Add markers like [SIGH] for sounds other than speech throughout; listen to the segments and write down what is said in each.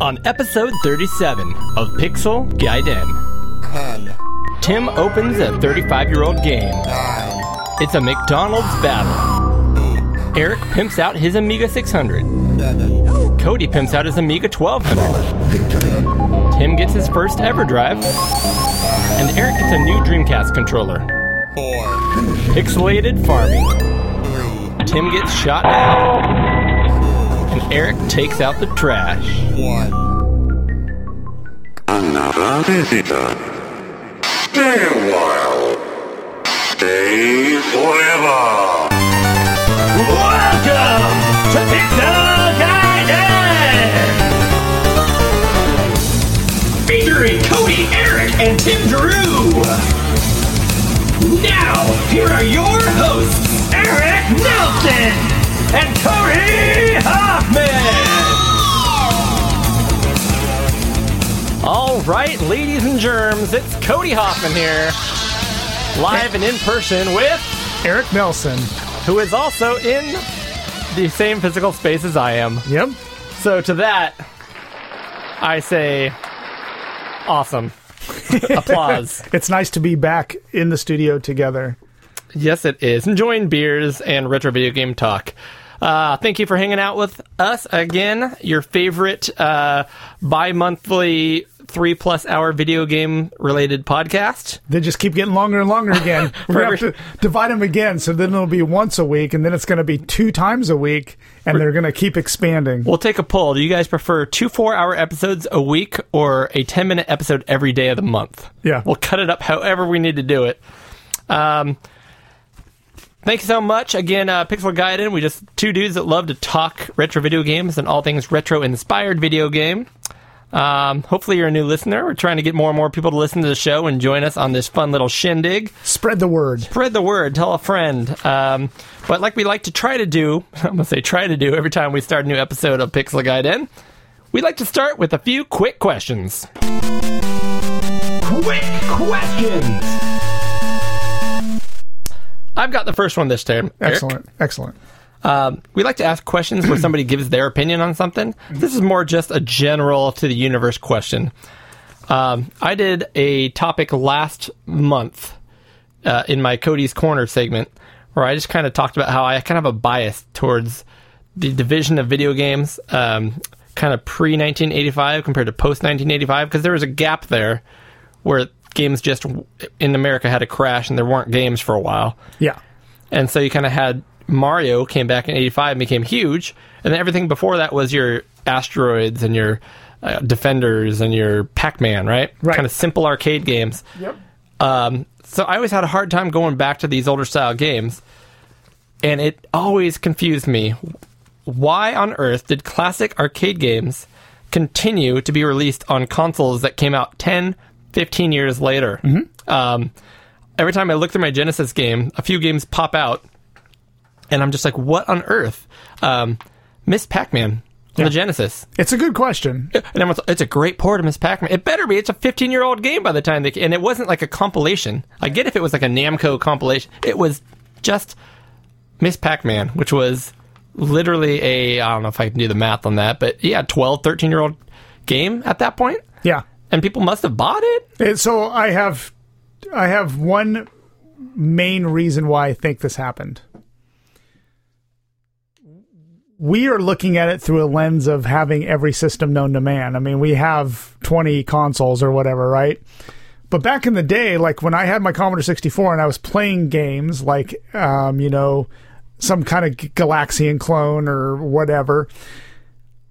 On episode 37 of Pixel Gaiden, 10, Tim opens a 35 year old game. 9, It's a McDonald's battle. Eric pimps out his Amiga 600. 7, Cody pimps out his Amiga 1200. Tim gets his first EverDrive. And Eric gets a new Dreamcast controller. 4, Pixelated farming. 3, Tim gets shot down. And Eric takes out the trash. 1. Another visitor. Stay a while. Stay forever. Welcome to Pixel Gaiden! Featuring Cody, Eric, and Tim Drew. Now, here are your hosts, Eric Nelson and Cody Hoffman. All right, ladies and germs, it's Cody Hoffman here, live and in person with Eric Nelson. who is also in the same physical space as I am. Yep. So to that, I say, awesome. Applause. It's nice to be back in the studio together. Yes, it is. Enjoying beers and retro video game talk. Uh, thank you for hanging out with us again. Your favorite uh, bi monthly, three plus hour video game related podcast. They just keep getting longer and longer [LAUGHS] again. We're going to have to divide them again. So then it'll be once a week, and then it's going to be two times a week, and they're going to keep expanding. We'll take a poll. Do you guys prefer two four hour episodes a week or a 10 minute episode every day of the month? Yeah. We'll cut it up however we need to do it. Um, thank you so much. Again, uh, Pixel Gaiden. We just two dudes that love to talk retro video games and all things retro inspired video game. Um, hopefully, you're a new listener. We're trying to get more and more people to listen to the show and join us on this fun little shindig Spread the word. spread the word, tell a friend. Um, but like we like to try to do, [LAUGHS] I'm gonna say try to do every time we start a new episode of Pixel Guide In, we like to start with a few quick questions. Quick questions. I've got the first one this time. Eric. Excellent. Excellent. Um, we like to ask questions where somebody gives their opinion on something. This is more just a general to the universe question. Um, I did a topic last month uh, in my Cody's Corner segment where I just kind of talked about how I kind of have a bias towards the division of video games, um, kind of pre 1985 compared to post 1985, because there was a gap there where games just in America had a crash and there weren't games for a while. Yeah. And so you kind of had Mario came back in 85 and became huge. And then everything before that was your asteroids and your uh, defenders and your Pac Man, right? Right. Kind of simple arcade games. Yep. Um, so I always had a hard time going back to these older style games. And it always confused me. Why on earth did classic arcade games continue to be released on consoles that came out 10, 15 years later? Um, every time I look through my Genesis game, a few games pop out, and I'm just like, what on earth? Um, Miss Pac Man on the Genesis. It's a good question. And everyone's it's a great port of Miss Pac-Man. It better be. It's a 15-year-old game by the time they... And it wasn't like a compilation. I get if it was like a Namco compilation. It was just Miss Pac-Man, which was literally a... I don't know if I can do the math on that, but yeah, 12, 13-year-old game at that point. Yeah. And people must have bought it. And so I have, I have one main reason why I think this happened. We are looking at it through a lens of having every system known to man. I mean, we have 20 consoles or whatever, right? But back in the day, like when I had my Commodore 64 and I was playing games like, um, you know, some kind of Galaxian clone or whatever,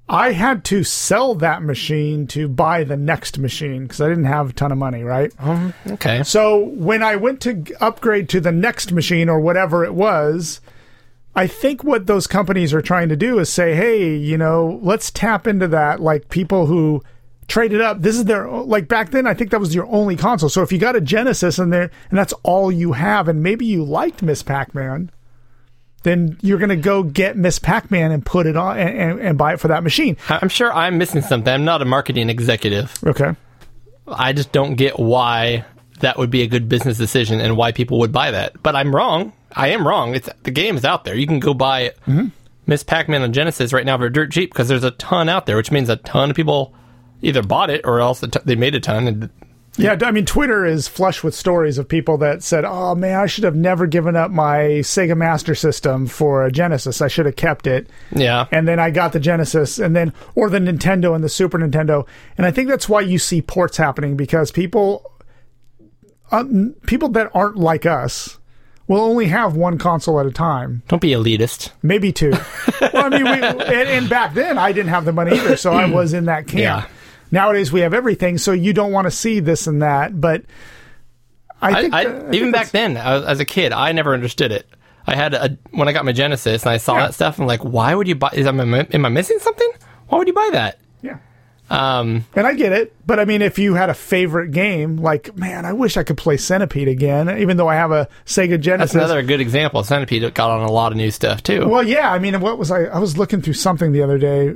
I had to sell that machine to buy the next machine because I didn't have a ton of money, right? Okay. So when I went to g- upgrade to the next machine or whatever it was, I think what those companies are trying to do is say, hey, you know, let's tap into that. Like people who traded up, this is their, like back then, I think that was your only console. So if you got a Genesis and there, and that's all you have, and maybe you liked Miss Pac Man, then you're going to go get Miss Pac Man and put it on and, and, and buy it for that machine. I- I'm sure I'm missing something. I'm not a marketing executive. Okay. I just don't get why that would be a good business decision Mm-hmm. and why people would buy that. But I'm wrong. I am wrong. It's the game is out there. You can go buy Miss Pac-Man on Genesis right now for dirt cheap because there's a ton out there, which means a ton of people either bought it or else a ton- they made a ton. And Yeah, I mean, Twitter is flush with stories of people that said, "Oh man, I should have never given up my Sega Master System for a Genesis. I should have kept it." yeah, And then I got the Genesis, and then or the Nintendo and the Super Nintendo, and I think that's why you see ports happening because people, um, people that aren't like us, will only have one console at a time, don't be elitist. maybe two. well, I mean, we, and, and back then I didn't have the money either, so [CLEARS THROAT] I was in that camp. Yeah. Nowadays we have everything, so you don't want to see this and that. But I I, think I, that- I think even back that's- then, I, as a kid, I never understood it. I had a when I got my Genesis and I saw Yeah. that stuff. I'm like, why would you buy? Is am I, am I missing something? Why would you buy that? yeah. Um, And I get it, but I mean, if you had a favorite game, like man, I wish I could play Centipede again, even though I have a Sega that's Genesis. another good example. Centipede got on a lot of new stuff too. Well, yeah, I mean, what was I? I was looking through something the other day.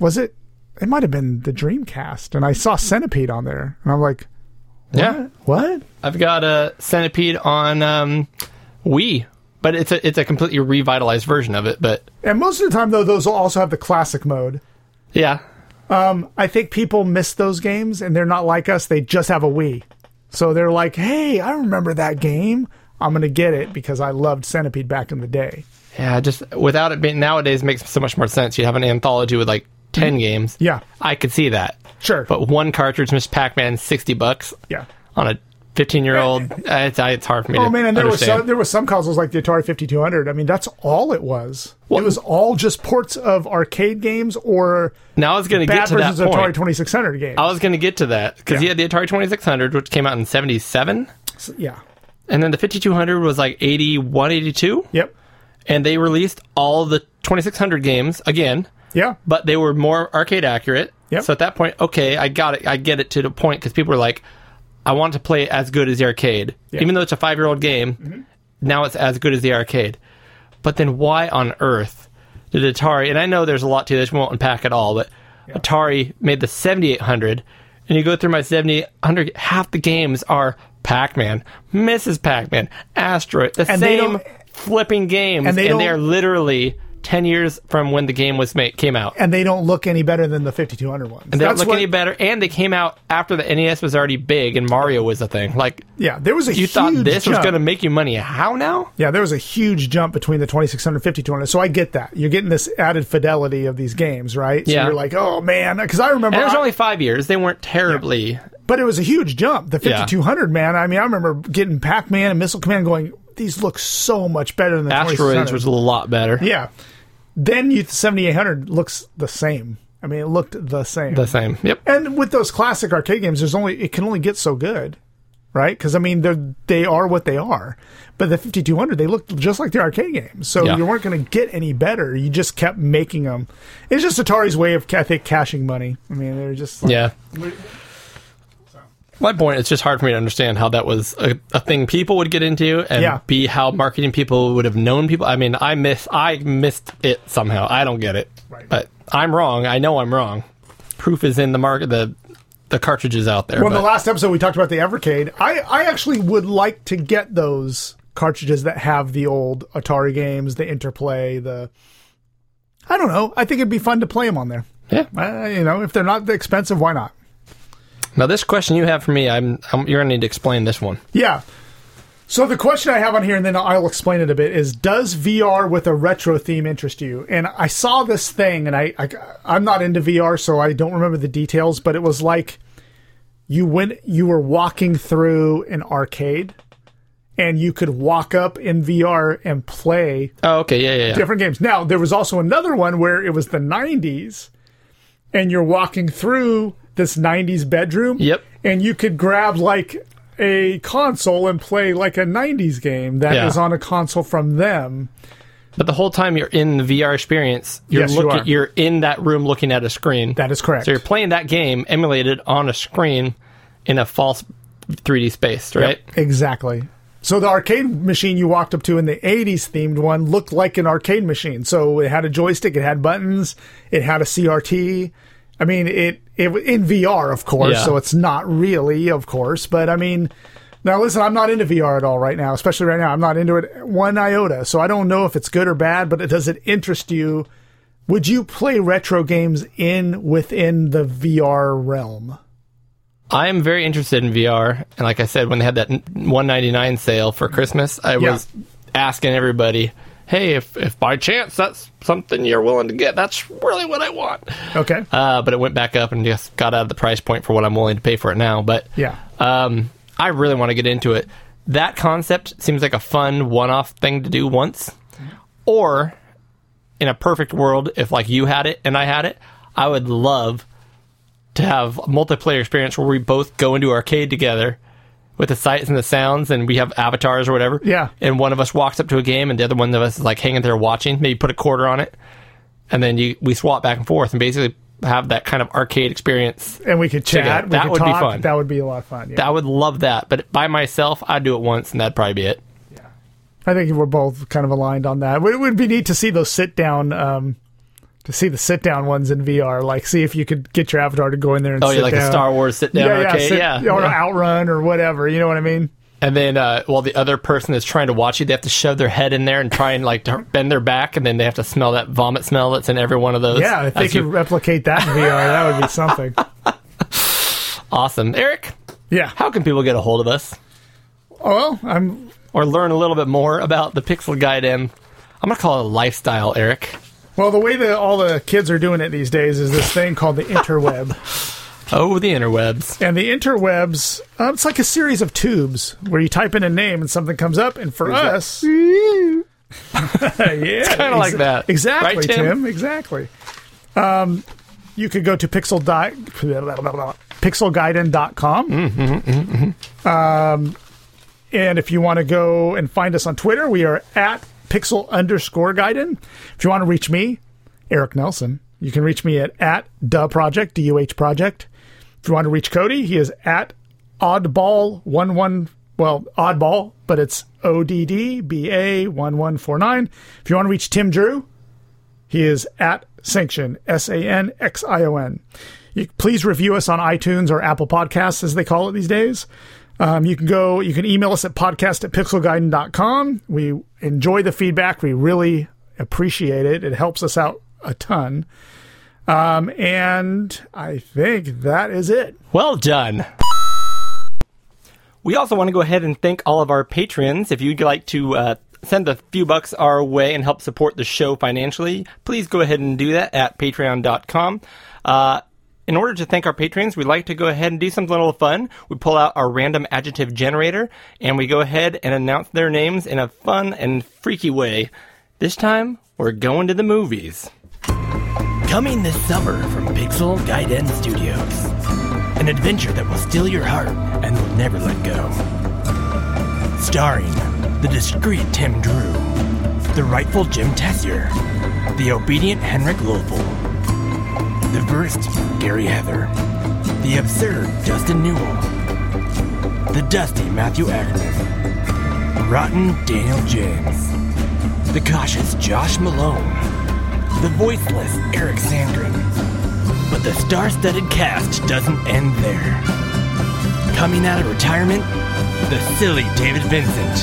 Was it? It might have been the Dreamcast, and I saw Centipede on there, and I'm like, yeah, what? I've got a Centipede on um, Wii, but it's a it's a completely revitalized version of it. But And most of the time, though, those will also have the classic mode. yeah, I think people miss those games and they're not like us. They just have a Wii. So they're like, hey, I remember that game. I'm going to get it because I loved Centipede back in the day. yeah, just without it being nowadays makes so much more sense. You have an anthology with like ten games. Mm. Yeah. I could see that. Sure. but one cartridge, Miss Pac Man, sixty bucks. yeah. on a 15 year old. It's, it's hard for me to Oh man, and there was understand. some, there was some consoles like the Atari 5200. I mean, that's all it was. it was all just ports of arcade games or now I was going to get bad to that versions of Atari point. 2600 games. I was going to get to that because Yeah. he had the Atari 2600, which came out in 77. yeah. And then the 5200 was like 81, 82. Yep. And they released all the 2600 games again, Yeah. but they were more arcade accurate. Yep. So at that point, okay, I got it. I get it to the point because people were like, I want to play it as good as the arcade. Yeah. Mm-hmm. Even though it's a five year old game, now it's as good as the arcade. But then why on earth did Atari, and I know there's a lot to this, we won't unpack it all, but Atari made the 7800, and you go through my 7800, half the games are Pac Man, Mrs. Pac Man, Asteroid, the And they same don't- flipping games, and and they they, don't- are literally 10 years from when the game was made, came out. And they don't look any better than the 5200 ones. They don't That's look what- any better, and they came out after the NES was already big and Mario was a thing. Like Yeah, there was a you thought huge this was jump. going to make you money? How now? Yeah, there was a huge jump between the 2600 and 5200. So I get that. You're getting this added fidelity of these games, right? So Yeah. you're like, oh man, because I remember, And it was I- only five years. They weren't terribly. but it was a huge jump. The 5200, man. I mean, I remember getting Pac Man and Missile Command, going, these look so much better than the Asteroids 2600. was a lot better. yeah. Then you 7800 looks the same. I mean, it looked the same. The same. Yep. and with those classic arcade games, there's only it can only get so good, right? Because I mean, they they are what they are. But the 5200, they looked just like the arcade games, so Yeah. you weren't going to get any better. You just kept making them. It's just Atari's way of, I think, cashing money. I mean, they're just like, Yeah. My point, it's just hard for me to understand how that was a, a thing people would get into, and Yeah. b how marketing people would have known people. I mean, I miss, I missed it somehow. I don't get it, Right. but I'm wrong. I know I'm wrong. Proof is in the market. The the cartridges out there. Well, in but- the last episode, we talked about the Evercade. I, I actually would like to get those cartridges that have the old Atari games, the Interplay, the. I don't know. I think it'd be fun to play them on there. yeah. Uh, you know, if they're not expensive, why not? Now, this question you have for me, I'm, I'm you're gonna need to explain this one. Yeah. So the question I have on here, and then I'll explain it a bit, is does VR with a retro theme interest you? And I saw this thing, and I, I I'm not into VR, so I don't remember the details, but it was like you went you were walking through an arcade, and you could walk up in VR and play Oh, okay. Yeah, yeah, yeah. different games. Now there was also another one where it was the '90s, and you're walking through this '90s bedroom. Yep. And you could grab like a console and play like a '90s game that is Yeah. on a console from them. But the whole time you're in the VR experience, you're Yes, you looking, are. you are in that room looking at a screen. That is correct. So you're playing that game emulated on a screen in a false 3D space, right? Exactly. So the arcade machine you walked up to in the 80s themed one looked like an arcade machine. So it had a joystick, it had buttons, it had a CRT. I mean, it it w- in VR, of course, Yeah. so it's not really, of course, but I mean, Now, listen, I'm not into VR at all right now, especially right now. I'm not into it one iota, so I don't know if it's good or bad. But it, does it interest you? Would you play retro games in within the VR realm? I am very interested in VR, and like I said, when they had that 199 sale for Christmas, I Yeah. was asking everybody, "Hey, if if by chance that's something you're willing to get, that's really what I want." Okay. Uh, but it went back up and just got out of the price point for what I'm willing to pay for it now. But Yeah. um, I really want to get into it. That concept seems like a fun one-off thing to do once, or in a perfect world, if like you had it and I had it, I would love to have a multiplayer experience where we both go into arcade together with the sights and the sounds and we have avatars or whatever. Yeah. And one of us walks up to a game and the other one of us is like hanging there watching, maybe put a quarter on it. And then you we swap back and forth and basically have that kind of arcade experience. and we could chat. yeah, we that could would be talk. fun. That would be a lot of fun. Yeah. I would love that. But by myself, I'd do it once and that'd probably be it. I think we're both kind of aligned on that. It would be neat to see those sit down, um, to see the sit down ones in VR. Like, see if you could get your avatar to go in there and Oh, sit yeah, like down. a Star Wars sit down yeah, arcade. sit- yeah. or yeah. Outrun or whatever. You know what I mean? And then uh, while the other person is trying to watch you, they have to shove their head in there and try and like to bend their back, and then they have to smell that vomit smell that's in every one of those. Yeah, if they That's could replicate that in VR, [LAUGHS] that would be something. awesome. Eric, Yeah. how can people get a hold of us Well, I'm. or learn a little bit more about the Pixel Guide M? I'm gonna call it a lifestyle, Eric. Well, the way that all the kids are doing it these days is this thing called the interweb. Oh, the interwebs. And the interwebs, uh, it's like a series of tubes where you type in a name and something comes up. And [LAUGHS] for us, [LAUGHS] yeah, kinda like that. exactly, Right, Tim? Tim? Exactly. Um, you could go to pixel di- pixelguiden.com. Um, Mm-hmm, and if you want to go and find us on Twitter, we are at pixel underscore guiden. If you want to reach me, Eric Nelson, you can reach me at at duh project d u h project. If you want to reach Cody, he is at oddball one one well oddball, but it's O D D B A one one four nine. If you want to reach Tim Drew, he is at sanction S A N X I O N. You please review us on iTunes or Apple Podcasts as they call it these days. Um, you can go. You can email us at podcast at pixelguiden.com. We enjoy the feedback. We really appreciate it. It helps us out a ton. Um, and I think that is it. Well done. We also want to go ahead and thank all of our patrons. If you'd like to uh, send a few bucks our way and help support the show financially, please go ahead and do that at patreon.com. Uh, in order to thank our patrons, we like to go ahead and do something a little fun. We pull out our random adjective generator and we go ahead and announce their names in a fun and freaky way. This time, we're going to the movies. Coming this summer from Pixel Gaiden Studios. An adventure that will steal your heart and will never let go. Starring the discreet Tim Drew, the rightful Jim Tessier, the obedient Henrik Lowell, the versed Gary Heather, the absurd Justin Newell, the dusty Matthew Ackerman, rotten Daniel James, the cautious Josh Malone, the voiceless Eric Sandgren. But the star studded cast doesn't end there. Coming out of retirement, the silly David Vincent,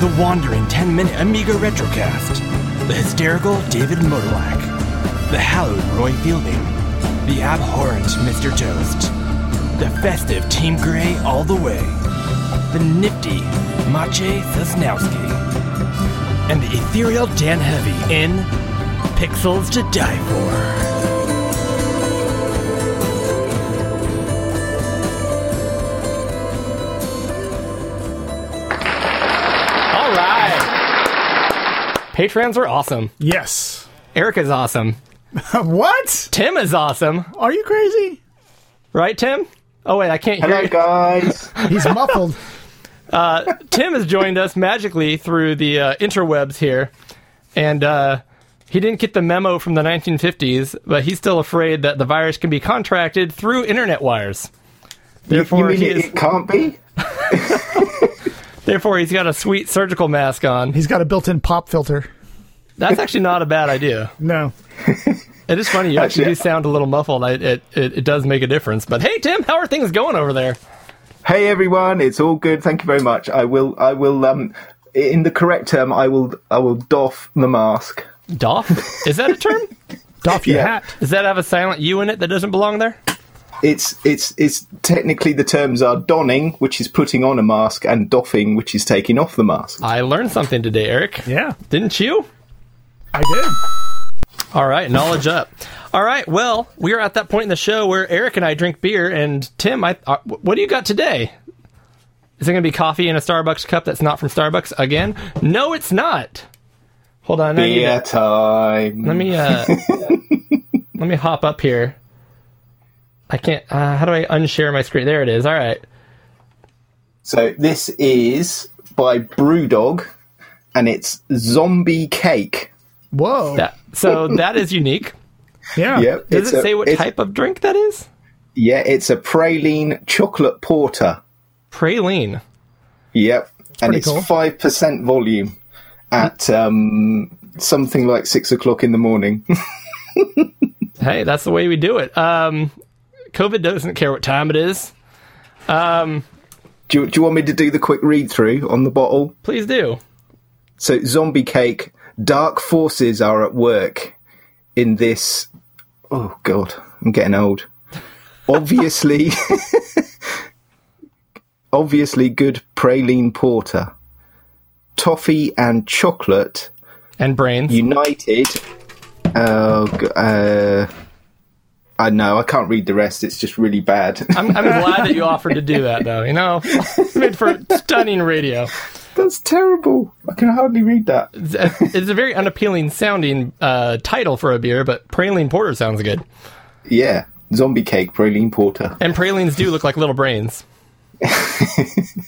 the wandering 10 minute Amiga Retrocast, the hysterical David Motorlack, the hallowed Roy Fielding, the abhorrent Mr. Toast, the festive Team Gray all the way, the nifty Maciej Sosnowski, and the ethereal Dan Heavy in Pixels to die for. All right. Patrons are awesome. Yes. Eric is awesome. [LAUGHS] what? Tim is awesome. Are you crazy? Right, Tim? Oh, wait, I can't hear Hello, you. guys. He's [LAUGHS] muffled. Tim has joined us magically through the uh, interwebs here, and uh, he didn't get the memo from the 1950s, but he's still afraid that the virus can be contracted through internet wires. you Therefore, mean he it, is, it can't be? therefore he's got a sweet surgical mask on. He's got a built-in pop filter. That's actually not a bad idea. No. It is funny you actually Actually, do sound a little muffled. I, it, it it does make a difference. But hey, Tim, how are things going over there? "Hey everyone, it's all good. Thank you very much. I will, I will, um, in the correct term, I will, I will doff the mask." Doff? Is that a term? Doff your Yeah. hat. Does that have a silent U in it that doesn't belong there? It's, it's, it's technically the terms are donning, which is putting on a mask, and doffing, which is taking off the mask. I learned something today, Eric. Yeah, Didn't you? I did. All right, knowledge up. All right, well, we are at that point in the show where Eric and I drink beer, and Tim, I, uh, what do you got today? Is it going to be coffee in a Starbucks cup that's not from Starbucks again? No, it's not. Hold on, I need Beer to- time. let me uh, let me hop up here. I can't. Uh, how do I unshare my screen? There it is. All right. So this is by Brewdog, and it's zombie cake. Whoa. That, so that is unique. yeah. Yep. Does it's it a- say what it's- type of drink that is? Yeah, it's a praline chocolate porter. Praline. Yep, and pretty it's cool. five percent volume at um, something like six o'clock in the morning. [LAUGHS] Hey, that's the way we do it. Um, COVID doesn't care what time it is. do, you, do you want me to do the quick read through on the bottle? Please do. So, zombie cake. Dark forces are at work in this. Oh God, I'm getting old. Obviously, [LAUGHS] obviously, good praline porter, toffee and chocolate And brains. United. Oh, g- uh, I know. I can't read the rest. It's just really bad. [LAUGHS] I'm, I'm glad that you offered to do that, though. You know, it's made for stunning radio. That's terrible. I can hardly read that. It's a, it's a very unappealing sounding uh, title for a beer, but praline porter sounds good. Yeah, zombie cake, praline porter. And pralines do look like little [LAUGHS] brains.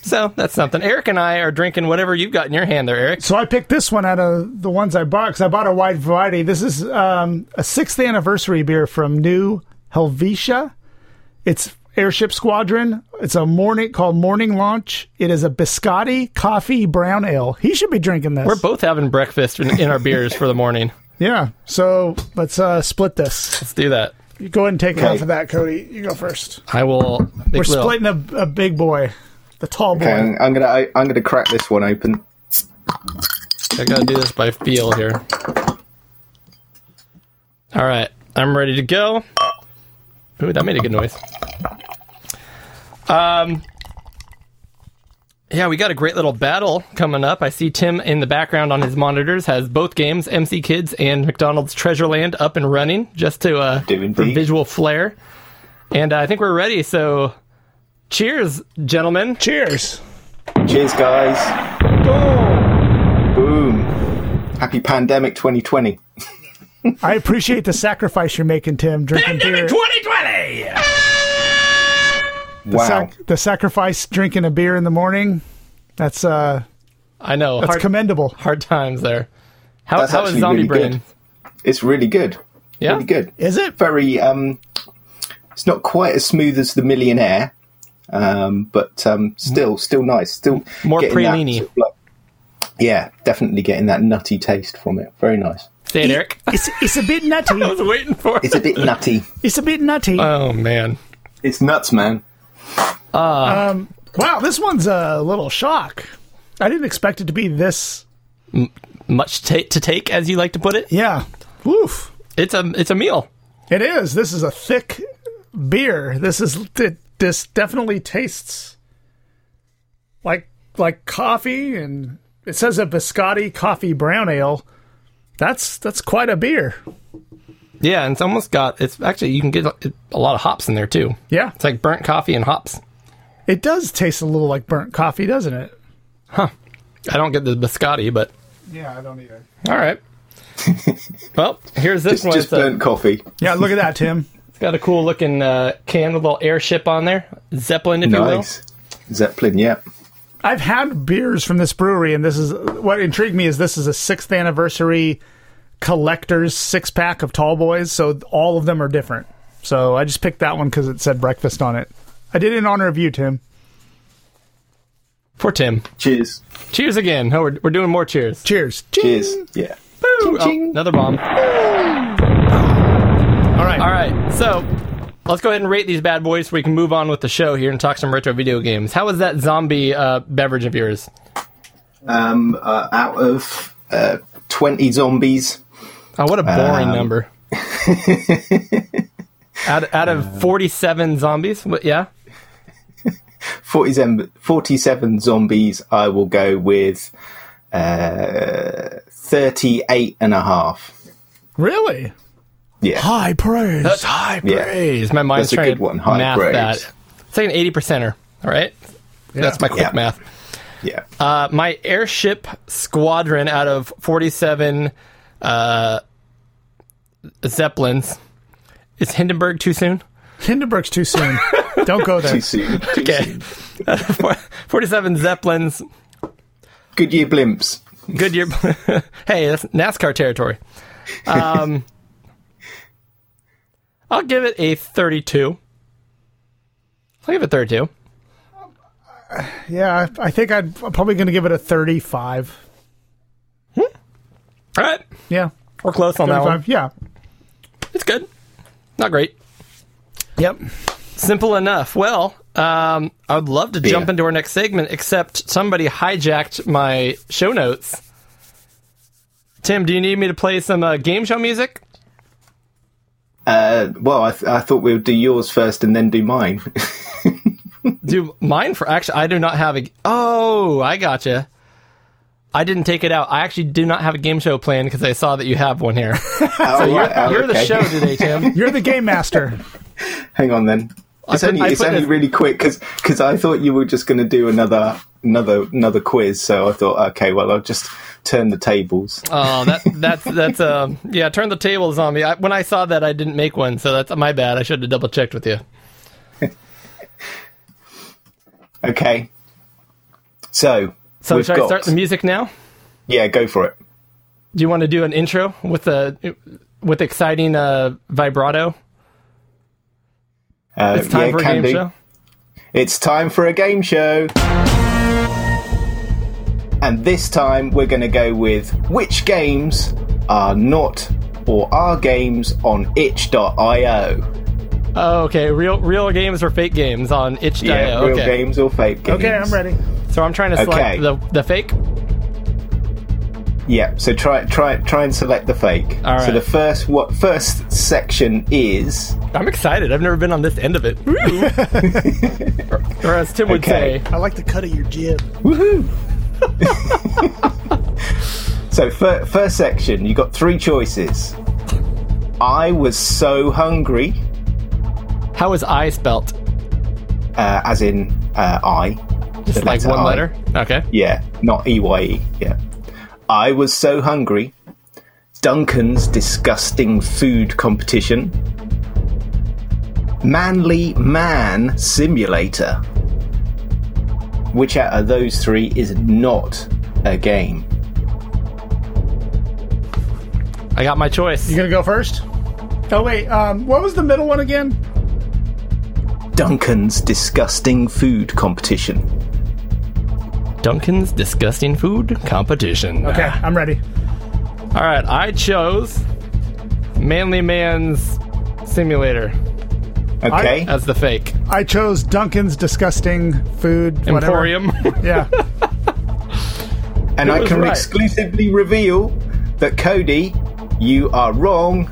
so that's something. Eric and I are drinking whatever you've got in your hand there, Eric. So I picked this one out of the ones I bought because I bought a wide variety. This is um, a sixth anniversary beer from New Helvetia. It's Airship Squadron. It's a morning called Morning Launch. It is a biscotti coffee brown ale. He should be drinking this. We're both having breakfast in, in our beers for the morning. yeah. So let's uh, split this. Let's do that. You go ahead and take Okay. half of that, Cody. You go first. I will. We're splitting a, a big boy, the tall boy. Okay, I'm, I'm gonna I, I'm gonna crack this one open. I gotta do this by feel here. All right, I'm ready to go. Ooh, that made a good noise. Um, yeah, we got a great little battle coming up. I see Tim in the background on his monitors has both games, MC Kids and McDonald's Treasure Land, up and running just to uh, Do indeed. for visual flair. And uh, I think we're ready. So, cheers, gentlemen. Cheers. Cheers, guys. Boom. Happy pandemic 2020. I appreciate the sacrifice you're making, Tim, drinking Pandemic beer. 2020! Wow. sac- the sacrifice drinking a beer in the morning. That's uh I know that's hard, commendable. hard times there. How, That's how is actually Zombie really Brain? good. It's really good. Yeah. Really good. Is it? very um it's not quite as smooth as the millionaire um but um still still nice still More getting that praline-y. sort of like- yeah definitely getting that nutty taste from it very nice Say it, Eric. [LAUGHS] I It's it's a bit nutty. was waiting for it. it's [LAUGHS] a bit nutty It's a bit nutty. Oh, man. it's nuts man wow, this one's a little shock. I didn't expect it to be this. Much ta to take, as you like to put it. Yeah. Woof. It's a it's a meal. It is. This is a thick beer. This is it, this definitely tastes like like coffee and it says a biscotti coffee brown ale. That's that's quite a beer. Yeah, and it's almost got. It's actually you can get a a lot of hops in there too. Yeah. It's like burnt coffee and hops. It does taste a little like burnt coffee, doesn't it? I don't get the biscotti, but Yeah, I don't either. all [LAUGHS] right. well, here's this it's one. just It's a- burnt coffee Yeah, look at that, Tim. it's got a cool looking uh, can with a little airship on there, zeppelin, if nice zeppelin yeah I've had beers from this brewery, and this is what intrigued me is this is a sixth anniversary collector's six pack of tall boys, so all of them are different. So I just picked that one because it said breakfast on it. I did it in honor of you, Tim. you will. For Tim. cheers Cheers again. Oh, we're, we're doing more cheers. Cheers. cheers yeah Oh, another bomb. Oh, All right. All right. So, Let's go ahead and rate these bad boys so we can move on with the show here and talk some retro video games. How was that zombie uh, beverage of yours? Um, uh, out of uh, 20 zombies, Oh, what a Um, boring [LAUGHS] number. out, out of 47 zombies? What, yeah? 47, 47 zombies, I will go with uh, 38 and a half. Really? Yeah. High praise. That's high Yeah. praise. My mind's That's a trying good to one, high math praise. that. It's like an 80 percenter, all right? That's my quick Yeah. math. Yeah. Uh, my airship squadron out of 47 uh, Zeppelins. Is Hindenburg too soon? Hindenburg's too soon. Don't go [LAUGHS] there. Too soon. Too [LAUGHS] soon. Okay. 47 Zeppelins. Goodyear blimps. Goodyear. [LAUGHS] hey, that's NASCAR territory. Um, [LAUGHS] I'll give it a 32. I'll give it 32. Yeah, I I think I'd, I'm probably going to give it a 35. All right. Yeah. We're close on that 35. one. Yeah. It's good. Not great. Yep. Simple enough. Well, um, I would love to jump Yeah. into our next segment, except somebody hijacked my show notes. Tim, do you need me to play some uh, game show music? Uh, well, I, th- I thought we would do yours first and then do mine. [LAUGHS] Do mine for actually? I do not have a. Oh, I gotcha. I didn't take it out. I actually do not have a game show plan because I saw that you have one [LAUGHS] here. [LAUGHS] Oh, right, oh, You're the okay. show today, Tim. [LAUGHS] You're the game master. Hang on then. It's put- only, I it's put only a- really quick because I thought you were just going to do another another another quiz. So I thought, okay, well, I'll just turn the tables. Oh, that that's that's um yeah. Turn the tables on me. I, when I saw that, I didn't make one, so that's my bad. I should have double checked with you. Okay. So, So we've should got I start the music now? yeah, go for it. Do you want to do an intro with a with exciting uh, vibrato? Uh, It's time yeah, for a can game do. show. It's time for a game show. And this time we're going to go with which games are not or are games on itch.io. Oh, okay, real real games or fake games on itch.io. Yeah, real okay, games or fake games. Okay, I'm ready. so I'm trying to select Okay. the the fake. Yeah, so try try try and select the fake. All So right. the first what first section is I'm excited. I've never been on this end of it. [LAUGHS] or, or as Tim would Okay. say, I like the cut of your jib. Woohoo! [LAUGHS] so, fir- first section, you got three choices. I was so hungry, how is I spelt? uh, as in uh, I. Just the like one I. letter. Okay. Yeah, not EYE. Yeah. I was so hungry. Duncan's disgusting food competition. Manly Man Simulator. Which out of those three is not a game? I got my choice. You going to go first? Oh, wait. Um, what was the middle one again? Duncan's disgusting food competition. Duncan's disgusting food competition. Okay, I'm ready. All right, I chose Manly Man's Simulator Okay. as the fake I chose Duncan's disgusting food. Whatever. Emporium. [LAUGHS] [LAUGHS] Yeah. and I was can right. exclusively reveal that Cody, you are wrong,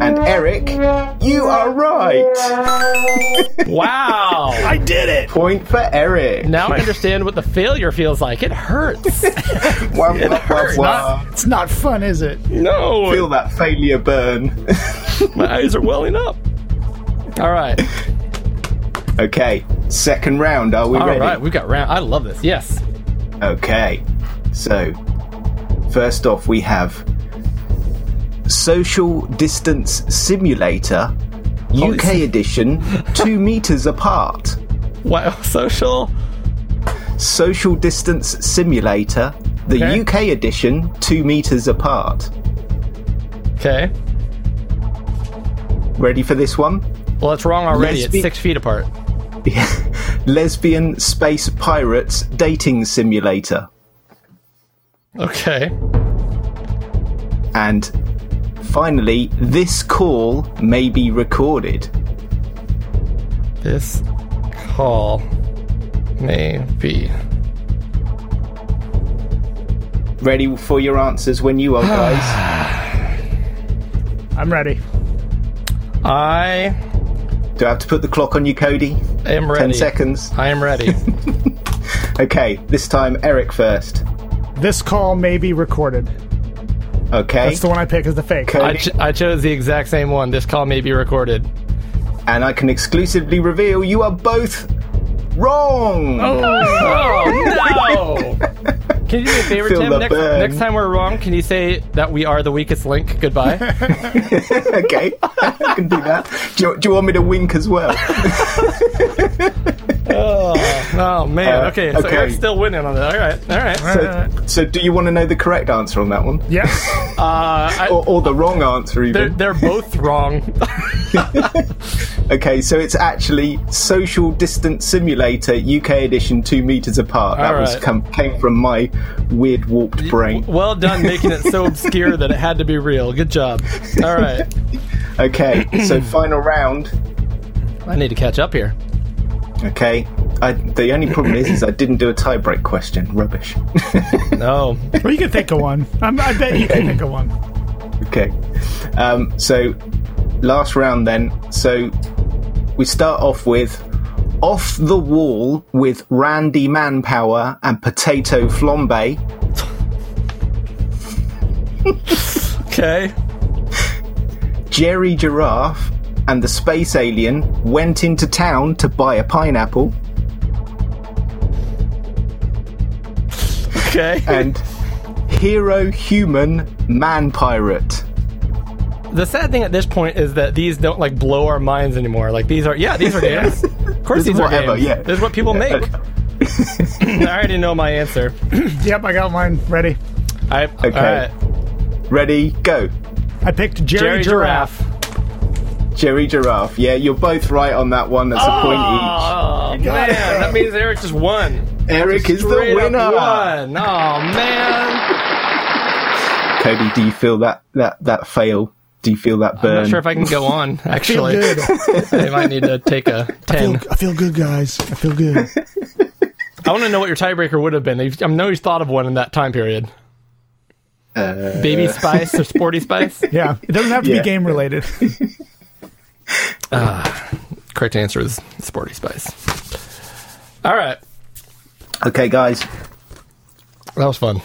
and Eric, you are right. wow. I did it. Point for Eric. Now I understand what the failure feels like. It hurts. Wah, wah, wah, wah. Uh, It's not fun, is it? no. Feel that failure burn. [LAUGHS] my eyes are welling up. All right. okay. Second round. Are we all ready? right, We've got round. I love this. Yes. Okay. So, first off, we have Social Distance Simulator UK Oh, it's- [LAUGHS] edition, two meters apart. Wow. [LAUGHS] Social. Social Distance Simulator, the Okay. UK edition, two meters apart. Okay. Ready for this one? [LAUGHS] Well, it's wrong already. It's Lesbi- six feet apart. Lesbian Space Pirates Dating Simulator. Okay. And finally, this call may be recorded. This call may be. Ready for your answers [SIGHS] when you are, guys. I'm ready. I Do I have to put the clock on you, Cody? am ready. Ten seconds. I am [LAUGHS] ready. Okay, this time Eric first. This call may be recorded. Okay. That's the one I pick as the fake. Cody, I, ch- I chose the exact same one. This call may be [LAUGHS] recorded. and I can exclusively reveal you are both wrong. Oh no! Can you do me a favor, Feel Tim? the Next, burn. next time we're wrong, can you say that we are the weakest link? [LAUGHS] Goodbye. Okay, [LAUGHS] I can do that. Do you, do you want me to wink as well? [LAUGHS] Oh man. Uh, okay, so okay. Eric's still winning on that. All right. All right. so, so do you want to know the correct answer on that one, Uh, Yes. Uh, I, or, or the wrong answer they're, even? they're both wrong. Okay, so it's actually Social Distance Simulator UK Edition, two meters apart. That All was right. come, came from my weird warped brain. well done making it so obscure that it had to be real. Good job. All right. Okay, [CLEARS THROAT] so final round. I need to catch up here. Okay, I, the only problem is, is I didn't do a tiebreak question. Rubbish. [LAUGHS] No. well, you can think of one. I'm, I bet you can think of one. Okay. Um, so, last round then. So, we start off with Off the Wall with Randy Manpower and Potato Flambe. Okay. Jerry Giraffe and the Space Alien went into town to buy a pineapple. Okay. And Hero Human Man Pirate. The sad thing at this point is that these don't like blow our minds anymore. Like these are yeah, these are [LAUGHS] games. Of course, This is these are whatever, games. yeah. This is what people make. [LAUGHS] I already know my answer. Yep, I got mine ready. I all right. Ready, go. I picked Jerry Jerry, Giraffe. Giraffe. Jerry Giraffe. Yeah, you're both right on that one. That's a point each. Oh man, that means Eric just won. Eric is the Straight up winner. Won. Oh man. Cody, do you feel that that that fail? Do you feel that burn? I'm not sure if I can go [LAUGHS] on. Actually, Feel good. I might need to take a ten. I feel good, guys. I feel good. I want to know what your tiebreaker would have been. You've- I know you've thought of one in that time period. Baby Spice or Sporty Spice? Yeah, it doesn't have to Yeah. be game related. [LAUGHS] Correct answer is Sporty Spice. All right. Okay, guys. That was fun.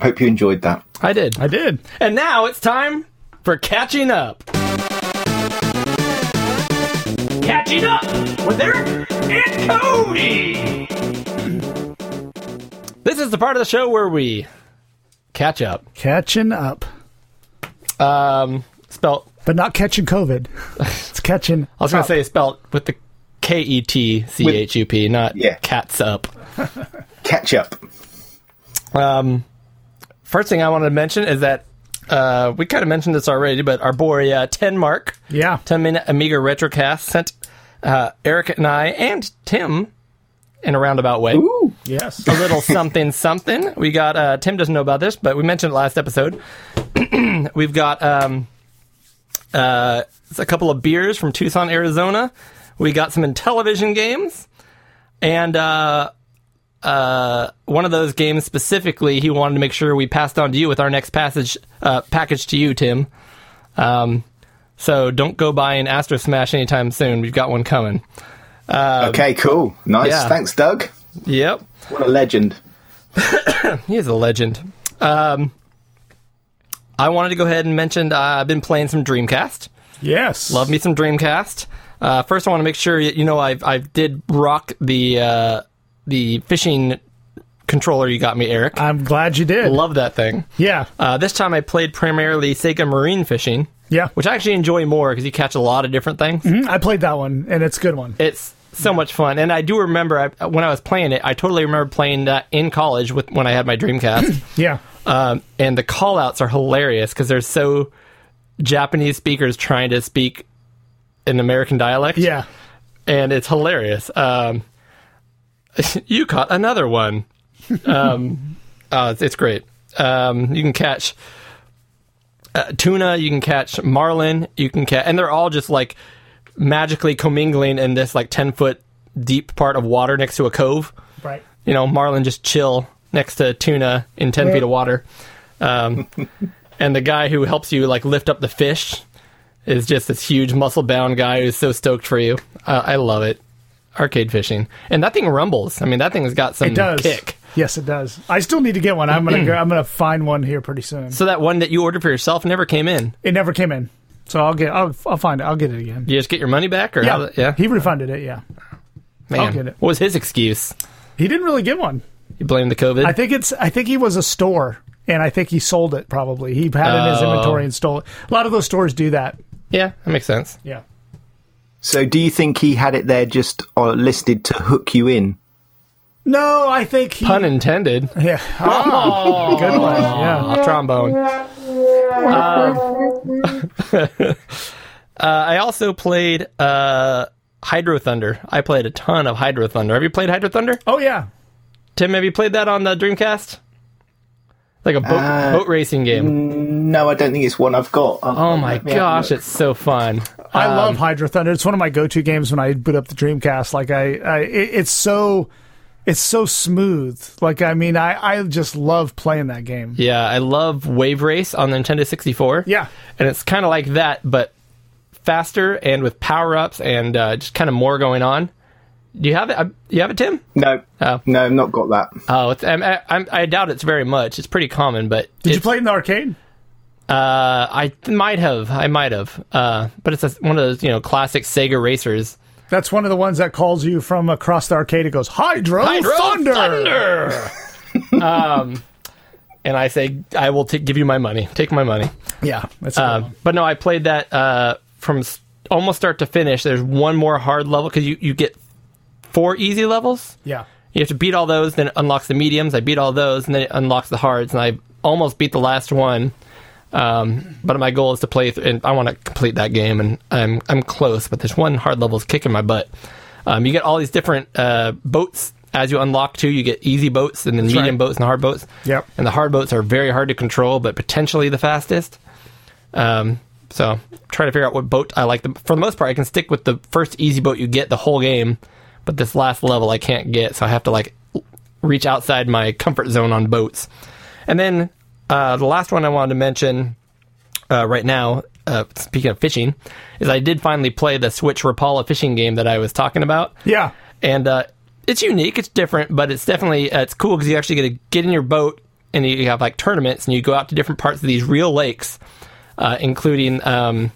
Hope you enjoyed that. I did. I did. And now it's time for catching up. Catching up with Eric and Cody. This is the part of the show where we catch up. Catching up, Um, spelt, but not catching COVID. It's catching. I was going to say spelt with the K E T C H U P, not Yeah. cats up. Catch up. Um, first thing I wanted to mention is that uh, we kind of mentioned this already, but our boy uh, Ten Mark, Yeah. Ten Minute Amiga Retrocast, sent uh, Eric and I and Tim in a roundabout way Yes. a little something something. We got uh, Tim doesn't know about this, but we mentioned it last episode. [CLEARS THROAT] We've got um, uh, it's a couple of beers from Tucson, Arizona. We got some Intellivision games, and uh, uh, one of those games specifically, he wanted to make sure we passed on to you with our next passage uh, package to you, Tim. Um, so don't go buy an Astro Smash anytime soon. We've got one coming. okay, cool. Nice. Um, yeah. Thanks, Doug. Yep. What a legend. He is a legend. Um, I wanted to go ahead and mention uh, I've been playing some Dreamcast. Yes. Love me some Dreamcast. Uh, first, I want to make sure you, you know I I did rock the uh, the fishing controller you got me, Eric. I I'm glad you did. love that thing. yeah. Uh, this time, I played primarily Sega Marine Fishing, Yeah. which I actually enjoy more because you catch a lot of different things. I played that one, and it's a good one. It's so much fun, and I do remember I, when I was playing it. I totally remember playing that in college with when I had my Dreamcast. Yeah. um, and the call outs are hilarious because they're so Japanese speakers trying to speak an American dialect. Yeah. And it's hilarious. Um, [LAUGHS] you caught another one. Um, [LAUGHS] uh, it's- it's great. Um, you can catch uh, tuna, you can catch marlin, you can catch, and they're all just like magically commingling in this like 10 foot deep part of water next to a cove. Right. You know, marlin just chill next to tuna in 10 feet of water. Um, and the guy who helps you like lift up the fish is just this huge muscle bound guy who's so stoked for you. Uh, I love it. Arcade fishing. And that thing rumbles. I mean, that thing's got some It does. kick. Yes, it does. I still need to get one. I'm gonna go, I'm gonna find one here pretty soon. So that one that you ordered for yourself never came in. It never came in, so I'll get I'll, I'll find it. I'll get it again. You just get your money back, or how? Yeah, He refunded it. Yeah. man. get it. What was his excuse? He didn't really give one. You blame the COVID. I think it's. I think he was a store, and I think he sold it. Probably he had it in his Oh. inventory and stole it. A lot of those stores do that. yeah, that makes sense. Yeah. So, do you think he had it there just uh, listed to hook you in? No, I think he. Pun intended. [LAUGHS] Yeah. Oh, good one. Yeah. Off trombone. Um, [LAUGHS] uh, Um, I also played uh, Hydro Thunder. I played a ton of Hydro Thunder. Have you played Hydro Thunder? Oh yeah. Tim, have you played that on the Dreamcast? Like a boat, boat racing game. No, I don't think it's one I've got. Uh, Oh my gosh, it's so fun. I love Hydro Thunder. It's one of my go-to games when I boot up the Dreamcast. Like I, I it, it's so, it's so smooth. Like I mean, I, I just love playing that game. Yeah, I love Wave Race on the Nintendo 64. Yeah. And it's kind of like that, but faster and with power ups and uh, just kind of more going on. Do you have it? Uh, You have it, Tim? No, Oh. no, I've not got that. Oh, it's, I'm, I'm, I doubt it's very much. It's pretty common, but Did you it's- play it in the arcade? Uh, I th- might have. I might have. Uh, but it's a, one of those you know classic Sega racers. That's one of the ones that calls you from across the arcade. It goes Hydro, Oh, Thunder. [LAUGHS] Thunder! um, and I say I will t- give you my money. Take my money. Yeah, that's a good Uh, one. but no, I played that uh, from s- almost start to finish. There's one more hard level because you, you get four easy levels. yeah. You have to beat all those, then it unlocks the mediums. I beat all those, and then it unlocks the hards, and I almost beat the last one. Um, but my goal is to play, th- and I want to complete that game, and I'm I'm close. But there's one hard level is kicking my butt. Um, you get all these different uh, boats as you unlock too. You get easy boats, and then medium right. boats, and hard boats. Yep. And the hard boats are very hard to control, but potentially the fastest. Um, so try to figure out what boat I like. The, for the most part, I can stick with the first easy boat you get the whole game, but this last level I can't get, so I have to like l- reach outside my comfort zone on boats. And then uh, the last one I wanted to mention uh, right now, uh, speaking of fishing, is I did finally play the Switch Rapala fishing game that I was talking about Yeah. and uh, it's unique. It's different, but it's definitely uh, it's cool because you actually get to get in your boat and you have like tournaments and you go out to different parts of these real lakes, uh, including um,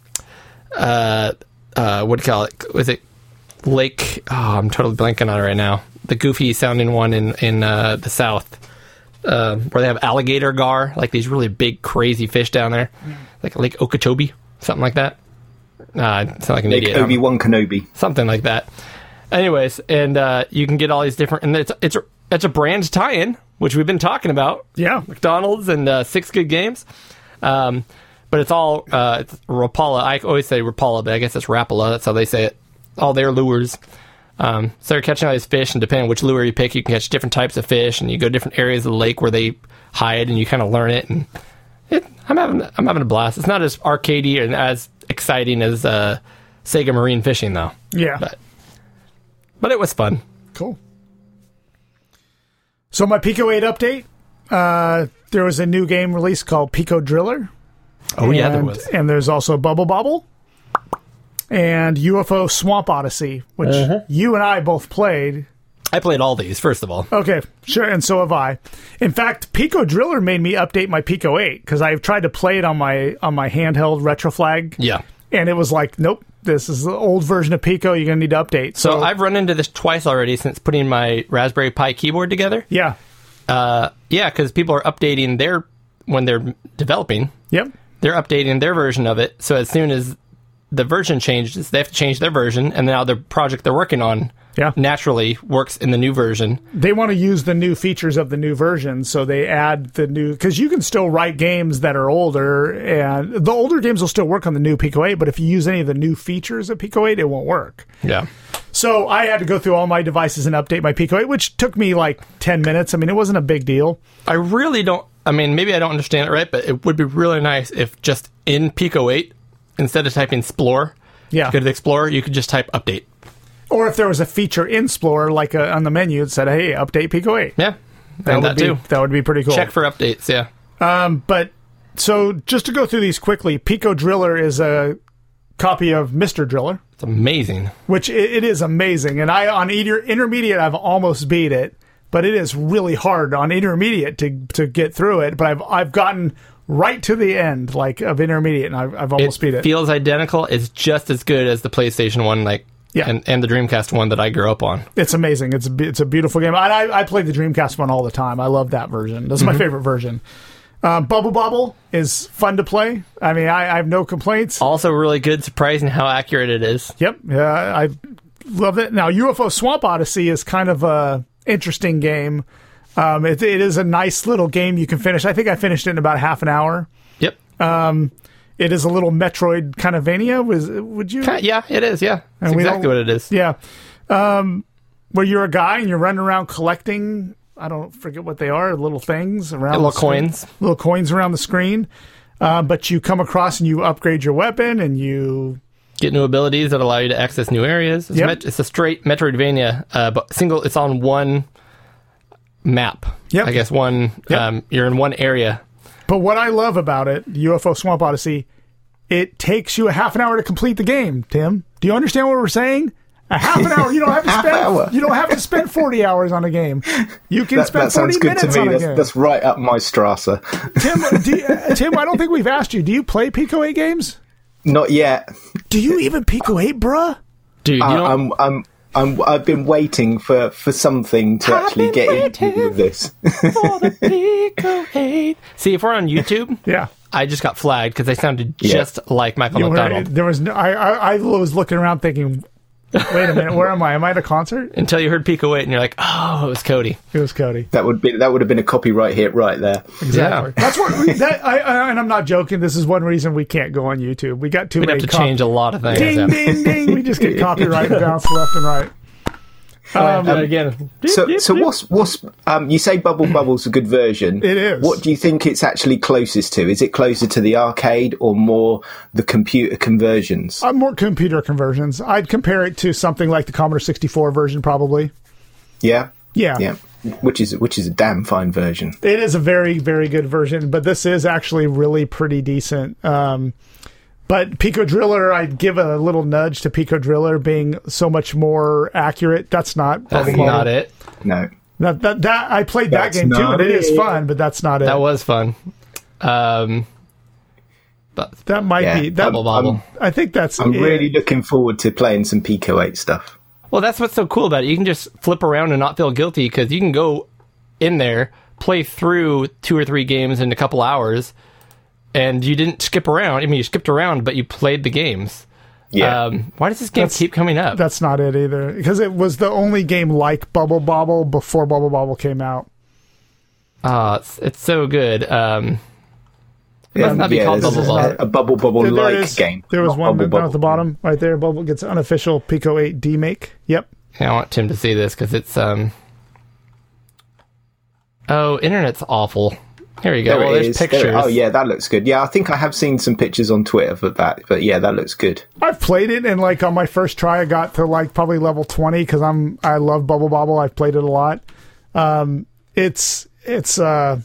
uh, uh, what do you call it? Was it Lake? Oh, I'm totally blanking on it right now. The goofy sounding one in in uh, the south. Um, where they have alligator gar, like these really big, crazy fish down there, like Lake Okeechobee, something like that. Nah, I sound like an Big idiot. I'm- Obi Wan Kenobi. something like that. Anyways, and uh, you can get all these different, and it's it's it's a brand tie-in, which we've been talking about, Yeah. McDonald's and uh, Six Good Games, um, but it's all uh, it's Rapala. I always say Rapala, but I guess it's Rapala. That's how they say it. All their lures. Um, so you're catching all these fish, and depending on which lure you pick, you can catch different types of fish, and you go to different areas of the lake where they hide, and you kind of learn it. And it, I'm having I'm having a blast. It's not as arcadey and as exciting as uh, Sega Marine Fishing, though Yeah. But- but it was fun. Cool. So my Pico 8 update, uh, there was a new game released called Pico Driller. Oh yeah, there and, was. And there's also Bubble Bobble and UFO Swamp Odyssey, which Uh-huh. you and I both played. I played all these. First of all, Okay, sure, and so have I. In fact, Pico Driller made me update my Pico 8 because I've tried to play it on my on my handheld Retroflag, yeah. and it was like, nope, this is the old version of Pico. You're gonna need to update. So, So I've run into this twice already since putting my Raspberry Pi keyboard together. Uh, yeah, Yeah, because people are updating their when they're developing, yep, they're updating their version of it. So as soon as the version changes, they have to change their version, and now the project they're working on yeah. naturally works in the new version. they want to use the new features of the new version, so they add the new because you can still write games that are older, and the older games will still work on the new Pico 8. But if you use any of the new features of Pico 8, it won't work. Yeah. So I had to go through all my devices and update my Pico 8, which took me like 10 minutes. I mean, it wasn't a big deal. I really don't. I mean, maybe I don't understand it right, but it would be really nice if just in Pico 8, instead of typing Splore, Yeah. Go to the Explorer. You could just type update. Or if there was a feature in Explorer, like uh on the menu, it said, "Hey, update Pico 8." Yeah, That and would that be too. that would be pretty cool. Check for updates. Yeah, But so just to go through these quickly, Pico Driller is a copy of Mister Driller, it's amazing. which i it is amazing. And I on inter- intermediate, I've almost beat it, but it is really hard on intermediate to to get through it. But I've I've gotten right to the end like of intermediate, and I've, I've almost beat it. feels identical. It's just as good as the PlayStation one, like Yeah. and, and the Dreamcast one that I grew up on. it's amazing. It's a, be- it's a beautiful game. And I, I play the Dreamcast one all the time. I love that version. That's my favorite version. Uh, Bubble Bobble is fun to play. I mean, I, I have no complaints. Also, really good. Surprising how accurate it is. Yep, yeah, I love it. Now, UFO Swamp Odyssey is kind of a interesting game. Um, it, it is a nice little game you can finish. I think I finished it in about half an hour. Yep. It is a little Metroid kind of Vania. Was would you? Ki- yeah, it is. Yeah, that's And we exactly don't- what it is. Yeah. Um, where you're a guy and you're running around collecting, I don't forget what they are, little things around. Little the screen- coins. Little coins around the screen. Uh, but you come across and you upgrade your weapon and you. Get new abilities that allow you to access new areas. It's, Yep. met- it's a straight Metroidvania, uh, but single. It's on one map. Yep. I guess one. Yep. Um, you're in one area. But what I love about it, UFO Swamp Odyssey, it takes you a half an hour to complete the game, Tim. Do you understand what we're saying? A half an hour. You don't [LAUGHS] have to spend. hour. You don't have to spend forty hours on a game. You can That, spend that forty sounds good minutes to on a me. game. That's, that's right up my Strasser. [LAUGHS] Tim, do you- uh, Tim, I don't think we've asked you. Do you play Pico Eight games? Not yet. Do you even Pico 8, bruh? Dude, Uh, you don't, um, [LAUGHS] I'm, I'm, I'm, I've been waiting for, for something to I've actually been get waiting. into with this. [LAUGHS] for [LAUGHS] the Pico hate. See, if we're on YouTube, Yeah. I just got flagged because they sounded Yeah. just like Michael You were- McDonald. there was no, I, I, I was looking around thinking, wait a minute, where am I? Am I at a concert? Until you heard Pico 8 and you're like, oh, it was Cody. It was Cody. That would be that would have been a copyright hit right there. Exactly. That's what we, that, I, I, and I'm not joking. This is one reason we can't go on YouTube. We got too We'd many have to cop- change a lot of things. Ding, ding, ding. We just [LAUGHS] get copyright bounce left and right. again. So, so what's what's um, you say Bubble Bubble's a good version? It is. What do you think it's actually closest to? Is it closer to the arcade or more the computer conversions? Uh, more computer conversions. I'd compare it to something like the Commodore 64 version, probably. yeah, Yeah. yeah. Which is which is a damn fine version. It is a very, very good version, but this is actually really pretty decent. Um, but Pico Driller, I'd give a little nudge to Pico Driller being so much more accurate. That's not. That's Bubble not Bubble. it. No, That, that, that- I played That's that game too, not and it is it. fun, but that's not it. That That, was fun. Um, but might Yeah, be. That, Bubble Bobble. I think that's. I'm it. really looking forward to playing some Pico Eight stuff. well, that's what's so cool about it. You can just flip around and not feel guilty because you can go in there, play through two or three games in a couple hours, and you didn't skip around. I mean, you skipped around, but you played the games. Yeah, Um, why does this game keep coming up? That's not it either, because it was the only game like Bubble Bobble before Bubble Bobble came out. Ah, it's, it's so good. Um, yeah, must not be called there's Bubble a- Bobble. A Bubble Bubble There- like there is- game. There was not one Bubble down at the Bobble. bottom, right there. Bubble gets unofficial Pico 8 D make. Yep. I want Tim to see this because it's um. Oh, internet's awful. Here we go. There Well, it there's is. There- pictures. oh yeah, that looks good. Yeah, I think I have seen some pictures on Twitter for that, but yeah, that looks good. I've played it, and like on my first try, I got to like probably level twenty because I'm I love Bubble Bobble. I've played it a lot. Um, it's it's uh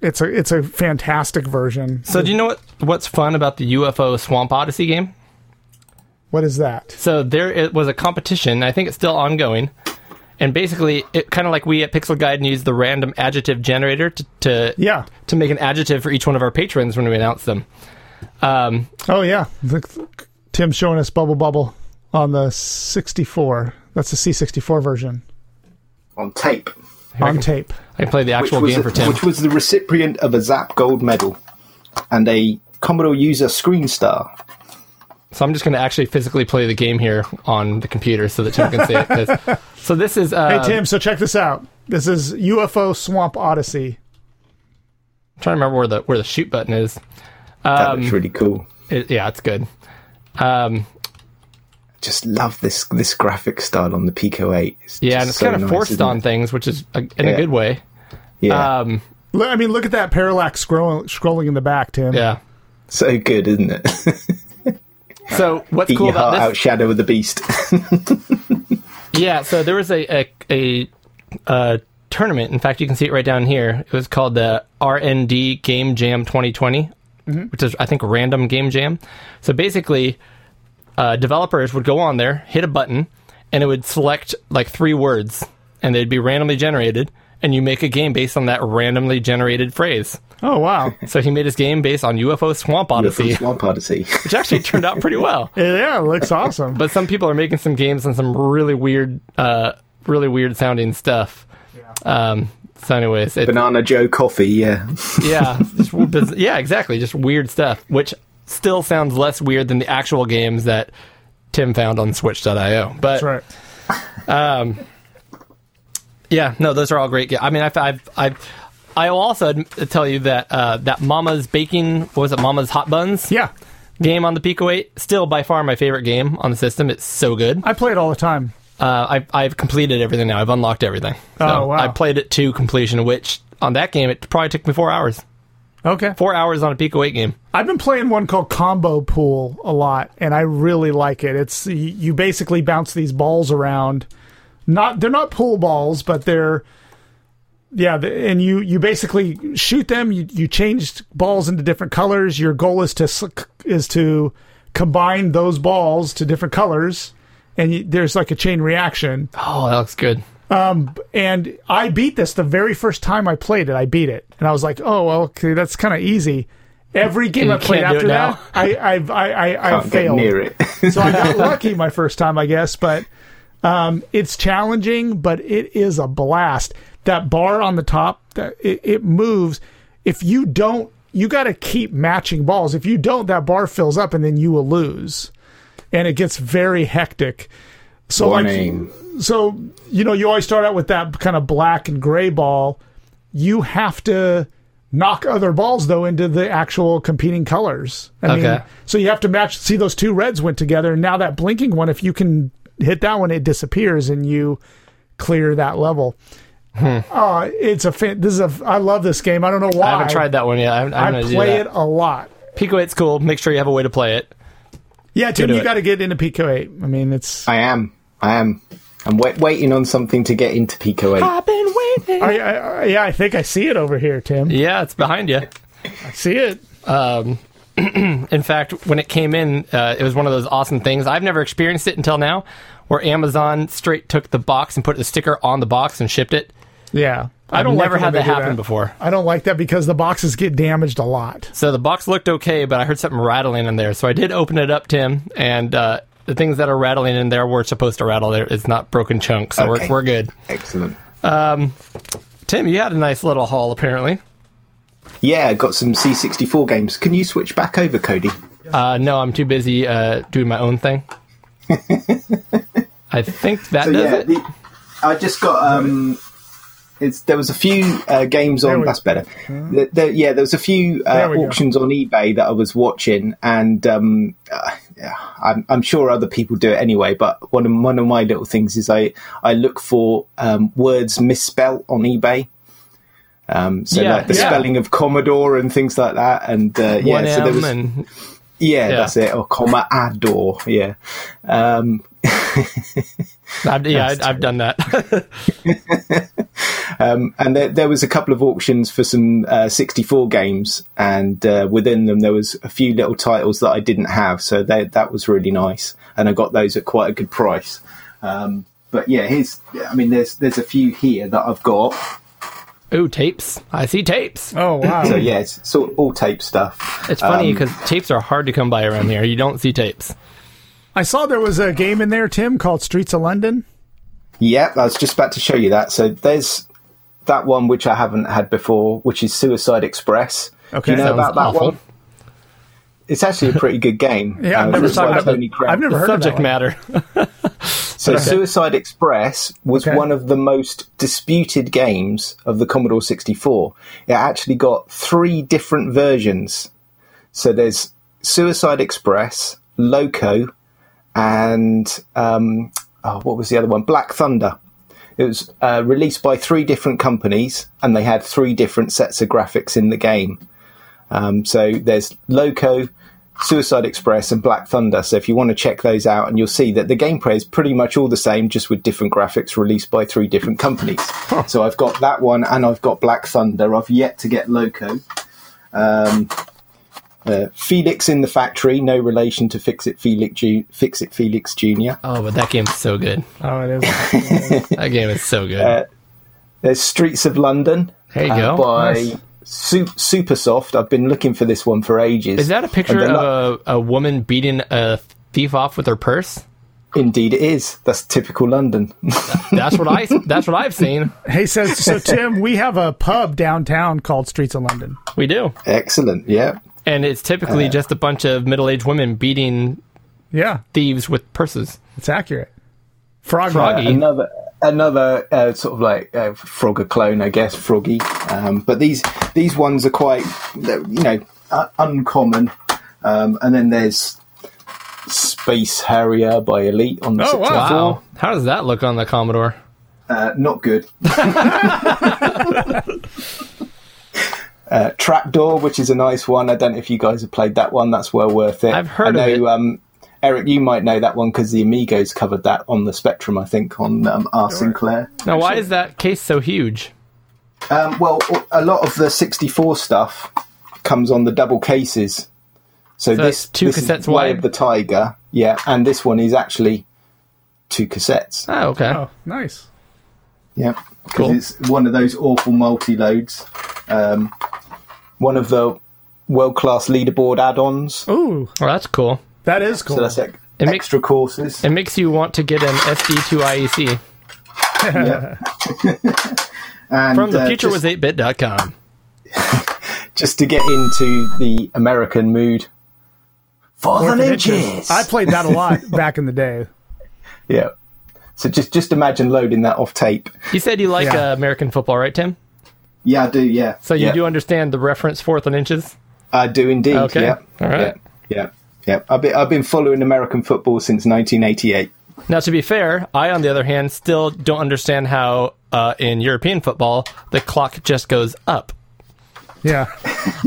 it's a it's a fantastic version. So do you know what what's fun about the UFO Swamp Odyssey game? What is that? So there it was a competition. I think it's still ongoing. And basically, it kind of like we at Pixel Guide use the random adjective generator to to, Yeah. to make an adjective for each one of our patrons when we announce them. Um, Oh yeah. Look, look, Tim's showing us Bubble Bubble on the sixty four. That's the C sixty four version On tape, on tape. I can play the actual was game a- for Tim. which was the recipient of a Zap Gold Medal and a Commodore User Screen Star. So I'm just going to actually physically play the game here on the computer so that Tim can see it. 'cause- [LAUGHS] So this is uh, Hey Tim, so check this out. This is UFO Swamp Odyssey. I'm trying to remember where the where the shoot button is. That Um, looks really cool. It- yeah, it's good. Um, Just love this this graphic style on the Pico Eight. It's yeah, just and it's so kind of nice, forced isn't on it? things, which is a, in a Yeah. good way. Yeah, Um, Look- I mean, look at that parallax scroll- scrolling in the back, [LAUGHS] Tim. yeah, so good, isn't it? So what's Eat cool your about heart this? out, Shadow of [LAUGHS] the Beast. Yeah, so there was a a, a uh, tournament. In fact, you can see it right down here. It was called the RND Game Jam 2020, Mm-hmm. which is I think random game jam. So basically, uh, developers would go on there, hit a button, and it would select like three words, and they'd be randomly generated, and you make a game based on that randomly generated phrase. [LAUGHS] Oh wow. So he made his game based on UFO Swamp Odyssey, Swamp Odyssey. which actually turned out pretty well. Yeah, it looks awesome. But some people are making some games and some really weird, uh, really weird sounding stuff. Um, so, anyways, it, Banana Joe Coffee, yeah. yeah, just w- biz- yeah, exactly, just weird stuff, which still sounds less weird than the actual games that Tim found on Switch.io. But That's right. yeah, no, those are all great. ga- I mean, I've, I've, I've I will also adm- tell you that uh, that Mama's Baking, what was it, Mama's Hot Buns? Yeah. Game on the Pico 8, still by far my favorite game on the system. It's so good. I play it all the time. uh, I've, I've completed everything now. I've unlocked everything. So Oh, wow. I played it to completion, which on that game, it probably took me four hours. Okay. Four hours on a Pico 8 game. I've been playing one called Combo Pool a lot, and I really like it. It's y- you basically bounce these balls around. Not they're not pool balls, but they're yeah. th- And you you basically shoot them. You you change balls into different colors. Your goal is to s- is to combine those balls to different colors, and you, there's like a chain reaction. Oh, that looks good. Um, And I beat this the very first time I played it. I beat it, and I was like, "Oh, well, okay, that's kind of easy." Every game You I played can't do after it that, now. I I've, I I, I Can't get failed. near it. [LAUGHS] [LAUGHS] so I got lucky my first time, I guess. But um, it's challenging, but it is a blast. That bar on the top, that it, it moves. If you don't, you got to keep matching balls. If you don't, that bar fills up, and then you will lose, and it gets very hectic. So like Warning. so you know you always start out with that kind of black and gray ball you have to knock other balls though into the actual competing colors I Okay. so you have to match see those two reds went together and now that blinking one if you can hit that one it disappears and you clear that level uh, it's a fan, this is a I love this game I don't know why Hmm. I haven't tried that one yet. I'm, I'm I gonna play do it that. a lot Pico 8's cool. Make sure you have a way to play it. yeah Tim do you it. got to get into Pico 8 I mean it's I am. I am. I'm wait- waiting on something to get into Pico 8. I've been waiting. I, I, I- yeah I think I see it over here Tim Yeah, it's behind you. I see it In fact, when it came in, uh, it was one of those awesome things. I've never experienced it until now, where Amazon straight took the box and put the sticker on the box and shipped it. Yeah. I've never it when had they that do happen before. I don't like that because the boxes get damaged a lot. So the box looked okay, but I heard something rattling in there. So I did open it up, Tim, and uh, the things that are rattling in there were supposed to rattle. There, it's not broken chunks, so Okay. we're, we're good. Excellent. Tim, you had a nice little haul, apparently. Yeah, I got some C64 games. Can you switch back over, Cody? Uh, no, I'm too busy uh, doing my own [LAUGHS] thing. I think that So does yeah, it. the- I just got um. It's, there was a few uh, games on. we- That's better. There- there- yeah, there was a few uh, There we go. auctions on eBay that I was watching, and um, uh, yeah, I'm, I'm sure other people do it anyway. But one of one of my little things is I I look for um, words misspelt on eBay. Um, so Yeah, like the yeah. spelling of Commodore and things like that, and uh, yeah, One so there M was [LAUGHS] and yeah. yeah, that's it, or comma adore, yeah. Um, I've, yeah, I, I've done that. [LAUGHS] and there, there was a couple of auctions for some uh, 64 games, and uh, within them there was a few little titles that I didn't have, so they, that was really nice, and I got those at quite a good price. Um, but yeah, here's I mean, there's there's a few here that I've got. Ooh, tapes. I see tapes. Oh wow. [CLEARS THROAT] So yeah, it's, it's all, all tape stuff. It's funny Um, because tapes are hard to come by around here. You don't see tapes. I saw there was a game in there, Tim, called Streets of London. Yep, I was just about to show you that. So there's that one which I haven't had before, which is Suicide Express. Okay. Do you Sounds know about that awful. one? It's actually a pretty good [LAUGHS] game. Um, Yeah, I've never it's thought by about that. Tony Crown. I've never heard of that Subject one. matter. So, Suicide Express was Okay. one of the most disputed games of the Commodore 64. It actually got three different versions. So, there's Suicide Express, Loco, and um, oh, what was the other one? Black Thunder. It was uh, released by three different companies, and they had three different sets of graphics in the game. Um, so, there's Loco, Suicide Express and Black Thunder. So if you want to check those out, and you'll see that the gameplay is pretty much all the same, just with different graphics released by three different companies. So I've got that one, and I've got Black Thunder. I've yet to get Loco. Um, uh, Felix in the factory, no relation to Fix It Felix, Ju- Fix It Felix Junior. Oh, but that game's so good. Oh, it is. That game is so good. Uh, There's Streets of London. There you uh, go. By Su- Supersoft. I've been looking for this one for ages. Is that a picture And then- of a, a woman beating a thief off with her purse? Indeed, it is. That's typical London. [LAUGHS] That's what I. that's what I've seen. Hey, says [LAUGHS] so. Tim, we have a pub downtown called Streets of London. We do, Excellent. Yeah. and it's typically Uh, just a bunch of middle-aged women beating Yeah, thieves with purses. it's accurate. Frog. Froggy. Uh, Another another uh, sort of like uh, Frogger clone, I guess, Froggy. Um, but these these ones are quite they're, you know uh, uncommon. Um, and then there's Space Harrier by Elite on the Oh, wow. 64. Wow, how does that look on the Commodore? Uh, [LAUGHS] not good. [LAUGHS] uh, Trapdoor, which is a nice one. I don't know if you guys have played that one. That's well worth it. I've heard I of know, it. Um, Eric, you might know that one because the Amigos covered that on the Spectrum, I think, on um, R. Sinclair. Now, why is that case so huge? Um, well, a lot of the 64 stuff comes on the double cases. So, that's this two this is cassettes Way wide? of the Tiger, yeah, and this one is actually two cassettes. Oh, okay. Oh, nice. Yeah, because Cool. it's one of those awful multi loads. Um, one of the world class leaderboard add ons. Ooh, Well, that's cool. that is cool. So that's ec- It makes- extra courses. It makes you want to get an SD2 IEC yeah. and from the uh, future was just, 8bit.com. just to get into the American mood. For Fourth the and inches. ninjas! I played that a [LAUGHS] lot back in the day. yeah. So just just imagine loading that off tape. You said you like Yeah. uh, American football, right, Tim? Yeah, I do. Yeah. So you yeah. do understand the reference fourth and inches? I do indeed. Okay. Yeah. All right. Yeah. Yeah. yeah. I've, been, I've been following American football since 1988. Now, to be fair, I, on the other hand, still don't understand how uh, in European football the clock just goes up. Yeah,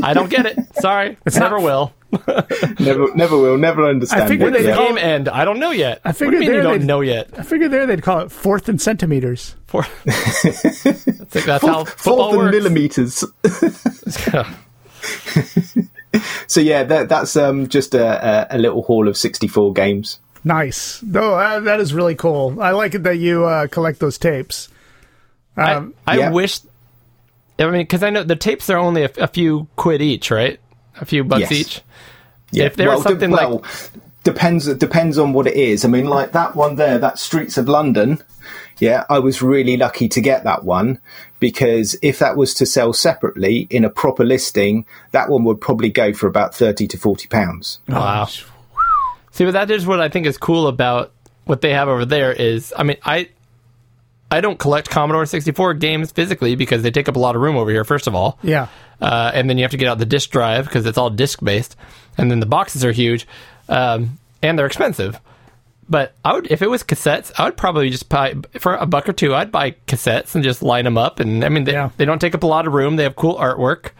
I don't get it. Sorry, it's never will. [LAUGHS] Never, never will, never understand. think it. when When does they the yeah. game end? I don't know yet. I figured what do you mean there you don't they'd- know yet? I figured there they'd call it fourth and centimeters. For... that's that's how football fourth and works. millimeters. so yeah, that, that's um, just a, a, a little hall of sixty-four games. Nice. Though uh, that is really cool. I like it that you uh, collect those tapes. I, Um, [LAUGHS] I yeah. wish. I mean, because I know the tapes are only a, a few quid each, right? A few bucks Yes. each. Yeah. If there was de- something like- depends depends on what it is. I mean, like that one there, that Streets of London. Yeah, I was really lucky to get that one because if that was to sell separately in a proper listing, that one would probably go for about thirty to forty pounds. Wow. See, but that is what I think is cool about what they have over there is, I mean, I I don't collect Commodore 64 games physically because they take up a lot of room over here, first of all. yeah. Uh, and then you have to get out the disk drive because it's all disk based. And then the boxes are huge um, and they're expensive. But I would, if it was cassettes, I would probably just buy for a buck or two. I'd buy cassettes and just line them up. And I mean, they, Yeah. they don't take up a lot of room. They have cool artwork.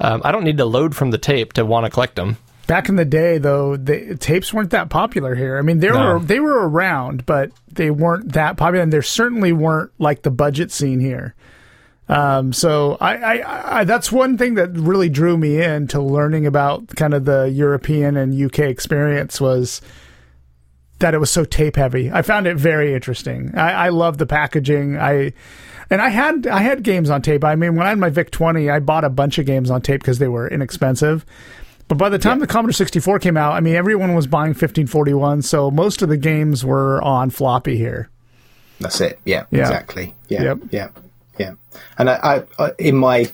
Um, I don't need to load from the tape to want to collect them. Back in the day, though, the tapes weren't that popular here. I mean, they No. were they were around, but they weren't that popular, and there certainly weren't like the budget scene here. Um, so I, I, I that's one thing that really drew me into learning about kind of the European and UK experience was that it was so tape heavy. I found it very interesting. I, I love the packaging. I and I had I had games on tape. I mean, when I had my Vic twenty, I bought a bunch of games on tape because they were inexpensive. But by the time the Commodore 64 came out, I mean everyone was buying 1541, so most of the games were on floppy here. That's it. Yeah, Yeah. exactly. Yeah, Yep. yeah, yeah. And I, I, I, in my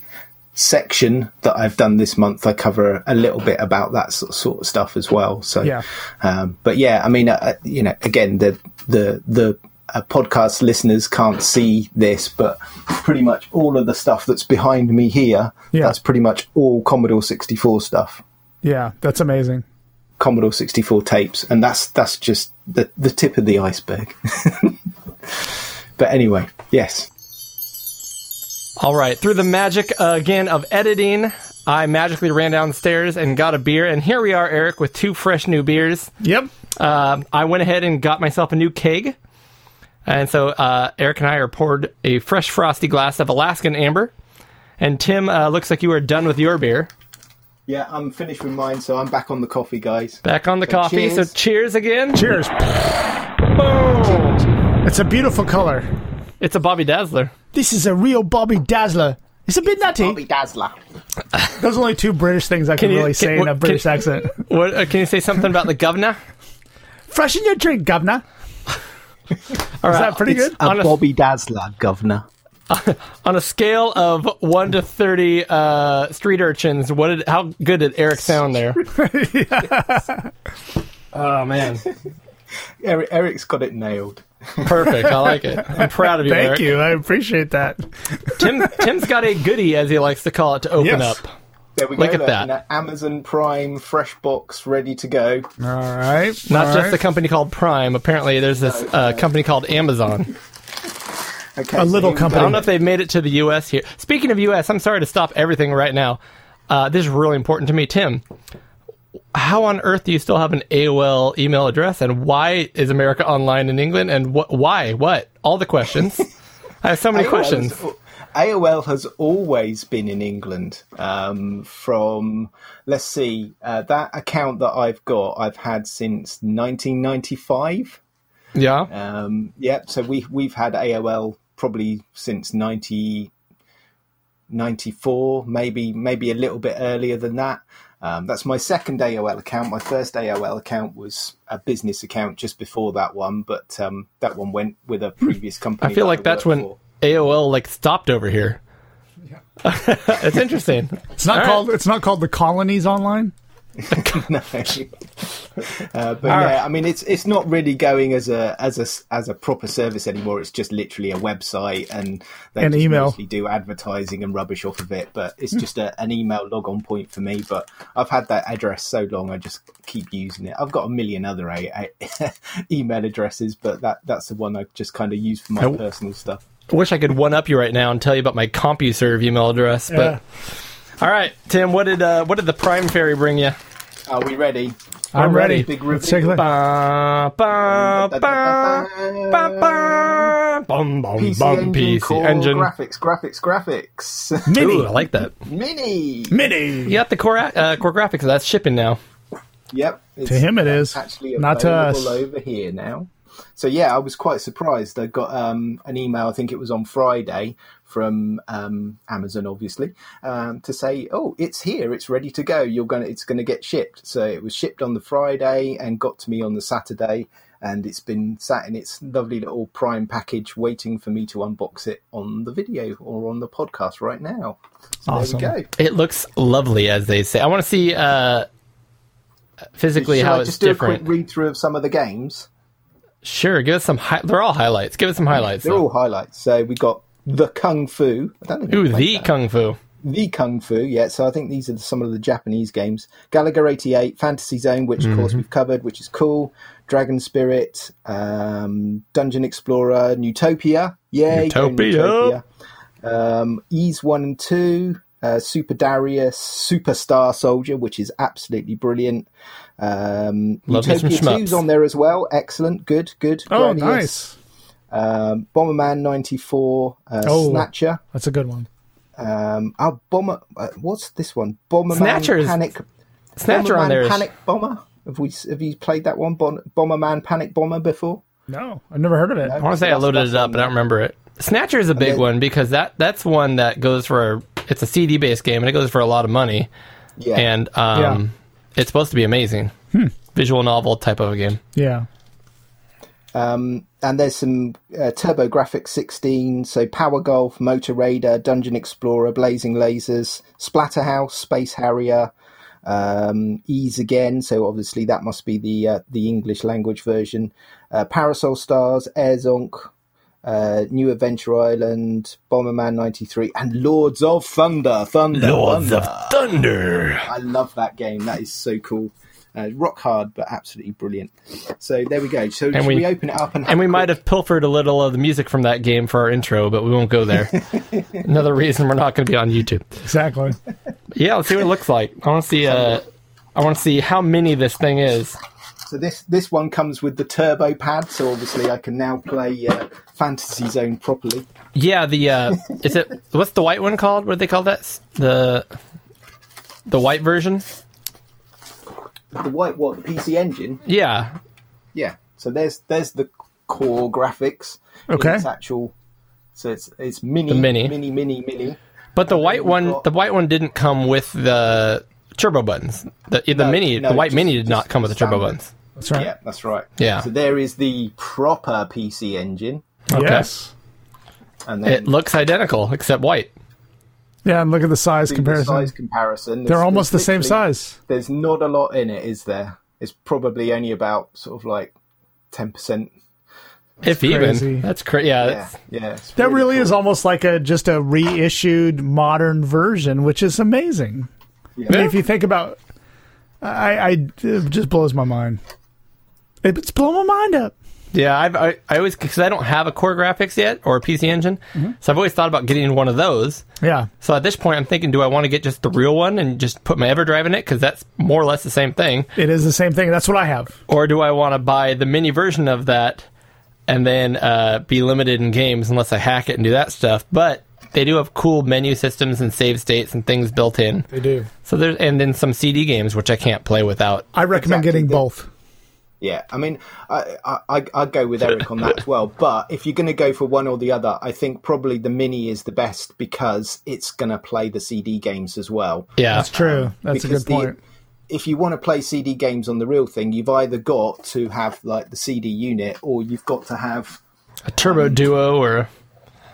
section that I've done this month, I cover a little bit about that sort sort of stuff as well. So, Yeah. Um, but yeah, I mean, uh, uh, you know, again, the the the uh, podcast listeners can't see this, but pretty much all of the stuff that's behind me here, Yeah. that's pretty much all Commodore 64 stuff. Yeah, that's amazing. Commodore 64 tapes, and that's that's just the the tip of the iceberg. [LAUGHS] but anyway, yes, All right, through the magic uh, again of editing, I magically ran downstairs and got a beer, and here we are, Eric, with two fresh new beers. Yep. Um, I went ahead and got myself a new keg. And so uh, Eric and I are poured a fresh frosty glass of Alaskan Amber. And Tim, uh, looks like you are done with your beer. Yeah, I'm finished with mine, so I'm back on the coffee, guys. Back on the So coffee. So cheers. cheers again. Cheers. Boom. It's a beautiful color. It's a Bobby Dazzler. This is a real Bobby Dazzler. It's a bit nutty. Dazzler. Those are only two British things I can, Can you- really can- say in what- a can- British accent. What, uh, can you say something about the governor? [LAUGHS] Freshen your drink, governor. All Is right. that pretty good? A On a- Bobby Dazzler, governor. On a scale of one to thirty uh, street urchins, what did how good did Eric sound [LAUGHS] there? Oh man, Eric, Eric's got it nailed. perfect! I like it. I'm proud of you, Thank Eric. you. I appreciate that. Tim Tim's got a goodie, as he likes to call it, to open Yes. up. There we Look go. at look, that. in an Amazon Prime fresh box ready to go. All right. Not all just right. a company called Prime. Apparently, there's this uh, company called Amazon. Okay, A so little here we I company. don't know if they've made it to the U.S. here. Speaking of U.S., I'm sorry to stop everything right now. Uh, this is really important to me, Tim. How on earth do you still have an AOL email address, and why is America online in England? And wh- why? What? All the [LAUGHS] questions. I have so many AOL questions. has- AOL has always been in England. Um, from let's see, uh, that account that I've got, I've had since 1995. Yeah. Um, yep. So we we've had AOL probably since 90, 94, maybe maybe a little bit earlier than that. Um, that's my second AOL account. My first AOL account was a business account just before that one, but um, that one went with a previous company. I feel that like that's worked when for. AOL like stopped over here. [LAUGHS] it's [LAUGHS] interesting. It's not All right. called. It's not called the colonies online. [LAUGHS] no. Uh, but yeah, I mean, it's it's not really going as a as a as a proper service anymore. It's just literally a website, and they And just email. mostly do advertising and rubbish off of it. But Hmm. it's just a, an email log on point for me. But I've had that address so long, I just keep using it. I've got a million other a, a- [LAUGHS] email addresses, but that that's the one I just kind of use for my personal stuff. I wish I could one up you right now and tell you about my CompuServe email address. Yeah. But all right, Tim, what did uh, what did the Prime Fairy bring you? Are we ready? I'm ready. Big Let's take a reveal. look. Ba, ba, ba, ba, ba, bum, bum, PC bum, engine, PC core, engine. graphics, graphics, graphics. [LAUGHS] Ooh, I like that. Mini. Mini. You got the core uh, core graphics. That's shipping now. Yep. To him, it is. actually Not to us. available over here now. So yeah, I was quite surprised. I got um, an email. I think it was on Friday from um, Amazon, obviously, um, to say, "Oh, it's here. It's ready to go. You're gonna. It's gonna get shipped." So it was shipped on the Friday and got to me on the Saturday, and it's been sat in its lovely little Prime package, waiting for me to unbox it on the video or on the podcast right now. So Awesome. There we go. It looks lovely, as they say. I want to see uh, physically Shall how I it's just do a different. quick read through of some of the games? sure, give us some. Hi- they're all highlights. Give us some highlights. They're though. all highlights. So we got the Kung Fu. I don't think Ooh, I've played the that. kung fu. the Kung Fu. Yeah, so I think these are some of the Japanese games. Gallagher eighty eight, Fantasy Zone, which Mm-hmm. of course we've covered, which is cool. Dragon Spirit, um, Dungeon Explorer, Newtopia. Yay, go Newtopia. Newtopia. Um, Ease one and two. Uh, Super Darius, Superstar Soldier, which is absolutely brilliant. Um, Love me some Utopia shmups. 2's on there as well. Excellent, good, good. Oh, Gradius. nice. Um, Bomberman 94, uh, Oh. Snatcher. That's a good one. Um, oh, Bomber. Uh, what's this one? Bomberman Snatcher is- Panic. Snatcher Bomberman on there. is- Panic Bomber. Have we? Have you played that one? Bon- Bomberman Panic Bomber before? No, I've never heard of it. I want to say I That's- loaded that's it up, on but I don't remember it. Snatcher is a big then- one because that that's one that goes for it's a CD based game and it goes for a lot of money Yeah. and um, it's supposed to be amazing Hmm. visual novel type of a game. Yeah. Um, and there's some uh, Turbo Graphics 16, so Power Golf, Motor Raider, Dungeon Explorer, Blazing Lasers, Splatterhouse, Space Harrier, um, Ease again. So obviously that must be the uh, the English language version. Uh, Parasol Stars, Air Zonk, uh, New Adventure Island, Bomberman 93, and Lords of Thunder. Thunder. Lords Thunder. of Thunder. I love that game. That is so cool. Uh, rock hard, but absolutely brilliant. So there we go. So should we- we, open it up and, have And we a might quick- have pilfered a little of the music from that [LAUGHS] game for our intro, but we won't go there. Another reason we're not going to be on YouTube. Exactly. Yeah, let's see what it looks like. I want to see. Uh, I want to see how many this thing is. So this this one comes with the turbo pad, so obviously I can now play uh, Fantasy Zone properly. Yeah, the uh, is it what's the white one called? What do they call that? S- The the white version? The white what? The PC Engine. Yeah, Yeah. So there's there's the core graphics. in Okay. Its actual. So it's it's mini The mini. mini mini mini. but the white we've one, got- the white one didn't come with the turbo buttons. The the No, mini, no, the white just- mini did just not come with the turbo standard. buttons. That's right. Yeah, that's right. Yeah. So there is the proper PC Engine, Yes. and then It looks identical except white. Yeah, and look at the size the comparison. size comparison. They're There's- almost the there's same literally- size. There's not a lot in it, is there? It's probably only about sort of like ten percent. If crazy. even that's crazy. Yeah, Yeah, that's- yeah. it's That really is cool. almost like a just a reissued modern version, which is amazing. I mean, if you think about, I, I it just blows my mind. It- It's blown my mind up. yeah. I've, I I always because I don't have a core graphics yet or a PC engine, Mm-hmm. so I've always thought about getting one of those. Yeah, So at this point, I'm thinking, do I want to get just the real one and just put my EverDrive in it because that's more or less the same thing, it is the same thing. That's what I have. or do I want to buy the mini version of that and then uh, be limited in games unless I hack it and do that stuff? But they do have cool menu systems and save states and things built in. They do. So there's and then some CD games which I can't play without. I recommend Exactly. getting both. Yeah, I mean, I I I I'd go with Eric on that as well. But if you're going to go for one or the other, I think probably the mini is the best because it's going to play the CD games as well. Yeah, That's true. That's a Uh, Because good point. The, if you want to play CD games on the real thing, you've either got to have like the CD unit, or you've got to have a Turbo Duo or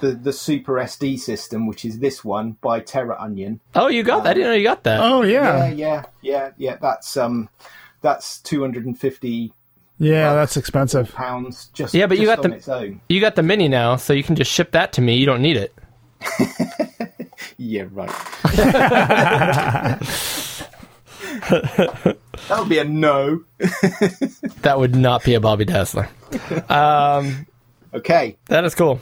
the the Super SD system, which is this one by Terra Onion. oh, you got that? I didn't know you got that. Oh Yeah, yeah, yeah, yeah, yeah. That's um, that's two hundred and fifty yeah. That's expensive. pounds just Yeah, but you just got on the- its own. You got the mini now, so you can just ship that to me. You don't need it. Yeah, [LAUGHS] right. that would be a no. That would not be a Bobby Dazzler. Okay, That is cool.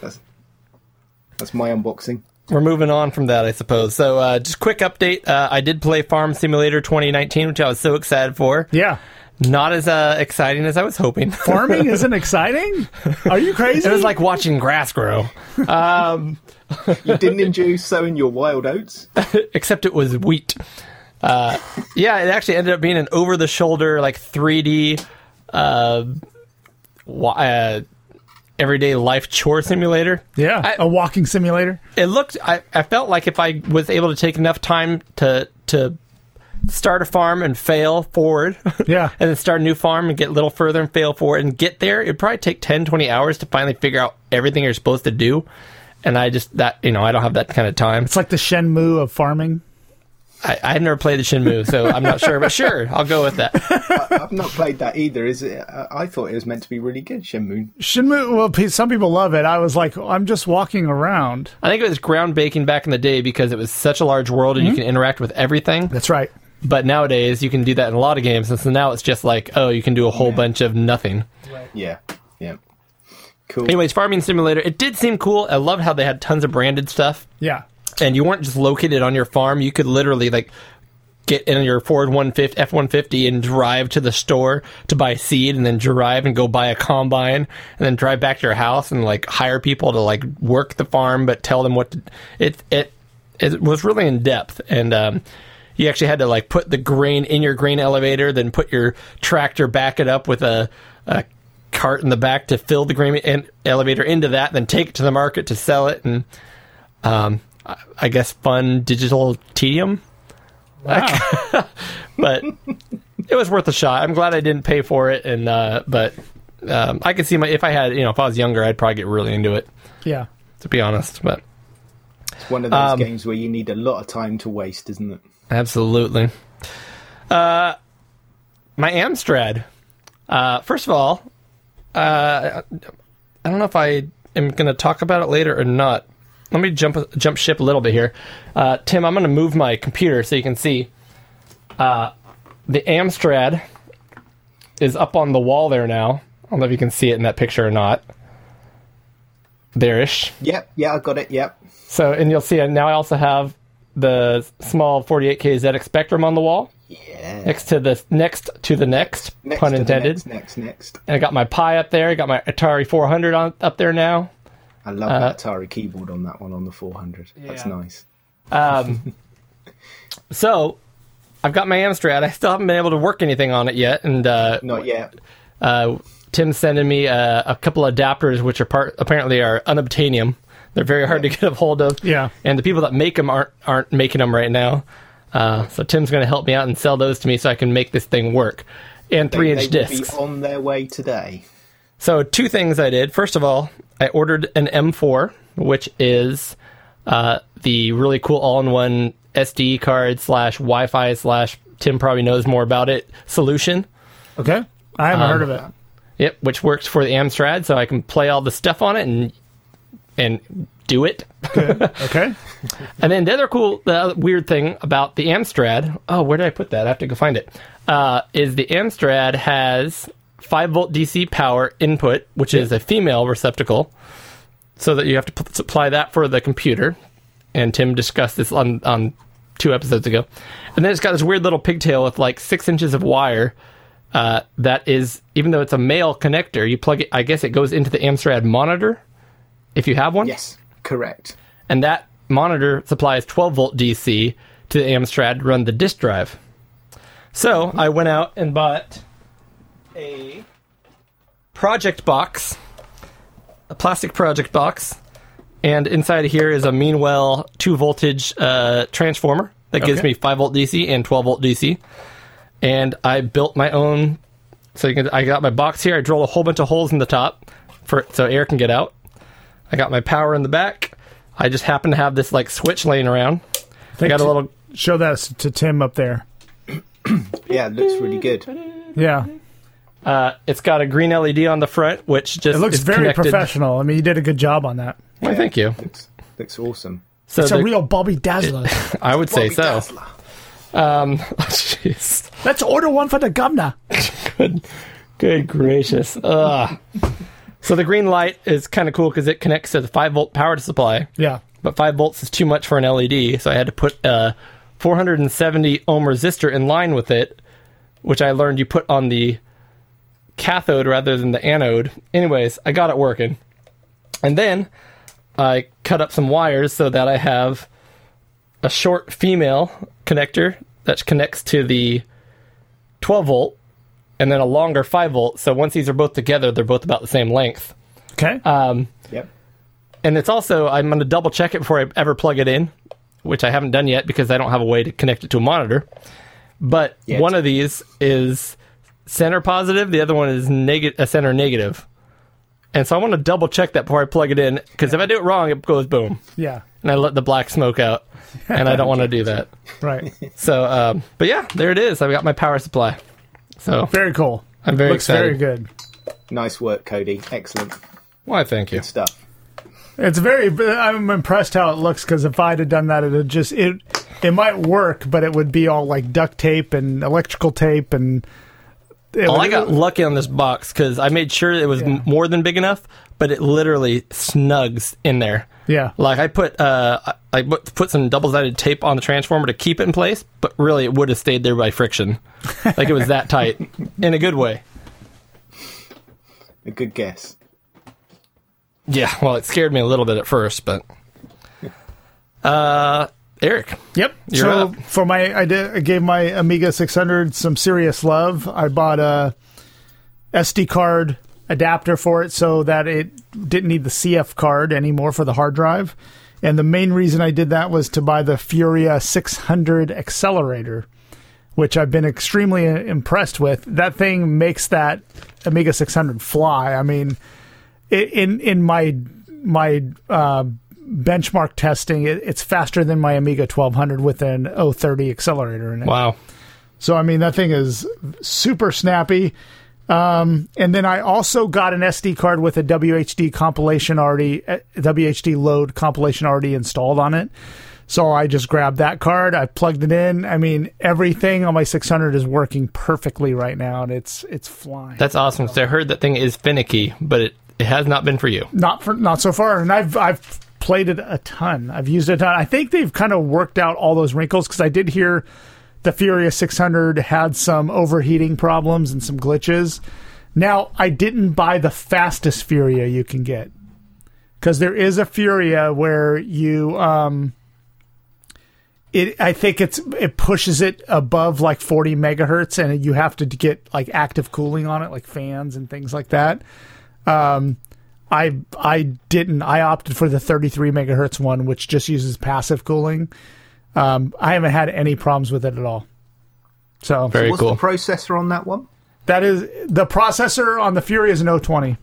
that's my unboxing. we're moving on from that, I suppose. So, uh, just quick update. Uh, I did play Farm Simulator 2019, which I was so excited for. Yeah, Not as uh, exciting as I was hoping. farming isn't exciting. Are you crazy? it was like watching grass grow, You didn't enjoy sowing your wild oats. except it was wheat. Uh, yeah, it actually ended up being an over-the-shoulder, like 3D, uh, wa- uh, everyday life chore simulator. yeah, I- a walking simulator. it looked I, I felt like if I was able to take enough time to to start a farm and fail forward [LAUGHS] Yeah. and then start a new farm and get a little further and fail forward and get there it'd probably take 10 20 hours to finally figure out everything you're supposed to do and I just that you know I don't have that kind of time It's like the Shenmue of farming. I, I've never played the Shinmu so I'm not sure but sure I'll go with that I've not played that either. Is it? I I thought it was meant to be really good. Shenmue. Shenmue. Well, pe- some people love it. I was like, I'm just walking around. I think it was ground baking back in the day because it was such a large world and you can interact with everything That's right. but nowadays you can do that in a lot of games and so now it's just like oh you can do a whole bunch of nothing Yeah, yeah. Cool. Anyways, Farming Simulator, it did seem cool. I loved how they had tons of branded stuff, Yeah. and you weren't just located on your farm. You could literally like get in your Ford 150 F one fifty and drive to the store to buy seed, and then drive and go buy a combine, and then drive back to your house and like hire people to like work the farm, but tell them what to, it it it was really in depth and. um you actually had to like put the grain in your grain elevator, then put your tractor back it up with a, a cart in the back to fill the grain in- elevator into that, then take it to the market to sell it, and um, I- I guess fun digital tedium. [LAUGHS] but it was worth a shot. I'm glad I didn't pay for it, and uh, but um, I could see my if I had you know if I was younger, I'd probably get really into it Yeah. to be honest. But It's one of those um, games where you need a lot of time to waste, isn't it? Absolutely. Uh, my Amstrad. Uh, first of all, uh, I don't know if I am going to talk about it later or not. Let me jump jump ship a little bit here. Uh, Tim, I'm going to move my computer so you can see. Uh, the Amstrad is up on the wall there now. I don't know if you can see it in that picture or not. There ish. Yep. Yeah, I got it. Yep. So, and you'll see, and now uh, I also have the small 48K ZX Spectrum on the wall Yeah. next to the next to the next, Next pun to the intended. Next, next, next. And I got my Pi up there. I got my Atari 400 on, up there now. I love Uh, that Atari keyboard on that one on the 400. That's nice. So I've got my Amstrad. I still haven't been able to work anything on it yet. And uh, Not yet. uh, Tim's sending me uh, a couple of adapters, which are part, apparently are unobtainium. They're very hard to get a hold of. Yeah. And the people that make them aren't aren't making them right now. Uh, so Tim's going to help me out and sell those to me so I can make this thing work. And three inch they will discs. Be on their way today. So two things I did. First of all, I ordered an M4, which is uh, the really cool all-in-one SD card slash Wi-Fi slash Tim probably knows more about it solution. Okay. I haven't heard of it. Yep, which works for the Amstrad, so I can play all the stuff on it and and do it. Okay. And then the other cool, the other weird thing about the Amstrad, oh, where did I put that? I have to go find it. Uh, is the Amstrad has 5 volt DC power input, which is a female receptacle, so that you have to p- supply that for the computer. And Tim discussed this on, on two episodes ago. And then it's got this weird little pigtail with like six inches of wire. Uh, that is, even though it's a male connector, you plug it, I guess it goes into the Amstrad monitor if you have one Yes, correct. and that monitor supplies 12 volt DC to the Amstrad to run the disk drive. So I went out and bought a project box, a plastic project box, and inside of here is a Meanwell 2 voltage uh, transformer that gives me 5 volt DC and 12 volt DC. And I built my own. So you can, I got my box here. I drilled a whole bunch of holes in the top for so air can get out. I got my power in the back. I just happen to have this like switch laying around. I got a little Show that to Tim up there. Yeah, it looks really good. Yeah. uh, It's got a green LED on the front, which just It looks is very connected. professional. I mean, you did a good job on that. Well, thank you. Looks, looks awesome. So It's the- a real Bobby [LAUGHS] Dazzler. I would say Bobby so. Dazzler. Um, [LAUGHS] jeez, Let's order one for the governor. good gracious. Ugh. so the green light is kind of cool because it connects to the five volt power supply, Yeah. but five volts is too much for an LED, so I had to put a 470 ohm resistor in line with it, which I learned you put on the cathode rather than the anode. Anyways, I got it working. And then I cut up some wires so that I have a short female connector that connects to the 12 volt and then a longer 5 volt. So once these are both together, they're both about the same length. Okay. Yep. And it's also, I'm going to double check it before I ever plug it in, which I haven't done yet because I don't have a way to connect it to a monitor. But Yet. one of these is center positive, the other one is neg- a center negative. And so I want to double check that before I plug it in because if I do it wrong, it goes boom. yeah. And I let the black smoke out. And I don't want to do that. Right. So, um, but yeah, there it is. I've got my power supply. So Very cool. I'm very looks excited. very good. Nice work, Cody. Excellent Why, thank you. stuff. It's very. I'm impressed how it looks because if I'd have done that, it'd just it it might work, but it would be all like duct tape and electrical tape and. It Well, would- I got lucky on this box because I made sure it was m- more than big enough, but it literally snugs in there. Yeah. Like I put, uh, I- I put put some double sided tape on the transformer to keep it in place, but really it would have stayed there by friction. Like it was that tight, in a good way. A good guess. Yeah. Well, it scared me a little bit at first, but. Uh, Eric, Yep. You're so up. for my, I, did, I gave my Amiga 600 some serious love. I bought a SD card adapter for it so that it didn't need the CF card anymore for the hard drive. And the main reason I did that was to buy the Furia 600 accelerator, which I've been extremely uh, impressed with. That thing makes that Amiga 600 fly. I mean, it, in in my my uh, benchmark testing, it, it's faster than my Amiga 1200 with an 030 accelerator in it. wow. So I mean that thing is super snappy. Um, and then I also got an SD card with a WHD compilation already, eh, WHD load compilation already installed on it. So I just grabbed that card, I plugged it in. I mean, everything on my 600 is working perfectly right now, and it's it's flying. That's awesome. So I heard that thing is finicky, but it, it has not been for you. not for not so far and i've i've played it a ton. I've used it a ton. I think they've kind of worked out all those wrinkles because I did hear the Furious 600 had some overheating problems and some glitches. Now, I didn't buy the fastest Furia you can get because there is a Furia where you um it I think it's it pushes it above like 40 megahertz and you have to get like active cooling on it like fans and things like that. Um I I didn't I opted for the 33 megahertz one which just uses passive cooling. Um I haven't had any problems with it at all. So Very What's cool. the processor on that one? that is the processor on the Fury is an O20.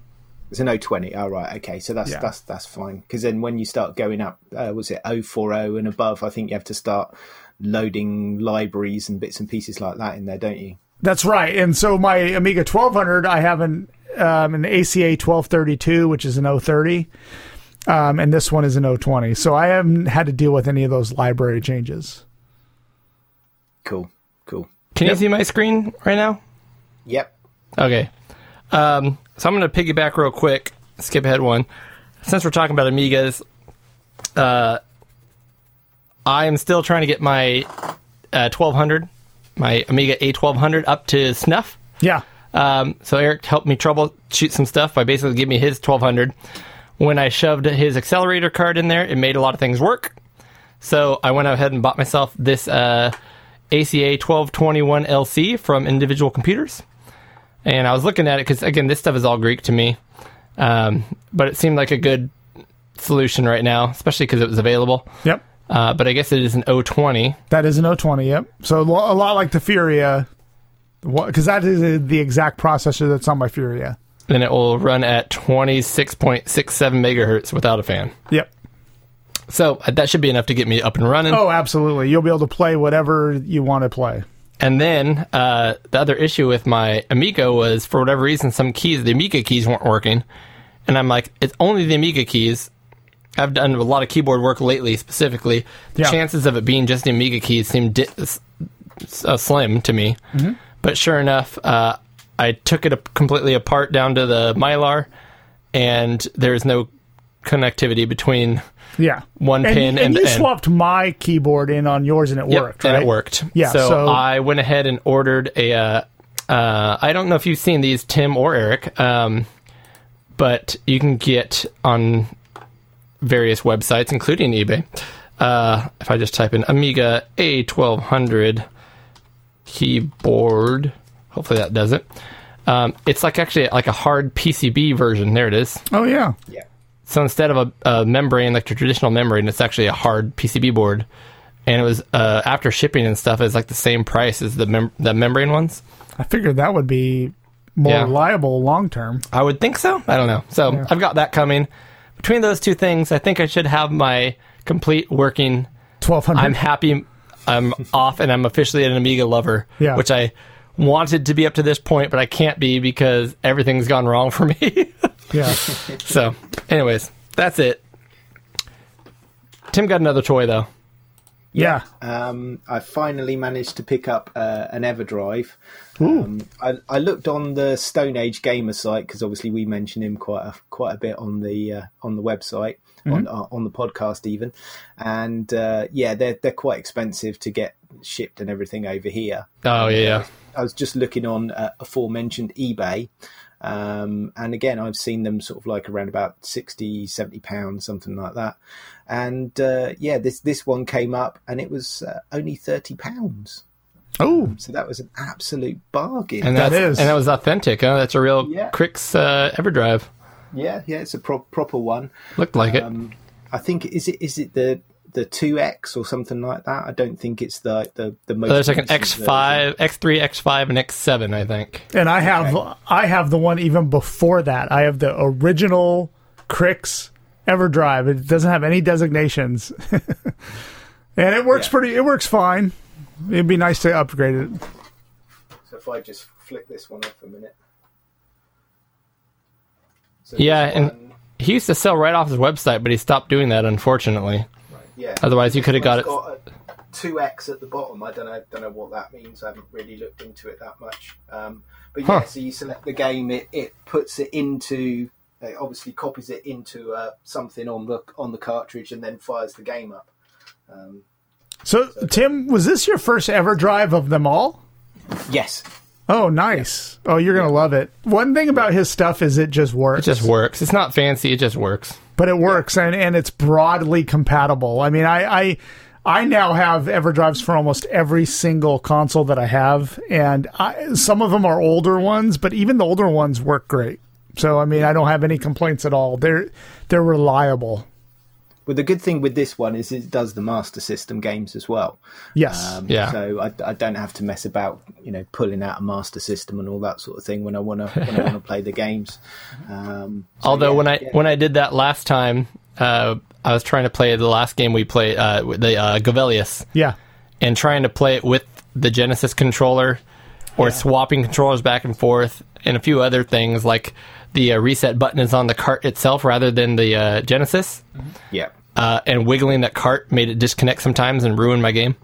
It's an 020. All right, okay. So that's Yeah. that's that's fine. Because then when you start going up, uh, was it 040 and above? I think you have to start loading libraries and bits and pieces like that in there, don't you? That's right. And so my Amiga 1200, I have an um, an ACA 1232, which is an 030, um, and this one is an 020. So I haven't had to deal with any of those library changes. Cool, cool. Can you see my screen right now? Yep. Okay. Um, so I'm going to piggyback real quick, skip ahead one. Since we're talking about Amigas, uh, I am still trying to get my uh, 1200, my Amiga A1200 up to snuff. Yeah. Um, so Eric helped me troubleshoot some stuff by basically giving me his 1200. When I shoved his accelerator card in there, it made a lot of things work. So I went ahead and bought myself this uh, ACA 1221 LC from Individual Computers. And I was looking at it because, again, this stuff is all Greek to me. Um, but it seemed like a good solution right now, especially because it was available. Yep. Uh, but I guess it is an 020. That is an 020. Yep. So lo- a lot like the Furia, because that is uh, the exact processor that's on my Furia. and it will run at 26.67 megahertz without a fan. Yep. So uh, that should be enough to get me up and running. Oh, absolutely. You'll be able to play whatever you want to play. And then uh, the other issue with my Amiga was for whatever reason, some keys, the Amiga keys weren't working. And I'm like, it's only the Amiga keys. I've done a lot of keyboard work lately, specifically. The Yeah. chances of it being just the Amiga keys seem di- s- uh, slim to me. Mm-hmm. But sure enough, uh, I took it up completely apart down to the Mylar, and there's no connectivity between Yeah. One and, pin and, and- you and- swapped my keyboard in on yours and it worked. and right? it worked. Yeah, So, so- I went ahead and ordered a. Uh, uh, I don't know if you've seen these, Tim or Eric, um, but you can get on various websites, including eBay. Uh, if I just type in Amiga A1200 keyboard, hopefully that does it. Um, it's like actually like a hard PCB version. There it is. Oh, yeah. Yeah. So instead of a, a membrane, like the traditional membrane, it's actually a hard PCB board. And it was uh, after shipping and stuff, it's like the same price as the mem- the membrane ones. I figured that would be more Yeah. reliable long term. I would think so. I don't know. So I've got that coming. Between those two things, I think I should have my complete working. Twelve I'm hundred. happy. I'm [LAUGHS] off, and I'm officially an Amiga lover. Yeah. Which I wanted to be up to this point, but I can't be because everything's gone wrong for [LAUGHS] me. [LAUGHS] [LAUGHS] Yeah. so, anyways, that's it. Tim got another toy though. yeah. Um, I finally managed to pick up uh, an EverDrive. Um, I, I looked on the Stone Age Gamer site because obviously we mention him quite a, quite a bit on the uh, on the website on uh, on the podcast even, and uh, yeah, they're they're quite expensive to get shipped and everything over here. Oh yeah, yeah. I was just looking on uh, aforementioned eBay. Um, and again, I've seen them sort of like around about 60, 70 pounds, something like that. And uh, yeah, this, this one came up and it was uh, only 30 pounds. Um, Oh, So that was an absolute bargain. And That that's, is. and that was authentic. Huh? That's a real Yeah. Crix uh, EverDrive. yeah, yeah, it's a pro- proper one. Looked like it. I think, is it is it the the 2X or something like that? I don't think it's the, the, the most. So there's like an recent version. X5, X3, X5, and X7, I think. and I have I have the one even before that. I have the original Crix EverDrive. It doesn't have any designations, [LAUGHS] and it works Yeah. pretty. It works fine. It'd be nice to upgrade it. So if I just flick this one off a minute. So Yeah, this and one- he used to sell right off his website, but he stopped doing that, unfortunately. yeah. Otherwise, you could have got it. Two X at the bottom. I don't know. Don't know what that means. I haven't really looked into it that much. Um, but yeah, so you select the game, it, it puts it into It obviously copies it into uh, something on the on the cartridge and then fires the game up. So, Tim, was this your first ever drive of them all? Yes, Oh, nice. Oh, you're going to love it. One thing about his stuff is it just works. It just works. It's not fancy. It just works. but it works and, and it's broadly compatible. I mean, I, I I now have EverDrives for almost every single console that I have, and I, some of them are older ones, but even the older ones work great. So I mean, I don't have any complaints at all. They're they're reliable. Well, the good thing with this one is it does the Master System games as well. Yes. Yeah. So I, I don't have to mess about, you know, pulling out a Master System and all that sort of thing when I want to [LAUGHS] when I want to play the games. Um, so, Although yeah, when I yeah. when I did that last time, uh, I was trying to play the last game we played, uh, with the uh, Gavelius, yeah. and trying to play it with the Genesis controller, or swapping controllers back and forth, and a few other things like the uh, reset button is on the cart itself rather than the uh, Genesis, yeah, uh, and wiggling that cart made it disconnect sometimes and ruin my game.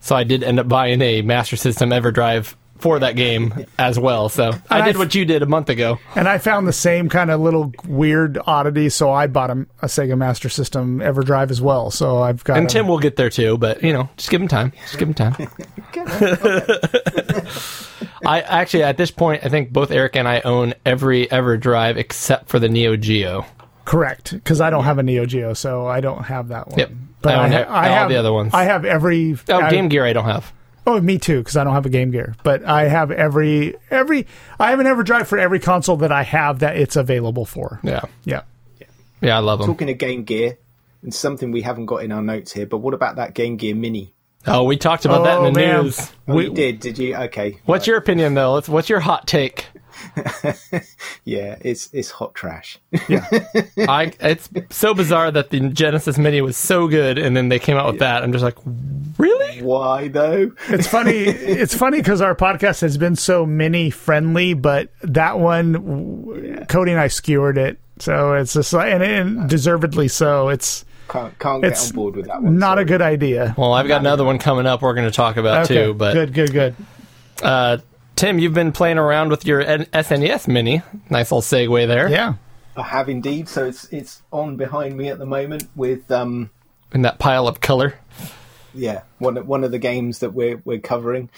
So I did end up buying a Master System EverDrive for that game as well. So I And I did f- what you did a month ago. And I found the same kind of little weird oddity, so I bought a, a Sega Master System EverDrive as well. So I've got And a- Tim will get there too, but you know, just give him time. Just give him [LAUGHS] time. I actually, at this point, I think both Eric and I own every EverDrive except for the Neo Geo. Correct, because I don't have a Neo Geo, so I don't have that one. Yep. But I I, don't ha- have I all have the other ones. I have every. Oh, I- Game Gear, I don't have. Oh, me too, because I don't have a Game Gear. But I have every every. I have an EverDrive for every console that I have that it's available for. Yeah, Yeah. yeah, I love them. talking of Game Gear, and something we haven't got in our notes here, but what about that Game Gear Mini? Oh, we talked about that in Oh, the man. news. Oh, you did, did you? Okay. What's your opinion though? Let's- What's your hot take? Yeah, it's it's hot trash. [LAUGHS] I it's so bizarre that the Genesis Mini was so good, and then they came out with that. I'm just like, really? Why though? It's funny. [LAUGHS] it's funny because our podcast has been so mini friendly, but that one, w Cody and I skewered it. So it's just like, and, and deservedly so. It's Can't can't It's get on board with that one. not a sorry. good idea. Well, I've got another one coming up. We're going to talk about Okay, too, but good, good, good. Uh, Tim, you've been playing around with your N- SNES Mini. Nice little segue there. Yeah. I have indeed. So it's it's on behind me at the moment with um In that pile of color. yeah one of- one of the games that we're we're covering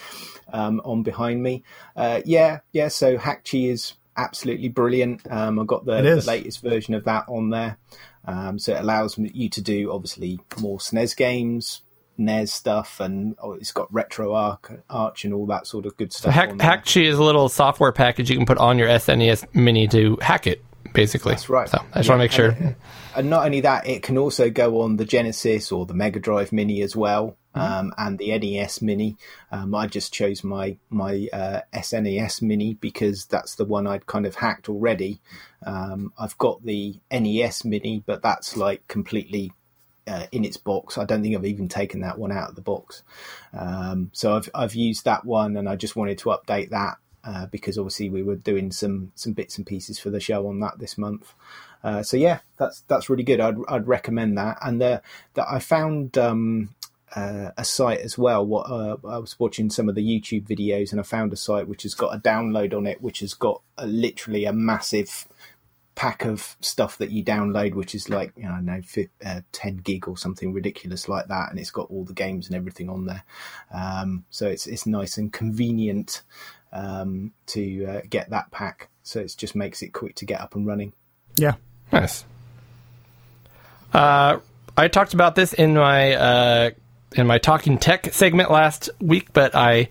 um, on behind me. Uh, yeah, yeah. So Hachi is absolutely brilliant. Um, I got the, It the is. latest version of that on there. Um, so it allows m- you to do obviously more SNES games, NES stuff, and oh, it's got retro arc, arch, and all that sort of good stuff. Hack on there. Hackchi is a little software package you can put on your SNES Mini to hack it, basically. That's right. So I just Yeah, want to make sure. and- and not only that, it can also go on the Genesis or the Mega Drive Mini as well, um, and the NES Mini. Um, I just chose my my uh, SNES Mini because that's the one I'd kind of hacked already. Um, I've got the NES Mini, but that's like completely uh, in its box. I don't think I've even taken that one out of the box. Um, so I've I've used that one, and I just wanted to update that. Uh, because obviously we were doing some some bits and pieces for the show on that this month, uh, so yeah, that's that's really good. I'd I'd recommend that. And the, that I found um, uh, a site as well. What uh, I was watching some of the YouTube videos, and I found a site which has got a download on it, which has got a, literally a massive pack of stuff that you download, which is like you know, I don't know fi uh, ten gig or something ridiculous like that, and it's got all the games and everything on there. Um, so it's it's nice and convenient um, to uh, get that pack. So it just makes it quick to get up and running. Yeah. Nice. Uh, I talked about this in my uh, in my talking tech segment last week, but I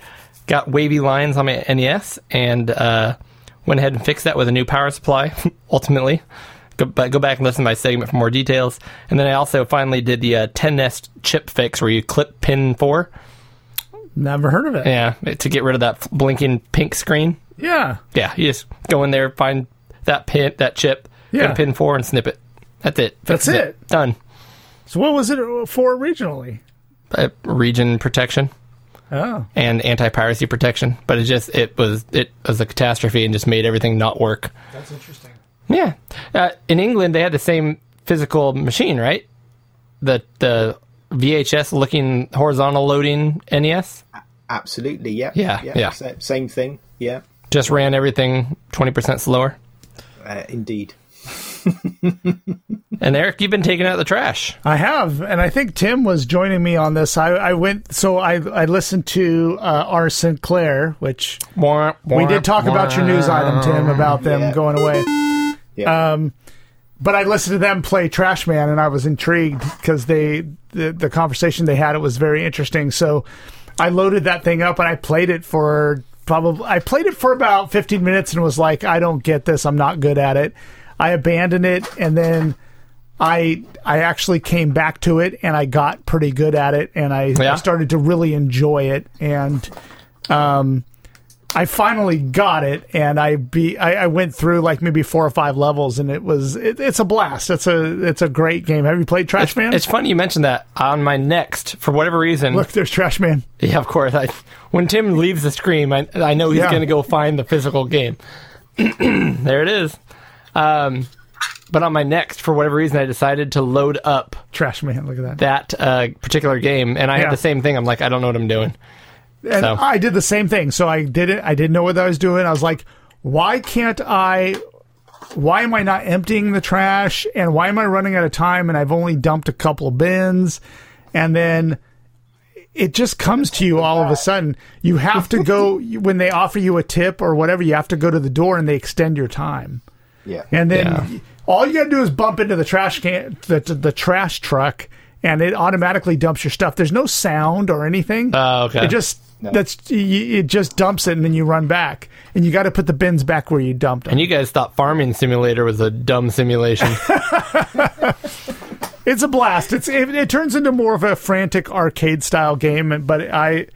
got wavy lines on my NES and uh, went ahead and fixed that with a new power supply. [LAUGHS] ultimately, go, but go back and listen to my segment for more details. And then I also finally did the uh, 10 nest chip fix, where you clip pin four, Never heard of it. yeah, to get rid of that blinking pink screen. yeah. Yeah, you just go in there, find that pin, that chip, go to Yeah. pin four, and snip it. That's it. Fixes That's it. Done. So what was it for originally? Uh, region protection Oh, and anti-piracy protection, but it just it was it was a catastrophe and just made everything not work. that's interesting. Yeah, uh, in England they had the same physical machine, right? The the VHS looking horizontal loading E NES Absolutely, yeah. Yeah, yeah. sa- Same thing, yeah, just ran everything twenty percent slower. uh, indeed. And Eric, you've been taking out the trash. I have, and I think Tim was joining me on this. I, I went, so I I listened to uh, R. Sinclair, which we did talk about your news item, Tim, about them Yeah. going away. Yeah. Um, but I listened to them play Trash Man, and I was intrigued because they the, the conversation they had it was very interesting. So I loaded that thing up and I played it for probably I played it for about 15 minutes and was like, I don't get this. I'm not good at it. I abandoned it, and then I I actually came back to it and I got pretty good at it, and I, I Yeah. started to really enjoy it, and um, I finally got it, and I be I, I went through like maybe four or five levels, and it was it, it's a blast. It's a it's a great game. Have you played Trash Man? It's funny you mentioned that. On my next, for whatever reason, Look, there's Trash Man. yeah, of course. I, when Tim leaves the screen, I, I know he's Yeah. going to go find the physical game. [CLEARS THROAT] there it is. Um, but on my next, for whatever reason, I decided to load up Trash Man. Look at that. that uh, particular game, and I Yeah. had the same thing. I'm like, I don't know what I'm doing. and So- I did the same thing. So I did it. I didn't know what I was doing. I was like, why can't I? Why am I not emptying the trash? And why am I running out of time? And I've only dumped a couple of bins. And then it just comes to you all of a sudden. You have to go when they offer you a tip or whatever. You have to go to the door and they extend your time. Yeah. And then Yeah. y- all you got to do is bump into the trash can, the, the, the trash truck, and it automatically dumps your stuff. There's no sound or anything. Oh, okay. It just that's y- y- it just dumps it, and then you run back, and you got to put the bins back where you dumped them. and you guys thought Farming Simulator was a dumb [LAUGHS] simulation. It's a blast. It's it, it turns into more of a frantic arcade style game, but I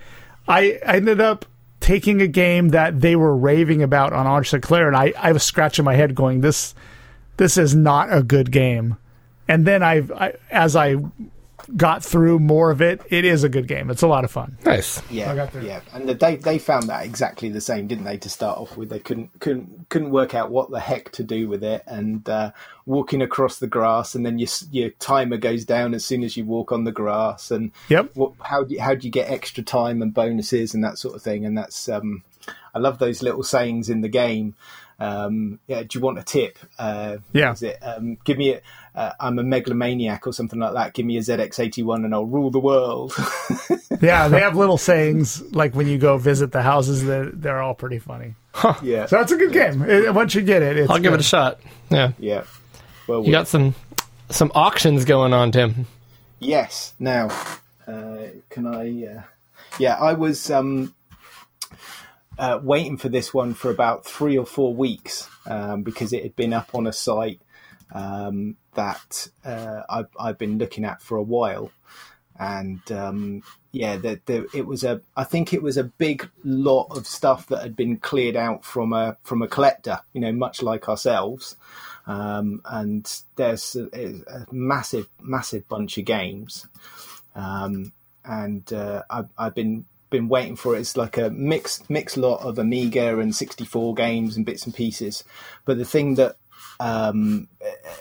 I I ended up taking a game that they were raving about on Arch Sinclair, and I I was scratching my head going this this is not a good game, and then I've I, as I got through more of it, it is a good game. It's a lot of fun. nice. Yeah, I got there. yeah, and the, they they found that exactly the same, didn't they? To start off with, they couldn't couldn't couldn't work out what the heck to do with it, and uh, walking across the grass, and then your s- your timer goes down as soon as you walk on the grass, and Yep. what, how do you, how do you get extra time and bonuses and that sort of thing? And that's um, I love those little sayings in the game. Um, yeah, do you want a tip? Uh, Yeah. is it um, give me a uh, I'm a megalomaniac or something like that. Give me a ZX81 and I'll rule the world. [LAUGHS] Yeah, they have little sayings like when you go visit the houses. They're, they're all pretty funny. yeah, So it's a good game. It- once you get it, it's I'll give it good. a shot. Yeah. yeah. Well, You got some some auctions going on, Tim. Yes. Now, uh, can I? Uh, yeah, I was um, uh, waiting for this one for about three or four weeks um, because it had been up on a site um, that uh, I, I've been looking at for a while, and um, yeah, the, the, it was a. I think it was a big lot of stuff that had been cleared out from a from a collector. You know, much like ourselves um, and there's a, a massive, massive bunch of games, um, and uh, I've, I've been been waiting for it. It's like a mixed mixed lot of Amiga and 64 games and bits and pieces, but the thing that um,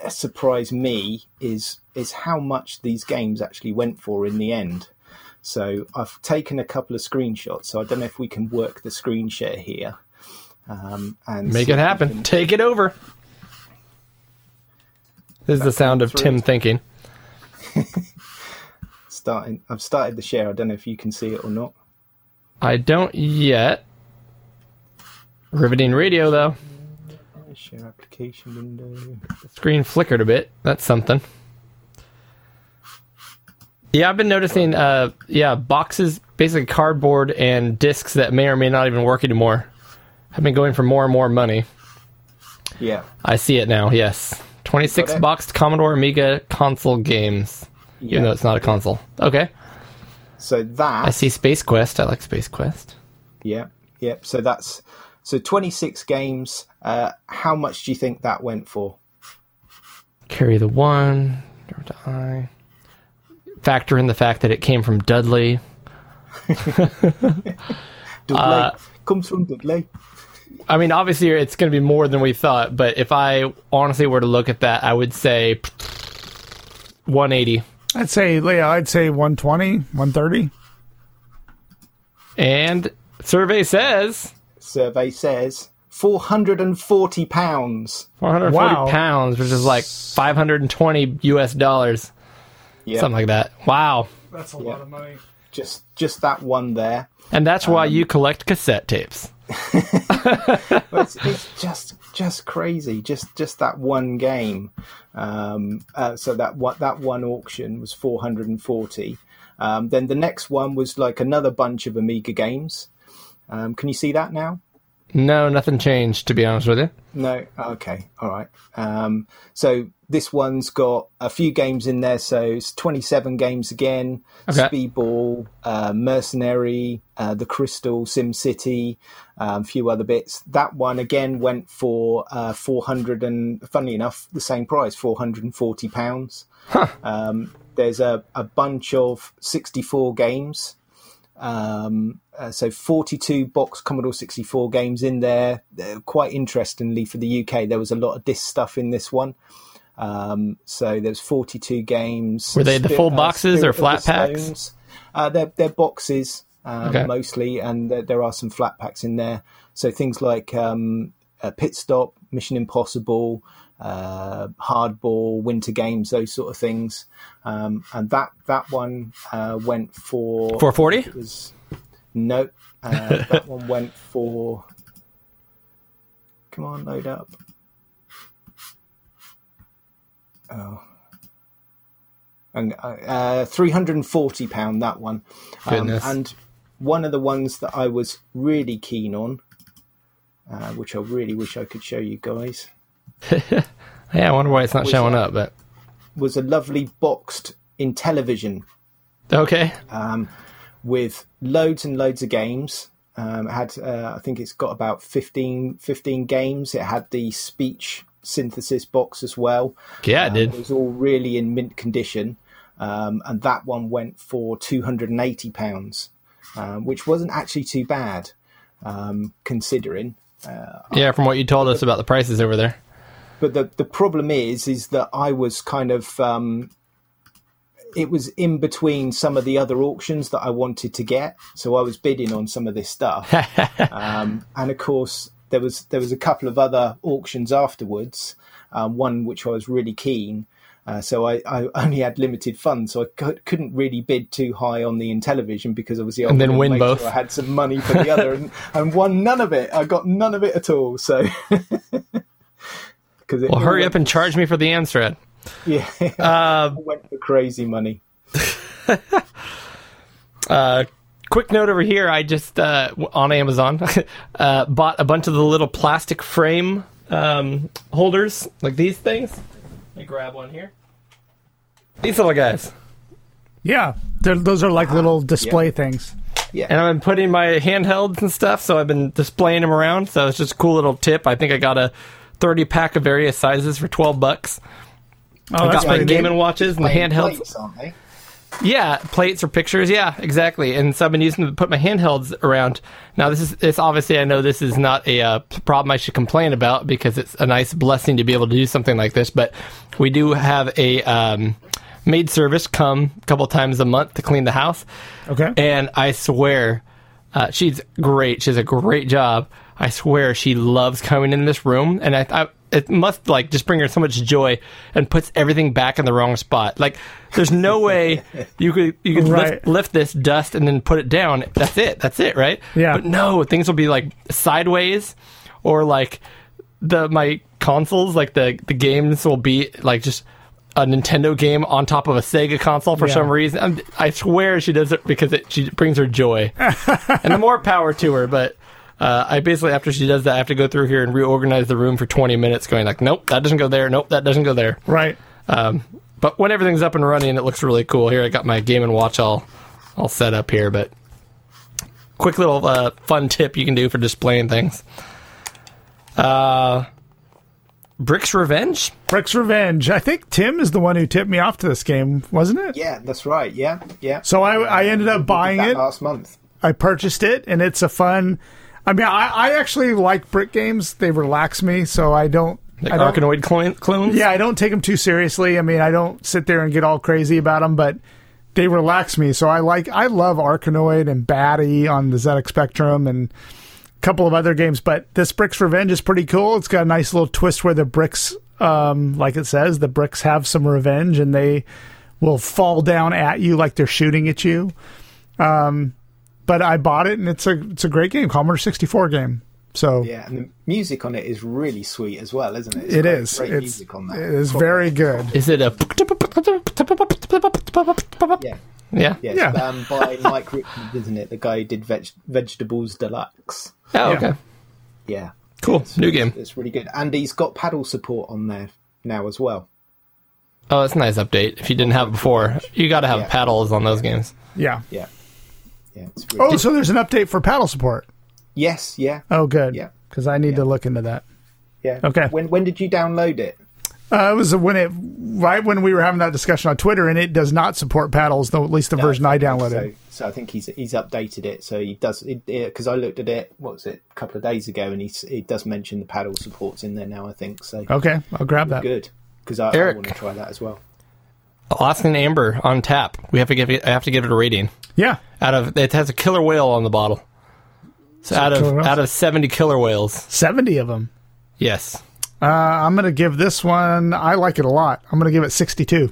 uh, surprised me is is how much these games actually went for in the end. So I've taken a couple of screenshots. So I don't know if we can work the screen share here. Um, and Make see it if we happen. can- Take it over. This is the sound of Tim thinking. starting I've started the share. I don't know if you can see it or not. I don't yet. Riveting radio though. Share application window. Screen flickered a bit. That's something. Yeah, I've been noticing. Uh, yeah, boxes, basically cardboard and discs that may or may not even work anymore, have been going for more and more money. Yeah. I see it now. Yes, twenty-six Got it. boxed Commodore Amiga console games. Yeah. Even though it's not a console. Okay, So that I see Space Quest. I like Space Quest. Yeah. Yeah. So that's so 26 games. Uh, how much do you think that went for? Carry the one. Drop to I. Factor in the fact that it came from Dudley. Dudley. Uh, Comes from Dudley. I mean, obviously, it's going to be more than we thought, but if I honestly were to look at that, I would say 180. I'd say, yeah, I'd say 120, 130. And survey says Survey says 440 pounds. 440 Wow. pounds, which is like 520 US dollars, Yeah. something like that. Wow. That's a lot of money. just just that one there. And that's why you collect cassette tapes. But it's, it's just just crazy. Just just that one game. Um, uh, so that what that one auction was 440. Um, then the next one was like another bunch of Amiga games. Um, can you see that now? No, nothing changed, to be honest with you. No. Okay. All right. Um, so this one's got a few games in there. So it's 27 games again. Okay. Speedball, uh, Mercenary, uh, The Crystal, Sim City, a few other bits. That one again went for uh, 400 and funny enough, the same price, 440 pounds. Um, there's a, a bunch of 64 games. Um, uh, so 42 box Commodore 64 games in there. Uh, Quite interestingly, for the UK, there was a lot of disc stuff in this one. Um, so there's 42 games. Were they the full Spirit- uh, boxes or Spirit of the flat packs? Stones. Uh, they're, they're boxes um, Okay. mostly, and there, there are some flat packs in there. So things like um, uh, Pit Stop, Mission Impossible, uh, Hardball, Winter Games, those sort of things. Um, and that that one uh, went for 440? was no. Uh, that one went for. Come on, load up. Oh. And uh, uh, three hundred and forty pound that one, um, Goodness. and one of the ones that I was really keen on, uh, which I really wish I could show you guys, Yeah, I wonder why it's not showing that? up, but. was a lovely boxed in television Okay. with loads and loads of games. Um, it had, uh, I think it's got about 15, 15 games. It had the speech synthesis box as well. Yeah, it It did. was all really in mint condition. Um, and that one went for £280, um, which wasn't actually too bad um, considering. Yeah, from what you told us about the prices over there. but the the problem is is that I was kind of um, it was in between some of the other auctions that I wanted to get, so I was bidding on some of [LAUGHS] this stuff, um, and of course there was there was a couple of other auctions afterwards, um, one which I was really keen. Uh, so I, I only had limited funds, so I cou- couldn't really bid too high on the Intellivision because obviously I And then wanted to win make sure both. I had some money for the other, and, and won none of it. I got none of it at all. So, [LAUGHS] because Well, hurry up and charge me for the Amstrad. yeah, went for crazy money. quick note over here i just uh, w- on amazon [LAUGHS] uh, bought a bunch of the little plastic frame um, holders like these things let me grab one here these little guys Yeah, they're, those are like little display things. and i've been putting my handhelds and stuff so i've been displaying them around so it's just a cool little tip i think i got a 30 pack of various sizes for 12 bucks Oh, i got my pretty game neat. and watches and the handhelds Plates, aren't they? Yeah, plates or pictures. Yeah, exactly. And so I've been using them to put my handhelds around. Now this is it's obviously I know this is not a uh, p- problem I should complain about because it's a nice blessing to be able to do something like this. But we do have a um, maid service come a couple times a month to clean the house. Okay. And I swear, uh, she's great. She has a great job. I swear she loves coming in this room, and I, I it must like just bring her so much joy and puts everything back in the wrong spot. Like there's [LAUGHS] no way you could you could lift, Right. lift this dust and then put it down. That's it. That's it. Right. Yeah. But no, things will be like sideways or like the my consoles like the the games will be like just a Nintendo game on top of a Sega console for Yeah. some reason. I'm, I swear she does it because it she brings her joy, and the more power to her. But uh, I basically after she does that, I have to go through here and reorganize the room for 20 minutes, going like, nope, that doesn't go there, nope, that doesn't go there. Right. Um, but when everything's up and running, it looks really cool. Here I got my game and watch all all set up here, but quick little uh, fun tip you can do for displaying things. Uh, Brick's Revenge. Brick's Revenge. I think Tim is the one who tipped me off to this game, wasn't it? Yeah, that's right. Yeah, yeah. So I, I ended up Did buying that it. last month. I purchased it, and it's a fun. I mean, I, I actually like brick games. They relax me, so I don't. Like I don't Arkanoid clone, clones? yeah, I don't take them too seriously. I mean, I don't sit there and get all crazy about them, but they relax me. So I like, I love Arkanoid and Batty on the ZX Spectrum and couple of other games, but this Bricks Revenge is pretty cool. It's got a nice little twist where the bricks, um, like it says, the bricks have some revenge and they will fall down at you like they're shooting at you. Um, but I bought it and it's a it's a great game, Commodore 64 game. So Yeah, and the music on it is really sweet as well, isn't it? It's it got is. Great it's music on that. it is very good. Is it a? Yeah, Yeah. yeah. Yeah. It's, um, by [LAUGHS] Mike Richmond, isn't it? The guy who did veg- Vegetables Deluxe. Oh, okay. Yeah, Cool. New game. it's really good. And he's got paddle support on there now as well. Oh, that's a nice update. If you didn't have it before, you got to have Yeah. paddles on those games. Yeah. Yeah, yeah. It's really Oh, so there's an update for paddle support. Yes, yeah, Oh, good. Yeah. Because I need to look into that. yeah. Okay. When when did you download it? Uh, it was when it right when we were having that discussion on Twitter, and it does not support paddles, though at least the version I downloaded. So, so I think he's he's updated it. So he does because I looked at it. What was it? A couple of days ago, and he he does mention the paddle supports in there now. I think so. Okay, I'll grab that. Good because I, I Eric. want to try that as well. Alaskan Amber on tap. We have to give it. I have to give it a rating. Yeah, Out of it has a killer whale on the bottle. So out of killer whales? out of seventy killer whales. seventy of them. Yes. Uh, I'm gonna give this one. I like it a lot. I'm gonna give it sixty-two.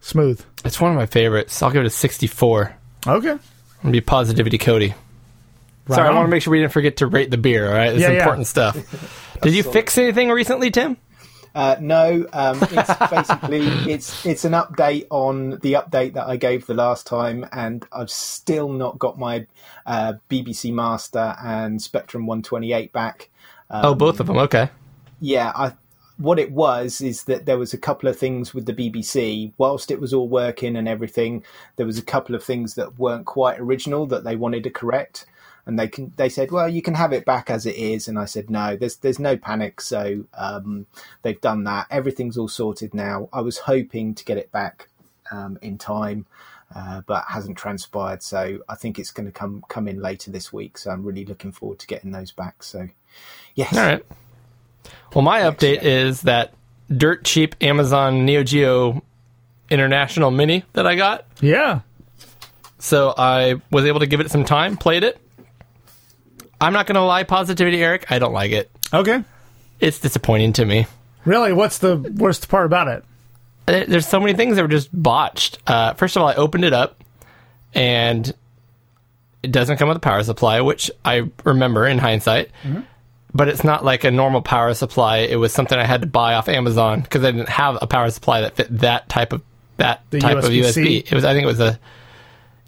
Smooth. It's one of my favorites. I'll give it a 64. Okay. I'm gonna be positivity Cody. Sorry, I on. want to make sure we didn't forget to rate the beer. All right, it's Yeah, yeah. important [LAUGHS] stuff. Did you fix anything recently, Tim? Uh, no, um, it's basically it's it's an update on the update that I gave the last time, and I've still not got my uh, BBC Master and Spectrum 128 back. oh, both of them. Okay. yeah, I what it was is that there was a couple of things with the BBC whilst it was all working and everything. There was a couple of things that weren't quite original that they wanted to correct, and they can they said, "Well, you can have it back as it is." And I said, "No, there's there's no panic." So um, they've done that. Everything's all sorted now. I was hoping to get it back um, in time. Uh, but hasn't transpired, so I think it's going to come come in later this week. So I'm really looking forward to getting those back. So, yes, All right. Well, my update is that dirt cheap Amazon Neo Geo International Mini that I got. Yeah. So I was able to give it some time, played it. I'm not gonna lie, positivity, Eric. I don't like it. Okay. It's disappointing to me. Really, what's the worst part about it? there- there's so many things that were just botched. Uh, first of all, I opened it up, and it doesn't come with a power supply, which I remember in hindsight. But it's not like a normal power supply. It was something I had to buy off Amazon because I didn't have a power supply that fit that type of that The type of USB-C. USB. It was, I think, it was a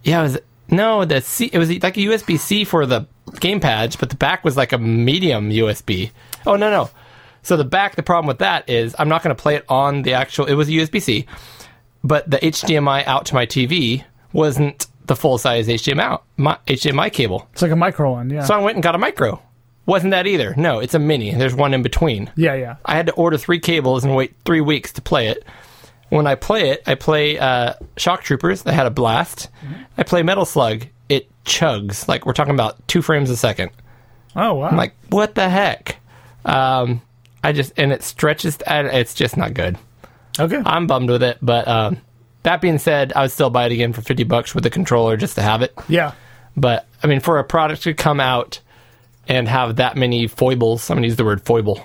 yeah, it was no the C. It was like a USB C for the gamepad, but the back was like a medium USB. Oh no no. So the back, the problem with that is I'm not going to play it on the actual. It was a USB C, but the HDMI out to my TV wasn't the full size HDMI out, my HDMI cable. It's like a micro one. Yeah. So I went and got a micro. Wasn't that either? No, it's a mini. There's one in between. yeah, yeah. I had to order three cables and wait three weeks to play it. When I play it, I play uh, Shock Troopers. I had a blast. I play Metal Slug. It chugs like we're talking about two frames a second. Oh wow. I'm like, what the heck? Um, I just and it stretches. And it's just not good. okay. I'm bummed with it, but um, that being said, I would still buy it again for fifty bucks with a controller just to have it. yeah. But I mean, for a product to come out and have that many foibles, I'm gonna use the word foible.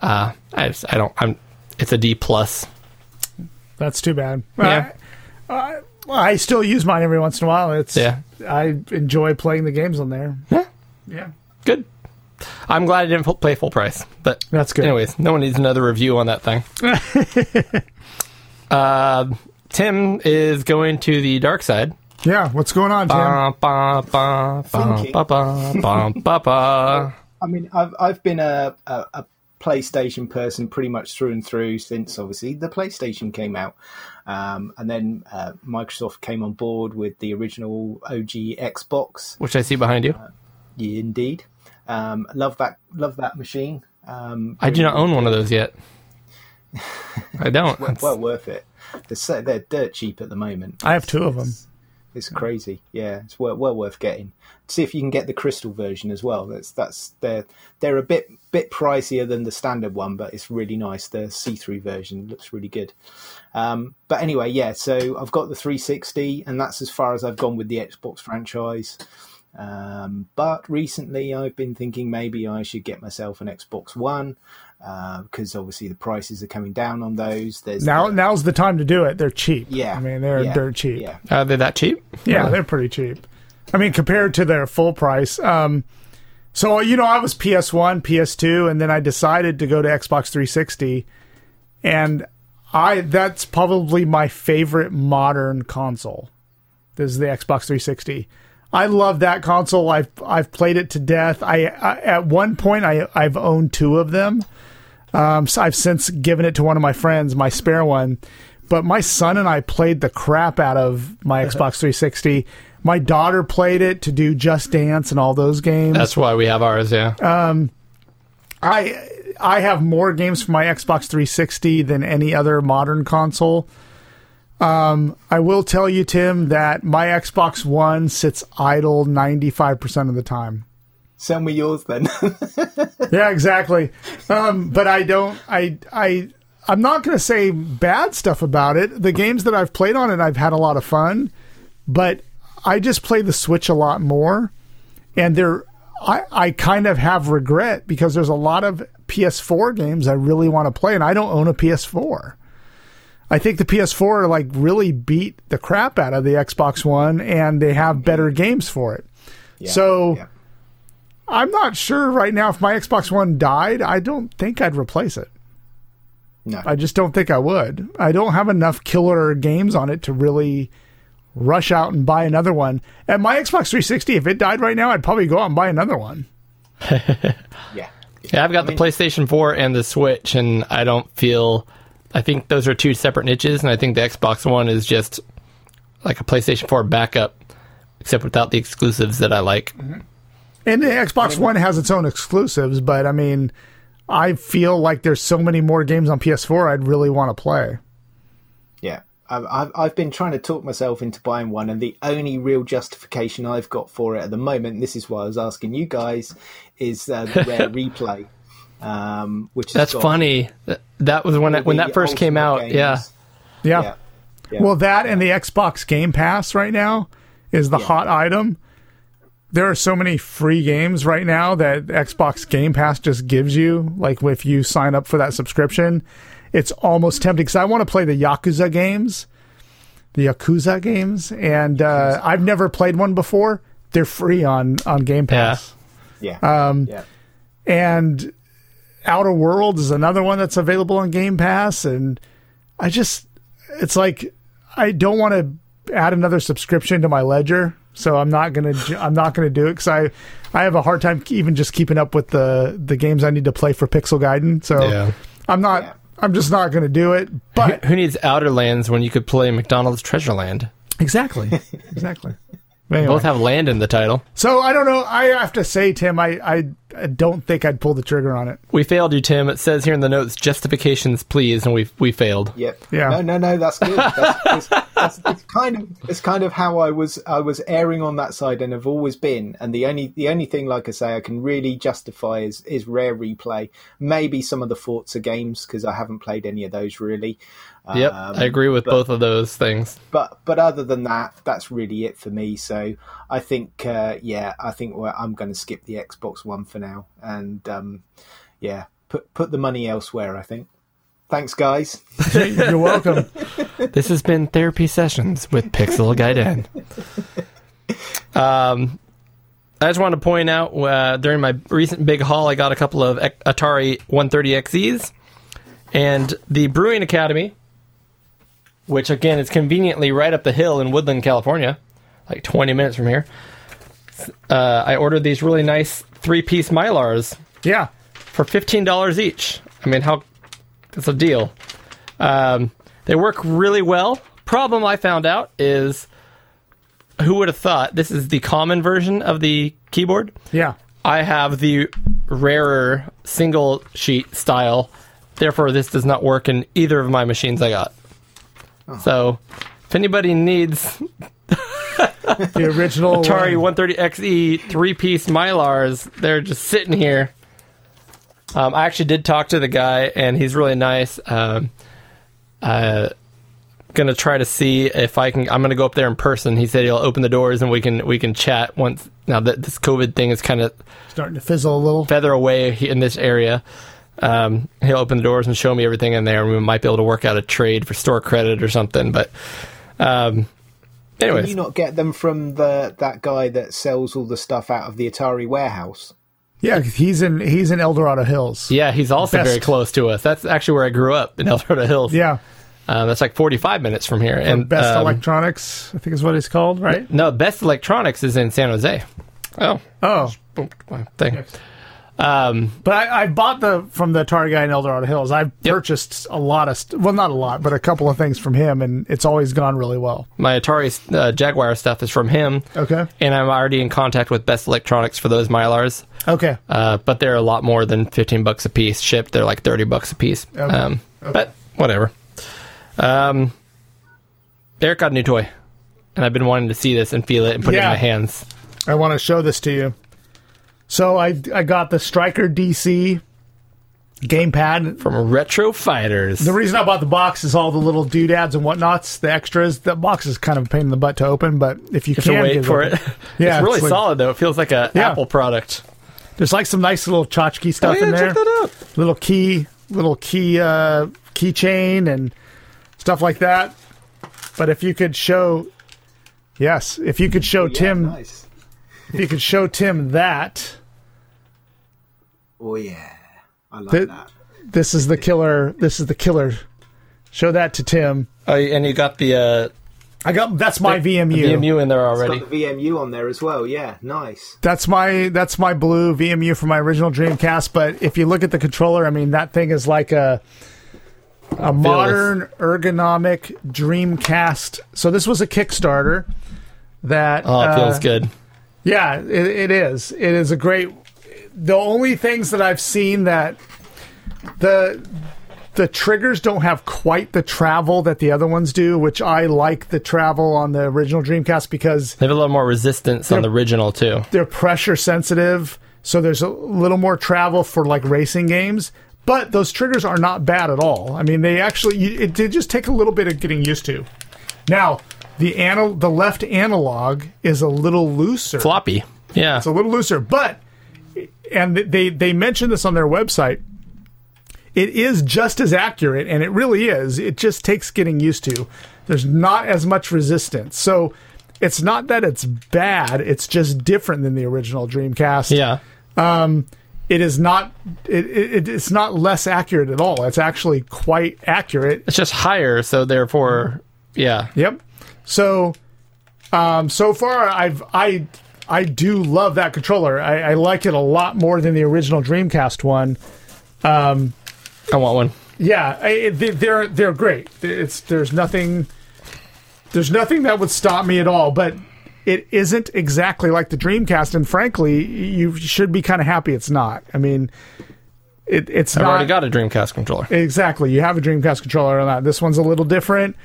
Uh, I just, I don't. I'm. It's a D plus. That's too bad. Yeah. I, I still use mine every once in a while. It's Yeah. I enjoy playing the games on there. Yeah. Yeah. Good. I'm glad I didn't fu- play full price, but That's good. Anyways, no one needs another review on that [LAUGHS] thing. uh, Tim is going to the dark side. Yeah. What's going on, Tim? Ba, ba, ba, ba, Thinking. ba, ba, ba, ba, ba. I mean, I've I've been a, a, a PlayStation person pretty much through and through since obviously the PlayStation came out, um, and then uh, Microsoft came on board with the original OG Xbox. Which I see behind you. Yeah, indeed, um, love that love that machine. Um, I do not own one of those yet. I don't. [LAUGHS] well, well worth it. They're, so, they're dirt cheap at the moment. I have two of them. It's crazy. Yeah, it's well, well worth getting. See if you can get the crystal version as well. That's that's they're they're a bit bit pricier than the standard one, but it's really nice. The see through version looks really good. Um, but anyway, yeah. So I've got the 360, and that's as far as I've gone with the Xbox franchise. Um, but recently, I've been thinking maybe I should get myself an Xbox One because obviously the prices are coming down on those. There's Now, the- now's the time to do it. They're cheap. yeah, I mean, they're yeah, they're cheap. Yeah, Are they that cheap? Yeah, they're pretty cheap. I mean, compared to their full price. Um, so you know, I was PS1, PS2, and then I decided to go to Xbox 360, and I that's probably my favorite modern console. This is the Xbox 360. I love that console. I've I've played it to death. I, I at one point I I've owned two of them. Um, so I've since given it to one of my friends, my spare one. But my son and I played the crap out of my Xbox 360. My daughter played it to do Just Dance and all those games. That's why we have ours. Yeah. Uh, I I have more games for my Xbox 360 than any other modern console. Um, I will tell you, Tim, that my Xbox One sits idle 95% of the time. sell me yours then. [LAUGHS] yeah, exactly. Um, but I don't. I I I'm not going to say bad stuff about it. The games that I've played on it, I've had a lot of fun. But I just play the Switch a lot more, and there I I kind of have regret because there's a lot of PS4 games I really want to play, and I don't own a PS4. I think the PS4 like really beat the crap out of the Xbox One, and they have better games for it. Yeah, So- yeah. I'm not sure right now if my Xbox One died, I don't think I'd replace it. No. I just don't think I would. I don't have enough killer games on it to really rush out and buy another one. And my Xbox 360, if it died right now, I'd probably go out and buy another one. yeah, yeah, I've got the PlayStation 4 and the Switch, and I don't feel. I think those are two separate niches, and I think the Xbox One is just like a PlayStation 4 backup, except without the exclusives that I like. And the Xbox One has its own exclusives, but I mean, I feel like there's so many more games on PS4 I'd really want to play. yeah. I've, I've I've been trying to talk myself into buying one, and the only real justification I've got for it at the moment, and this is why I was asking you guys, is uh, [LAUGHS] the Rare Replay, um, which has That's got funny. Th- That was when all that, when the that first came out. ultimate Yeah. games. Yeah. yeah. Well, that and the Xbox Game Pass right now is the hot item. There are so many free games right now that Xbox Game Pass just gives you. Like if you sign up for that subscription, it's almost tempting because I want to play the Yakuza games, the Yakuza games, and uh, I've never played one before. They're free on on Game Yeah. Pass, Yeah. Uh, Um, yeah. and Outer Worlds is another one that's available on Game Pass, and I just it's like I don't want to add another subscription to my ledger, so I'm not gonna ju- I'm not gonna do it because I I have a hard time even just keeping up with the the games I need to play for Pixel Guiden. So Yeah. I'm not Yeah. I'm just not gonna do it. [LAUGHS] But Who needs Outer Lands when you could play McDonald's Treasure Land? exactly, exactly. Anyway. Both have land in the title. so I don't know. I have to say, Tim, I, I I don't think I'd pull the trigger on it. We failed you, Tim. It says here in the notes, justifications, please, and we we failed. Yep. Yeah. No, no, no. That's good. That's, that's, that's, it's kind of it's kind of how I was I was erring on that side and have always been. And the only the only thing, like I say, I can really justify is is rare replay. Maybe some of the Forza games because I haven't played any of those really. Yep, Um, I agree with both of those things. But but other than that, that's really it for me. So I think uh, yeah, I think well, I'm going to skip the Xbox One for now, and um, yeah, put put the money elsewhere. I think. Thanks, guys. You're [LAUGHS] welcome. This has been Therapy Sessions with Pixel [LAUGHS] Gaiden. Um, I just want to point out uh, during my recent big haul, I got a couple of Ec- Atari 130XZs, and the Brewing Academy, which again is conveniently right up the hill in Woodland, California, like 20 minutes from here. Uh, I ordered these really nice three-piece Mylars yeah. for fifteen dollars each. I mean, how it's a deal. Um, they work really well. Problem I found out is, who would have thought this is the common version of the keyboard? Yeah. I have the rarer single sheet style. Therefore, this does not work in either of my machines I got. So, if anybody needs The original Atari uh, 130XE three piece E Mylars. They're just sitting here. Um, I actually did talk to the guy, and he's really nice. Um, uh, gonna try to see if I can. I'm gonna go up there in person. He said he'll open the doors and we can we can chat once. Now that this COVID thing is kind of Starting to fizzle a little. feather away he- in this area. Um, he'll open the doors and show me everything in there, and we might be able to work out a trade for store credit or something. But, um, Can anyways, you not get them from the that guy that sells all the stuff out of the Atari warehouse? Yeah, 'cause he's in he's in El Dorado Hills. yeah, he's also Best. very close to us. That's actually where I grew up in [LAUGHS] El Dorado Hills. Yeah. um, that's like 45 minutes from here. and Best um, Electronics, I think is what it's called, right? no, Best Electronics is in San Jose. Oh, Oh, boom, my thing. Um, but I, I bought the from the Atari guy in El Dorado Hills. I've Yep. purchased a lot of, st- well, not a lot, but a couple of things from him, and it's always gone really well. my Atari uh, Jaguar stuff is from him. Okay. And I'm already in contact with Best Electronics for those Mylars. Okay. uh, but they're a lot more than 15 bucks a piece shipped they're like 30 bucks a piece um, but whatever um, eric got a new toy and i've been wanting to see this and feel it and put it in Yeah. my hands I want to show this to you. So I I got the Striker DC gamepad. from retro fighters The reason I bought the box is all the little doodads and whatnots, the extras. The box is kind of a pain in the butt to open, but if you to can wait give for it [LAUGHS] Yeah, it's really it's like- solid though it feels like a Yeah. apple product There's like some nice little tchotchke oh, stuff yeah, in there. check that out Little key, little key, uh, keychain and stuff like that. But if you could show, yes, if you could show Oh, Tim, nice. if you could show Tim that, Oh yeah, I like Th- that. this is the killer. This is the killer. Show that to Tim. oh, and you got the uh, I got that's my VMU. BMU in there already Got the VMU on there as well. Yeah, nice. That's my that's my blue VMU for my original Dreamcast. But if you look at the controller, I mean that thing is like a a modern ergonomic Dreamcast. So this was a Kickstarter that oh it feels uh, good yeah, it, it is. It is a great. The only things that I've seen that the the triggers don't have quite the travel that the other ones do, which I like the travel on the original Dreamcast because they have a little more resistance on the original too they're pressure sensitive, so there's a little more travel for like racing games. But those triggers are not bad at all. I mean, they actually you, it did just take a little bit of getting used to. Now the anal the left analog is a little looser. floppy yeah It's a little looser, but and they they mentioned this on their website. It is just as accurate, and it really is. It just takes getting used to. There's not as much resistance, so it's not that it's bad. It's just different than the original Dreamcast. yeah it is not. It, it it's not less accurate at all. It's actually quite accurate. it's just higher so therefore yeah Yep. So, um, so far I've I I do love that controller. I, I like it a lot more than the original Dreamcast one. i want one Yeah, I, it- they- they're they're great. It's there's nothing there's nothing that would stop me at all. But it isn't exactly like the Dreamcast, and frankly, you should be kind of happy it's not. I mean, it, it's I've not already got a Dreamcast controller. exactly. You have a Dreamcast controller on that. This one's a little different,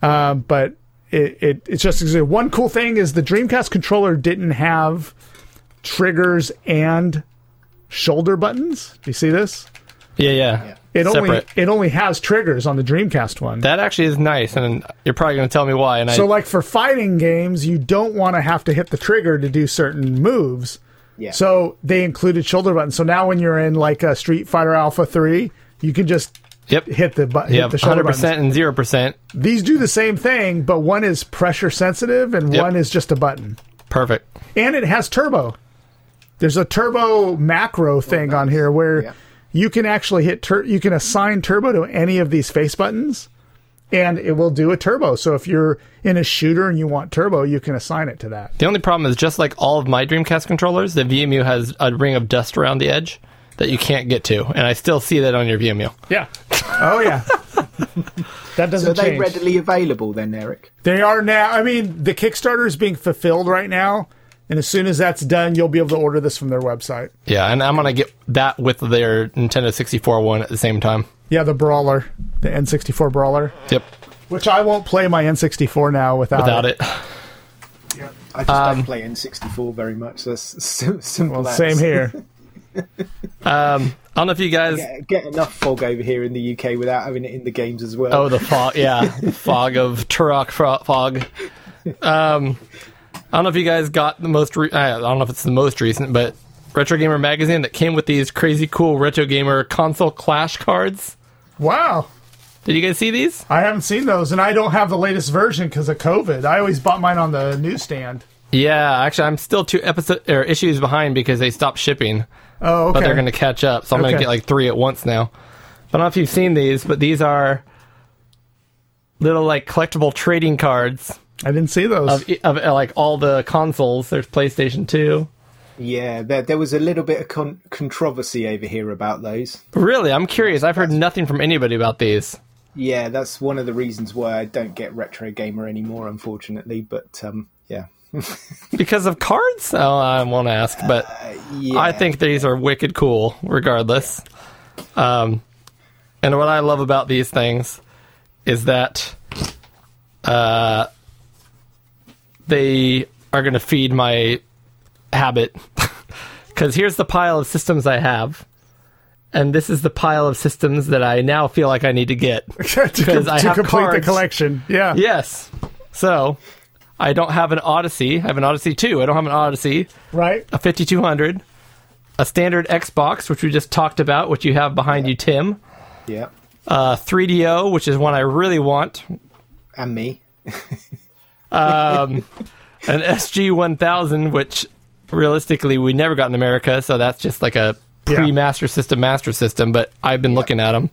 um, but it, it it's just one cool thing is the Dreamcast controller didn't have triggers and shoulder buttons. Do you see this? Yeah, yeah. It only Separate. it only has triggers on the Dreamcast one. that actually is nice, and you're probably going to tell me why. And so I, like for fighting games, you don't want to have to hit the trigger to do certain moves. Yeah. So they included shoulder buttons. So now when you're in like a Street Fighter Alpha 3, you can just yep, hit the button yeah, hit the shoulder hundred buttons. percent and zero percent, These do the same thing, but one is pressure sensitive and Yep. one is just a button. perfect. And it has turbo. There's a turbo macro thing on here where Yeah. you can actually hit tur- you can assign turbo to any of these face buttons and it will do a turbo. So if you're in a shooter and you want turbo, you can assign it to that. The only problem is just like all of my Dreamcast controllers, the VMU has a ring of dust around the edge that you can't get to, and I still see that on your VMU. Yeah. Oh yeah. that So are doesn't they change. readily available then, Eric? They are now. I mean, the Kickstarter is being fulfilled right now, and as soon as that's done, you'll be able to order this from their website. Yeah, and I'm going to get that with their Nintendo 64 one at the same time. Yeah, the brawler, the N64 brawler, Yep, which I won't play my N64 now without, without it. I just Um, [LAUGHS] don't [LAUGHS] play N64 very much. So that's simple. Same here. I don't know if you guys. Get, get enough fog over here in the UK without having it in the games as well. Oh, the fog. Yeah, the fog of Turok fro- fog. Um, I don't know if you guys got the most. Re- I don't know if it's the most recent, but Retro Gamer magazine that came with these crazy cool Retro Gamer console clash cards. Wow. Did you guys see these? I haven't seen those, and I don't have the latest version because of COVID. I always bought mine on the newsstand. Yeah, actually, I'm still two episode or issues behind because they stopped shipping. Oh, okay. but they're going to catch up. So I'm going to Okay. get like three at once now. I don't know if you've seen these, but these are little like collectible trading cards I didn't see those. of, of uh, like all the consoles. There's PlayStation 2. Yeah, there, there was a little bit of con- controversy over here about those. Really, I'm curious. I've heard nothing from anybody about these. Yeah, that's one of the reasons why I don't get retro gamer anymore, unfortunately. But um, yeah, Because of cards? Oh, I won't ask, but yeah, I think these are wicked cool, regardless. Um, and what I love about these things is that uh, they are going to feed my habit. [LAUGHS] Because here's the pile of systems I have, and this is the pile of systems that I now feel like I need to get. [LAUGHS] to com- I to have complete the cards. collection. Yeah. Yes. So I don't have an Odyssey. I have an Odyssey 2. I don't have an Odyssey Right? a 5200, a standard Xbox, which we just talked about, which you have behind you, Tim, yeah, a 3DO, which is one I really want, and me. an SG1000, which realistically we never got in America, so that's just like a Yeah. pre Master System Master System, but I've been looking at them.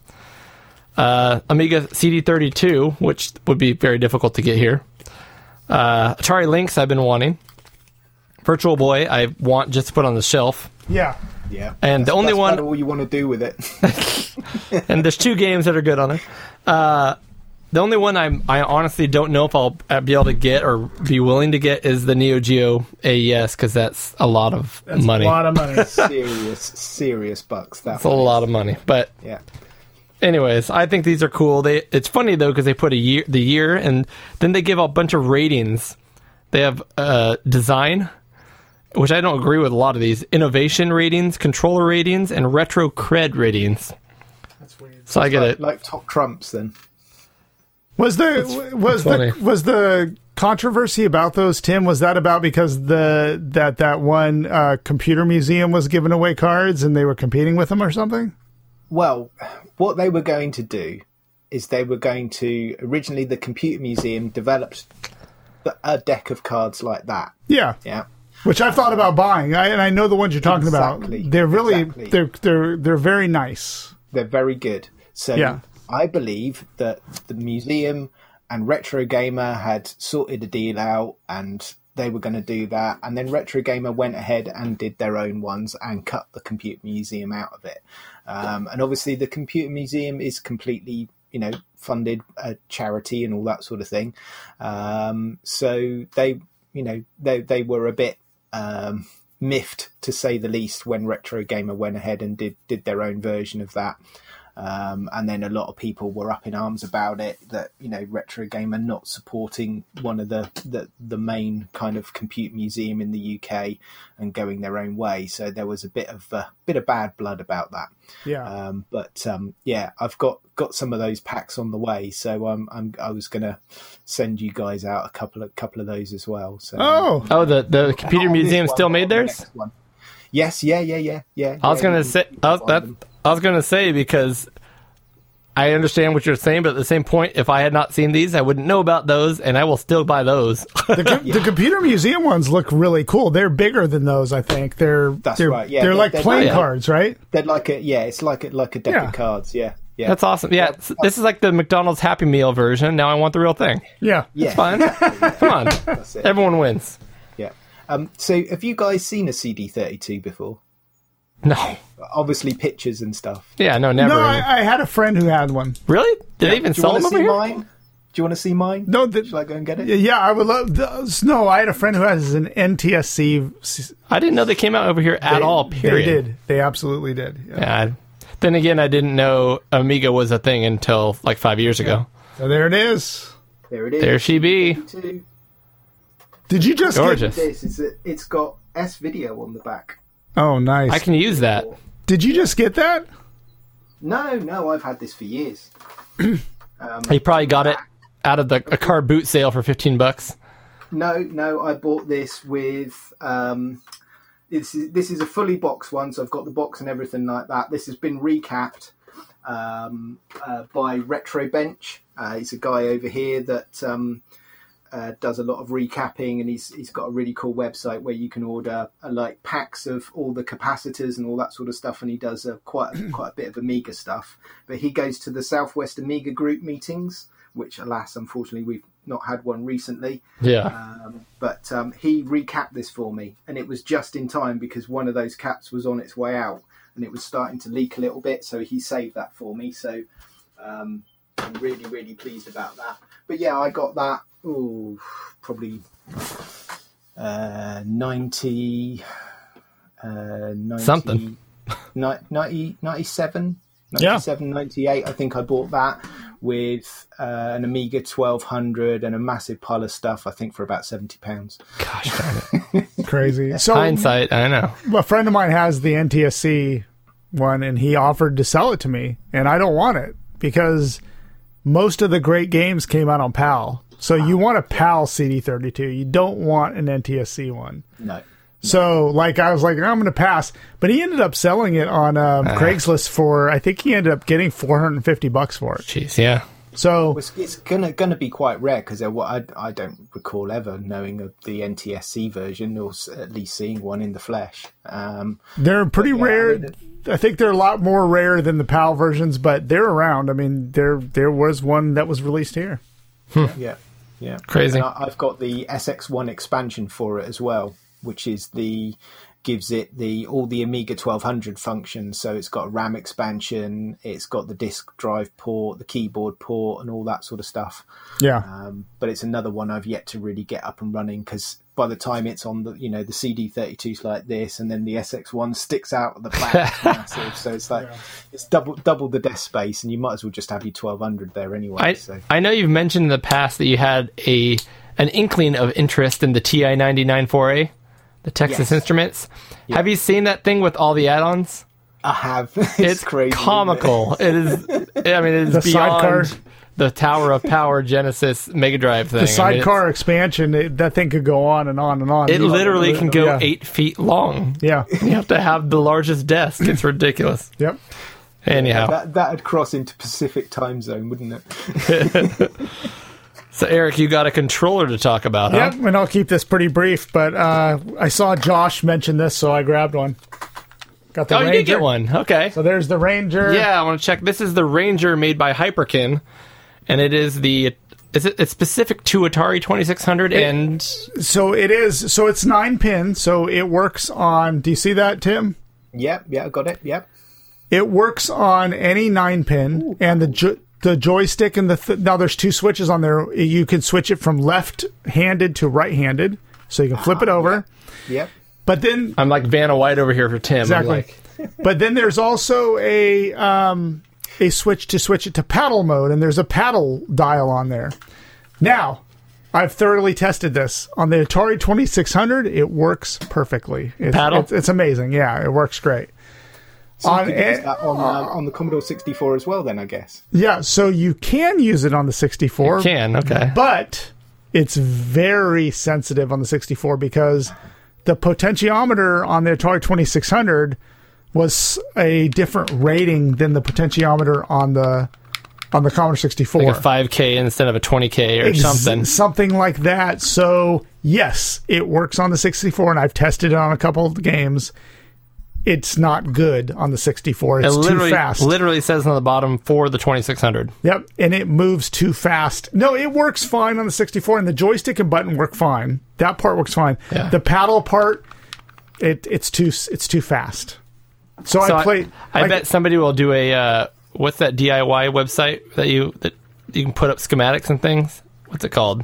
Uh, Amiga CD32, which would be very difficult to get here. Uh, Atari Lynx, I've been wanting. Virtual Boy, I want just to put on the shelf. Yeah. Yeah, And the only that's one about all you want to do with it. [LAUGHS] and there's two games that are good on it. Uh, the only one I'm, I honestly don't know if I'll uh, be able to get or be willing to get is the Neo Geo AES because that's a lot of money. A lot [LAUGHS] of money. serious, serious bucks. That it's a one. lot of money. But Yeah, anyways, I think these are cool. They it's funny though because they put a year the year and then they give a bunch of ratings. They have uh, design, which I don't agree with a lot of these innovation ratings, controller ratings, and retro cred ratings. So I get like, it. like top trumps then. Was the was funny. the was the controversy about those Tim? Was that about because the that that one uh, computer museum was giving away cards and they were competing with them or something? Well, what they were going to do is they were going to originally the computer museum developed a deck of cards like that. Yeah, Yeah. which I've thought about buying. I, and I know the ones you're talking Exactly. about. They're really Exactly. they're they're they're very nice. they're very good. So Yeah. I believe that the museum and Retro Gamer had sorted a deal out and they were going to do that. And then Retro Gamer went ahead and did their own ones and cut the Computer Museum out of it. Um, and obviously, the Computer Museum is completely, you know, funded a charity and all that sort of thing. Um, so they, you know, they, they were a bit. Um, miffed to say the least when retro gamer went ahead and did did their own version of that um, and then a lot of people were up in arms about it that you know retro gamer not supporting one of the the, the main kind of compute museum in the uk and going their own way so there was a bit of a bit of bad blood about that Yeah, um, but um, yeah i've got got some of those packs on the way so um, i'm i was gonna send you guys out a couple of couple of those as well so Oh, Oh, the the computer not on this museum one, still but on made the theirs. next one. Yes, yeah, yeah, yeah, yeah. I was yeah, gonna you say can I was, find that them. I was gonna say because I understand what you're saying, but at the same point, if I had not seen these, I wouldn't know about those, and I will still buy those. [LAUGHS] the, co- the computer museum ones look really cool. They're bigger than those, I think. They're That's they're, right, yeah, they're they're- like they're- playing yeah. cards, right? They're like a yeah, it's like a like a deck Yeah. of cards. Yeah, yeah. That's awesome. Yeah, s- this is like the McDonald's Happy Meal version. Now I want the real thing. Yeah. yeah, Fine. Come on, it. everyone wins. yeah. Um, so have you guys seen a CD thirty two before? No. Obviously, pictures and stuff. Yeah, no, never. No, I, I had a friend who had one. really? Did they even Do you sell want them to over see here? mine? Do you want to see mine? No, the, Shall I go and get it? Yeah, I would love. The, no, I had a friend who has an NTSC. s- I didn't know they came out over here at all. They Oh, Period. did. They absolutely did. Yeah. Yeah, I- then again, I didn't know Amiga was a thing until like five years ago. So there it is. There it is. There she be, Two. Did you just? Get, gorgeous. This is it. It's got S video on the back. oh, nice. I can use that. Did you just get that? No, no, I've had this for years. He probably got it out of the a car boot sale for fifteen bucks. No, no, I bought this with. Um, this is this is a fully boxed one, so I've got the box and everything like that. This has been recapped um, uh, by Retro Bench. Uh, he's a guy over here that um, uh, does a lot of recapping, and he's he's got a really cool website where you can order uh, like packs of all the capacitors and all that sort of stuff. And he does uh, quite quite a bit of Amiga stuff. But he goes to the Southwest Amiga group meetings, which alas, unfortunately, we've not had one recently Yeah. but um, he recapped this for me, and it was just in time because one of those caps was on its way out, and it was starting to leak a little bit. So he saved that for me. So um, I'm really, really pleased about that. But yeah, I got that. Ooh, probably uh, 90, uh, 90 Something. ni- 90, 97, 97, 98. I think I bought that with uh, an Amiga 1200 and a massive pile of stuff, I think for about £70. Gosh darn it. Crazy. So Hindsight, I know. a friend of mine has the NTSC one, and he offered to sell it to me, and I don't want it because most of the great games came out on PAL. So you want a PAL CD32. You don't want an NTSC one. No. So like I was like I'm gonna pass, but he ended up selling it on um, Craigslist for I think he ended up getting 450 bucks for it. Jeez, yeah. So It's, it's gonna gonna be quite rare because I, I don't recall ever knowing of the NTSC version or s- at least seeing one in the flesh. Um, they're pretty yeah, I rare. mean, I think they're a lot more rare than the PAL versions, but they're around. I mean, there there was one that was released here. yeah, yeah, Crazy. And I, I've got the SX1 expansion for it as well, which is the gives it the all the Amiga 1200 functions. So it's got a RAM expansion, it's got the disk drive port, the keyboard port, and all that sort of stuff. Yeah, um, but it's another one I've yet to really get up and running because by the time it's on the you know the CD32s like this, and then the SX1 sticks out at the [LAUGHS] back, it's massive. So it's like it's double double the desk space, and you might as well just have your 1200 there anyway. I so I know you've mentioned in the past that you had a an inkling of interest in the TI 994A, the Texas Yes. Instruments. Have you seen that thing with all the add-ons? I have [LAUGHS] it's, It's, crazy, isn't it? comical. it is. I mean, it is [LAUGHS] The beyond sidecar. the Tower of Power Genesis Mega Drive thing. the I mean, it's- sidecar expansion it, that thing could go on and on and on. it literally can go Yeah. eight feet long. Yeah. You have to have the largest desk. It's ridiculous. Yep. Anyhow, That that'd cross into Pacific time zone, wouldn't it? so Eric, you got a controller to talk about, huh? Yep. And I'll keep this pretty brief, but uh, I saw Josh mention this, so I grabbed one. Got the Oh, you Ranger. did get one. Okay. So there's the Ranger. Yeah, I want to check. This is the Ranger made by Hyperkin, and it is the is it, it's specific to Atari Twenty Six Hundred and So it is. So it's nine pin. So it works on. Do you see that, Tim? yep, yeah, I got it. Yep. It works on any nine pin, and the jo- the joystick and the th- now there's two switches on there. You can switch it from left handed to right handed, so you can flip Ah, it over. Yep. But then I'm like Vanna White over here for Tim. I'm exactly. like, [LAUGHS] but then there's also a um, a switch to switch it to paddle mode, and there's a paddle dial on there. Now, I've thoroughly tested this on the Atari 2600. It works perfectly. It's, Paddle? It's, it's amazing. Yeah, it works great. on Could use a- that on, uh, Oh. on the Commodore 64 as well, then I guess. yeah, so you can use it on the 64. can okay. but it's very sensitive on the 64 because the potentiometer on the Atari 2600 was a different rating than the potentiometer on the on the Commodore 64. Like a five k instead of a twenty k or Ex- something. something like that. So yes, it works on the 64, and I've tested it on a couple of games. It's not good on the 64. It It's too literally fast. literally says on the bottom for the Twenty Six Hundred. Yep, and it moves too fast. No, it works fine on the 64, and the joystick and button work fine. That part works fine. Yeah. The paddle part, it it's too it's too fast. So, So I I, played. I, bet somebody will do a uh, what's that DIY website that you that you can put up schematics and things. What's it called?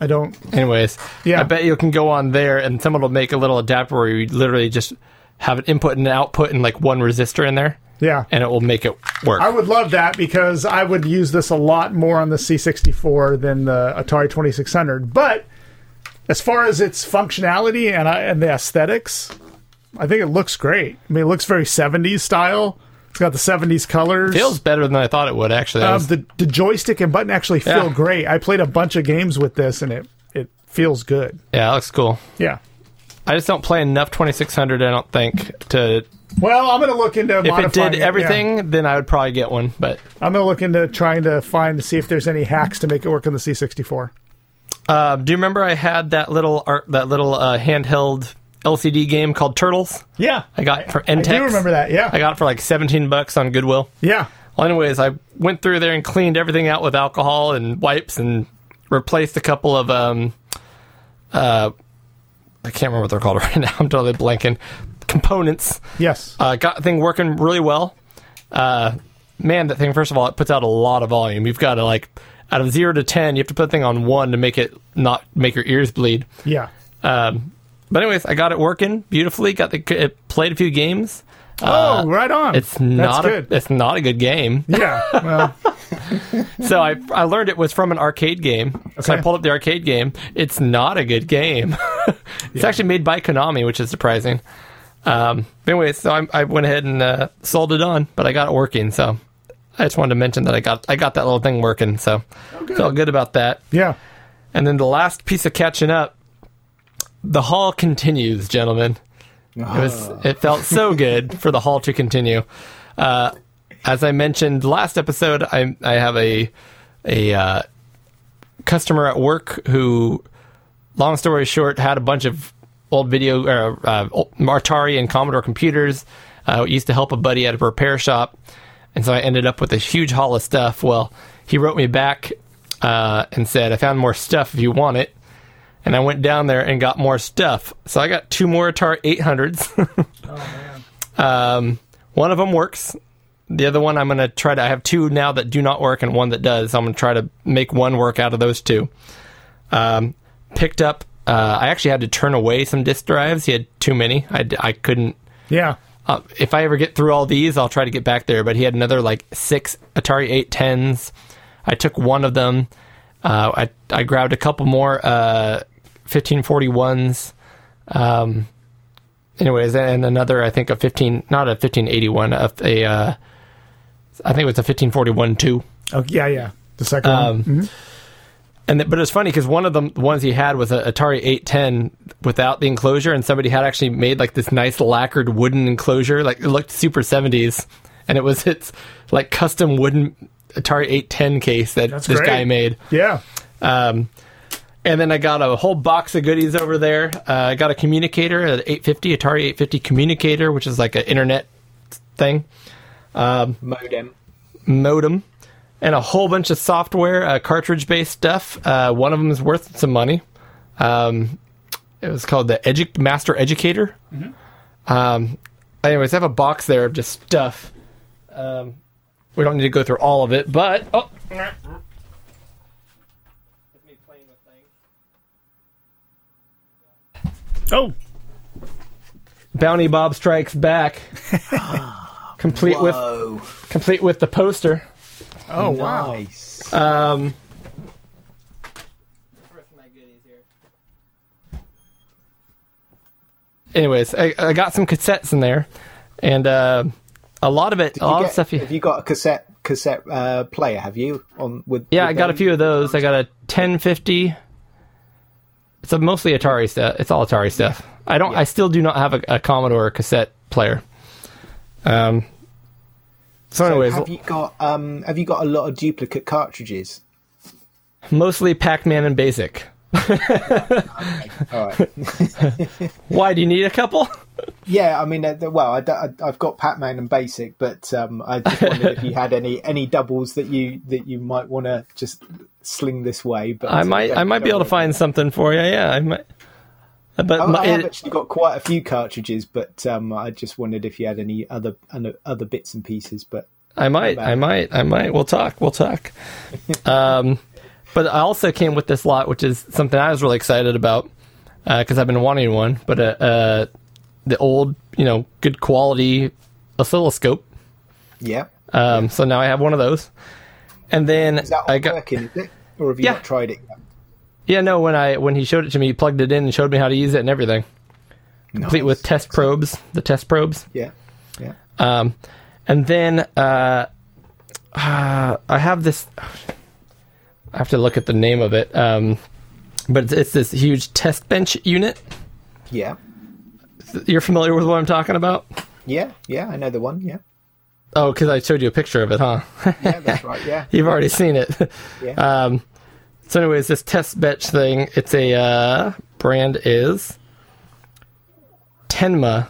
I don't. Anyways, Uh, Yeah. I bet you can go on there and someone will make a little adapter where you literally just have an input and an output and like one resistor in there, Yeah, and it will make it work. I would love that because I would use this a lot more on the C64 than the Atari 2600. But as far as its functionality and I, and the uh, aesthetics, I think it looks great. I mean, it looks very 70s style. It's got the 70s colors. Feels better than I thought it would. Actually, I Um, was- the, the joystick and button actually feel Yeah. great. I played a bunch of games with this and it, it feels good. yeah, it looks cool. Yeah. I just don't play enough 2600. I don't think to. Well, I'm going to look into If it modifying did yeah. everything, then I would probably get one. But I'm going to look into trying to find to see if there's any hacks to make it work on the C64. uh, do you remember I had that little art, that little uh, handheld LCD game called Turtles? Yeah. I got it for I Entex. do remember that. Yeah. I got it for like 17 bucks on Goodwill. yeah. Well, anyways, I went through there and cleaned everything out with alcohol and wipes and replaced a couple of um uh I can't remember what they're called [LAUGHS] right now. I'm totally blanking. Components. Yes. Uh, got the thing working really well. Uh, man, that thing. First of all, it puts out a lot of volume. You've got to like out of zero to ten, you have to put the thing on one to make it not make your ears bleed. yeah. Um, but anyways, I got it working beautifully. Got the it played a few games. oh, right on. uh, It's not That's a, [LAUGHS] good. it's not a good game. yeah. Well, So I, I learned it was from an arcade game. So I Okay. pulled up the arcade game. It's not a good game. [LAUGHS] it's actually made by Konami, which is surprising. Um, but anyway, so I, I went ahead and uh, sold it on, but I got it working. So I just wanted to mention that I got I got that little thing working. So Oh, felt good about that. yeah. And then the last piece of catching up, the haul continues, gentlemen. It was it felt so good for the haul to continue. Uh, as I mentioned last episode, I I have a a uh, customer at work who, long story short, had a bunch of old video or uh, old Atari and Commodore computers. Uh, used to help a buddy at a repair shop, and so I ended up with a huge haul of stuff. Well, he wrote me back uh, and said, "I found more stuff if you want it." And I went down there and got more stuff. So I got two more Atari [LAUGHS] 800s. Um, one of them works. The other one I'm going to try to. I have two now that do not work and one that does. So I'm going to try to make one work out of those two. Um, picked up. Uh, I actually had to turn away some disk drives. He had too many. I, d- I couldn't. Yeah. Uh, if I ever get through all these, I'll try to get back there. But he had another like six Atari 810s. I took one of them. Uh, I I grabbed a couple more uh, 1541s. Um, anyways, and another I think a 15, not a 1581, a, a uh, I think it was a 1541 too. Oh, yeah, yeah. The second Um, one. Mhm. And th- but it's funny because one of them- the ones he had was an Atari 810 without the enclosure, and somebody had actually made like this nice lacquered wooden enclosure, like it looked super 70s, and it was its like custom wooden Atari 810 case that That's this great. guy made. Yeah. Um, and then I got a whole box of goodies over there. Uh, I got a communicator, an 850 Atari 850 communicator, which is like an internet thing Modem. modem and a whole bunch of software, uh, cartridge based stuff. Uh, one of them is worth some money. Um, it was called the Edu- Master Educator. Um, anyways, I have a box there of just stuff. Um, we don't need to go through all of it, but oh. Oh. Bounty Bob Strikes Back, complete Whoa. with complete with the poster. Oh, wow. Nice. Um, anyways, I, I got some cassettes in there, and uh, a lot of it, a lot You of get- stuff. You, have you got a cassette cassette uh, player? Have you on with? yeah, with I got a them? few of those. I got a 1050. It's a mostly Atari stuff. It's all Atari stuff. I don't. I still do not have a, a Commodore cassette player. Um. So, anyways, Have you got um? Have you got a lot of duplicate cartridges? mostly Pac-Man and Basic. All right. [LAUGHS] Why do you need a couple? Yeah, I mean, uh, the- well, I, have got Pac-Man and Basic, but um, I just wondered if you had any any doubles that you that you might want to just sling this way. But I might don't- I might be don't able to worry. find something for you. Yeah, I might. But I, my, I have it- actually got quite a few cartridges, but um, I just wondered if you had any other ano- other bits and pieces. But I might I might I might. We'll talk. We'll [LAUGHS] talk. um, but I also came with this lot, which is something I was really excited about because I've been wanting one. But uh, uh, the old, you know, good quality oscilloscope. yeah, Um, so now I have one of those. And then is that I all got working? Is it, or have you Yeah. not tried it? yet? yeah no when I when he showed it to me, he plugged it in and showed me how to use it and everything. complete with test probes, the test probes. Yeah. Yeah. And then uh, uh, I have this. I have to look at the name of it. Um, but it's, it's this huge test bench unit. Yeah. You're familiar with what I'm talking about? Yeah. Yeah. I know the one. Yeah. Oh, because I showed you a picture of it, huh? [LAUGHS] Yeah. That's right. Yeah. You've already seen it. Yeah. Um, so, anyways, this test bench thing. It's a uh, brand is Tenma.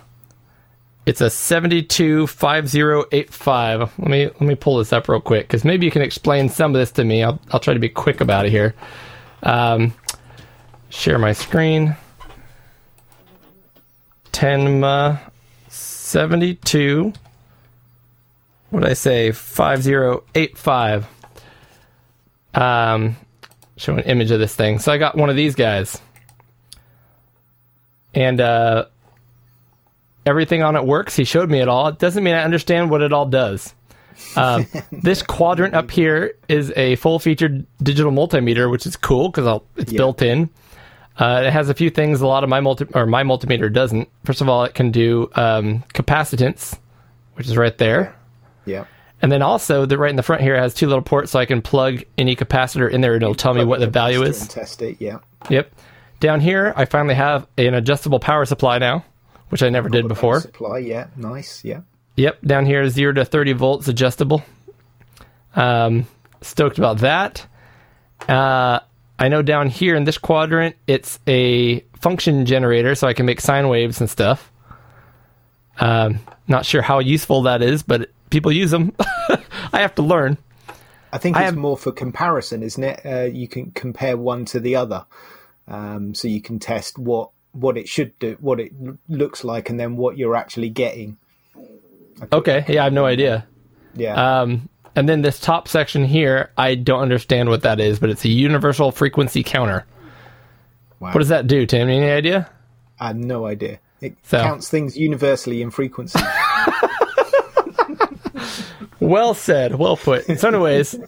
It's a seventy-two five zero eight five. Let me let me pull this up real quick because maybe you can explain some of this to me. I'll I'll try to be quick about it here. Um, share my screen. Tenma seventy-two. What did I say? Five zero eight five um, show an image of this thing. So I got one of these guys, and uh, everything on it works. He showed me it all. It doesn't mean I understand what it all does. Uh, this quadrant up here is a full-featured digital multimeter, which is cool because it's Yeah. built in. Uh, it has a few things a lot of my multi or my multimeter doesn't. First of all, it can do um, capacitance, which is right there. Yeah. And then also, the right in the front here has two little ports, so I can plug any capacitor in there, and it'll tell me what the value Test it is. and Test it. Yeah. Yep. Down here, I finally have an adjustable power supply now, which I never did before. Supply. Yeah. Nice. Yeah. Yep. Down here, zero to thirty volts adjustable. Um, stoked about that. Uh, I know down here in this quadrant, it's a function generator, so I can make sine waves and stuff. Um, not sure how useful that is, but people use them. [LAUGHS] I have to learn. I think I it's am- more for comparison, isn't it? Uh, you can compare one to the other, um, so you can test what what it should do, what it l- looks like, and then what you're actually getting. Okay. Yeah, I have no idea. Yeah, Um, and then this top section here, I don't understand what that is, but it's a universal frequency counter. Wow. What does that do, Tim? Any idea? I have no idea. It So- counts things universally in frequency. Well said. Well put. So, [LAUGHS] anyways,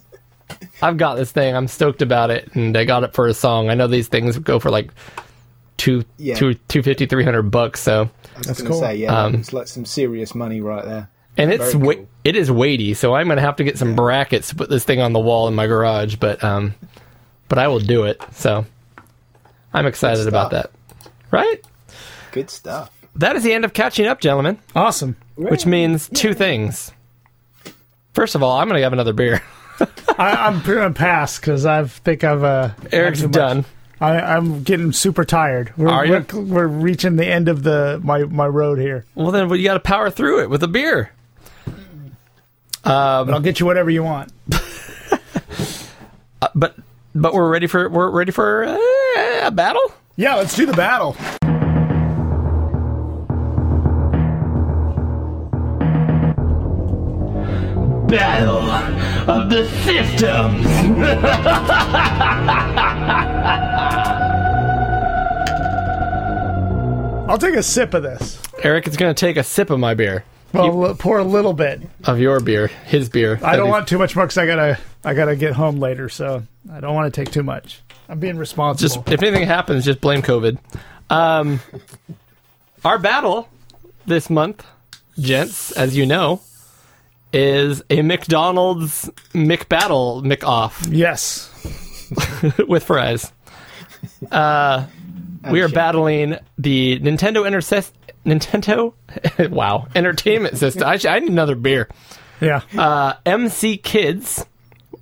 I've got this thing. I'm stoked about it, and I got it for a song. I know these things go for like two, Yeah. two, two fifty, three hundred bucks. So, I was going to cool. say, yeah, Um, it's like some serious money right there. and it's Very wa- cool. it is weighty. So I'm gonna have to get some brackets to put this thing on the wall in my garage. But um, but I will do it. So, I'm excited about stuff. that. Right. Good stuff. That is the end of catching up, gentlemen. Awesome. Which means two things. First of all, I'm going to have another [LAUGHS] beer. I, I'm gonna pass because I think I've uh, Eric's had too much. done. I, I'm getting super tired. We're, Are you? we're, we're reaching the end of the my my road here. Well, then you got to power through it with a beer. But I'll get you whatever you want. Uh, But but we're ready for we're ready for uh, a battle. Yeah, let's do the battle. Battle of the Systems! I'll take a sip of this. Eric is going to take a sip of my beer, Well, pour a little bit. of your beer, his beer. I don't That want too much more because I gotta I gotta get home later, so I don't want to take too much. I'm being is- just responsible. if anything happens, just blame COVID. Um, our battle this month, gents, as you know, is a McDonald's McBattle McOff. [LAUGHS] yes. with fries. Uh, we are battling the Nintendo Interces- Nintendo, [LAUGHS] wow, Entertainment System. I, sh- I need another beer. Yeah. Uh, MC Kids,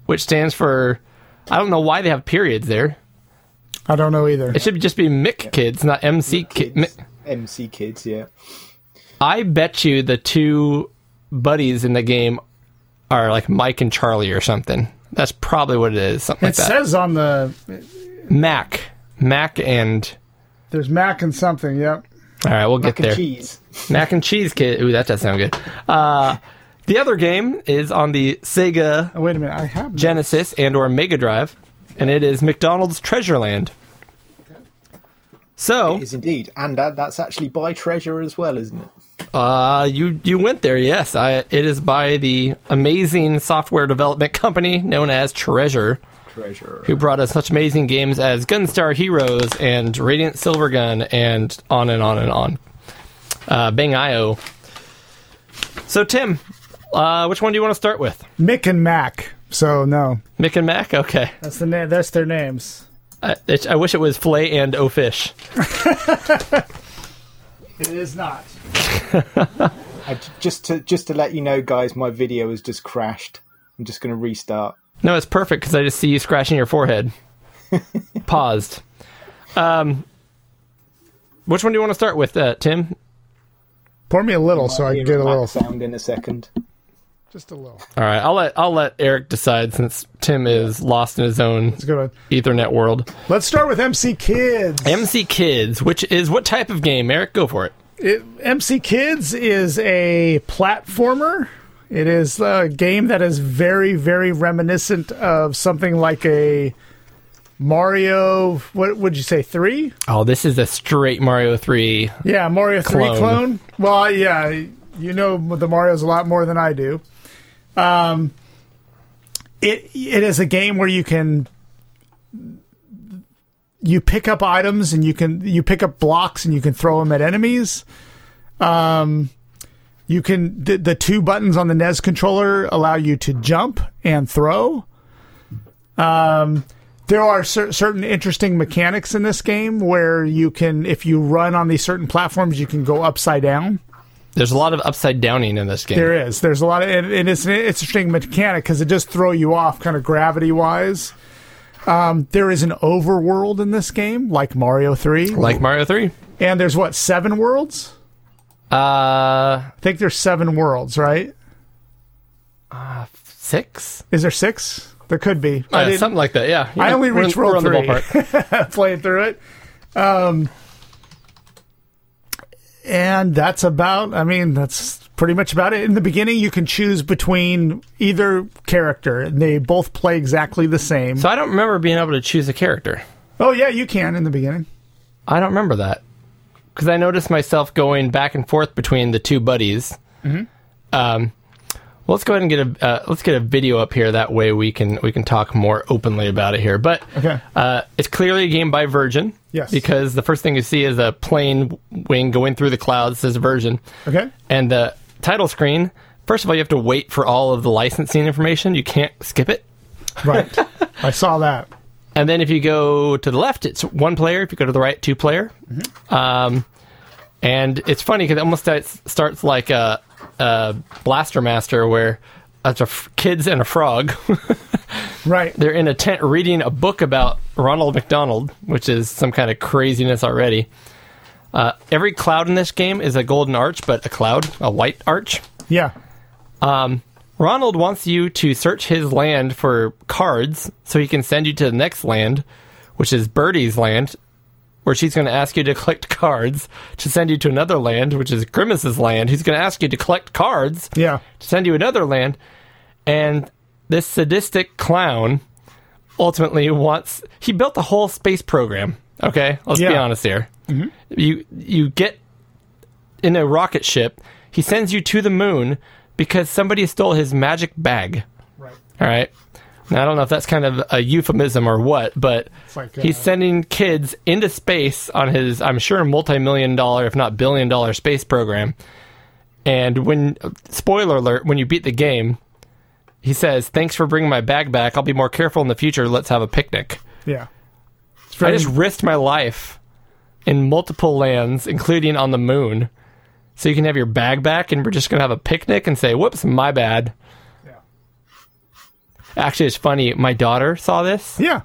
which stands for, I don't know why they have periods there. I don't know either. It should just be Mick Kids, not MC Kids. Kids, MC kids, yeah. I bet you the two buddies in the game are like Mike and Charlie or something. That's probably what it is. Something It like that. says on the Mac, Mac and. there's Mac and something. Yep. All right, we'll Mac get there. and cheese. Mac and Cheese Kid. Ooh, that does sound good. Uh, the other game is on the Sega Oh, wait a minute. I have Genesis and or Mega Drive, and it is McDonald's Treasure Land. So Is indeed, and that, that's actually by treasure as well, isn't it? uh, you you went there, yes. I, it is by the amazing software development company known as Treasure, Treasure. who brought us such amazing games as Gunstar Heroes and Radiant Silvergun, and on and on and on. uh, Bang IO. So, Tim, uh, which one do you want to start with? Mick and Mac. So no, Mick and Mac? Okay. That's the name. That's their names. I, it, I wish it was Flay and O Fish. It is not. I- just to just to let you know, guys, my video has just crashed. I'm just going to restart. No, it's perfect because I just see you scratching your forehead. Paused. Um, which one do you want to start with, uh, Tim? pour me a little so I can get a little, sound in a second. just a little. All right, I'll let I'll let Eric decide since Tim is lost in his own It's a good one. Ethernet world. Let's start with MC Kids. MC Kids, which is what type of game? Eric, go for it. It, MC Kids is a platformer. It is a game that is very, very reminiscent of something like a Mario. What would you say? Three? Oh, this is a straight Mario three. Yeah, Mario Clone. three clone. Well, yeah, you know the Mario's a lot more than I do. Um, it it is a game where you can you pick up items and you can you pick up blocks and you can throw them at enemies. Um, you can the, the two buttons on the NES controller allow you to jump and throw. Um, there are cer- certain interesting mechanics in this game where you can if you run on these certain platforms you can go upside down There's a lot of upside downing in this game. there is there's a lot of and, and it's an interesting mechanic because it just throw you off kind of gravity wise um, there is an overworld in this game like mario 3 like Mario three. and there's what seven worlds Uh, i think there's seven worlds right six. is there six there could be Uh, i didn't [LAUGHS] something like that. Yeah, I only We're in- reached we're world on the three. ballpark. [LAUGHS] playing through it um, and that's about i mean that's pretty much about it in the beginning you can choose between either character and they both play exactly the same So I don't remember being able to choose a character. oh yeah you can in the beginning I don't remember that because I noticed myself going back and forth between the two buddies. Mm-hmm. Um, well, let's go ahead and get a uh, let's get a video up here. That way we can we can talk more openly about it here. But Okay. uh, it's clearly a game by Virgin. Yes. Because the first thing you see is a plane wing going through the clouds. Says Virgin. okay And the title screen. First of all, you have to wait for all of the licensing information. You can't skip it. right i saw that And then if you go to the left, it's one player. If you go to the right, two player. Um, and it's funny because it almost starts, starts like a, a Blaster Master where it's a f- kids and a frog. [LAUGHS] right They're in a tent reading a book about Ronald McDonald, which is some kind of craziness already. Uh, every cloud in this game is a golden arch, but a cloud, a white arch. yeah Ronald wants you to search his land for cards so he can send you to the next land, which is Birdie's land, where she's going to ask you to collect [LAUGHS] cards to send you to another land, which is Grimace's land, who's going to ask you to collect cards yeah to send you another land. And this sadistic clown ultimately wants he built the whole space program. Okay, let's be Yeah. Mm-hmm. honest here. You you get in a rocket ship. He sends you to the moon because somebody stole his magic bag. Right. All right. Now, I don't know if that's kind of a euphemism or what, but like, he's uh, sending kids into space on his, I'm sure, multi-million dollar, if not billion dollar, space program. And when, spoiler alert, when you beat the game, he says, "Thanks for bringing my bag back. I'll be more careful in the future. Let's have a picnic." yeah It's I very- just risked my life in multiple lands, including on the moon, so you can have your bag back, and we're just gonna have a picnic and say, "Whoops, my bad." Actually, it's funny. My daughter saw this. yeah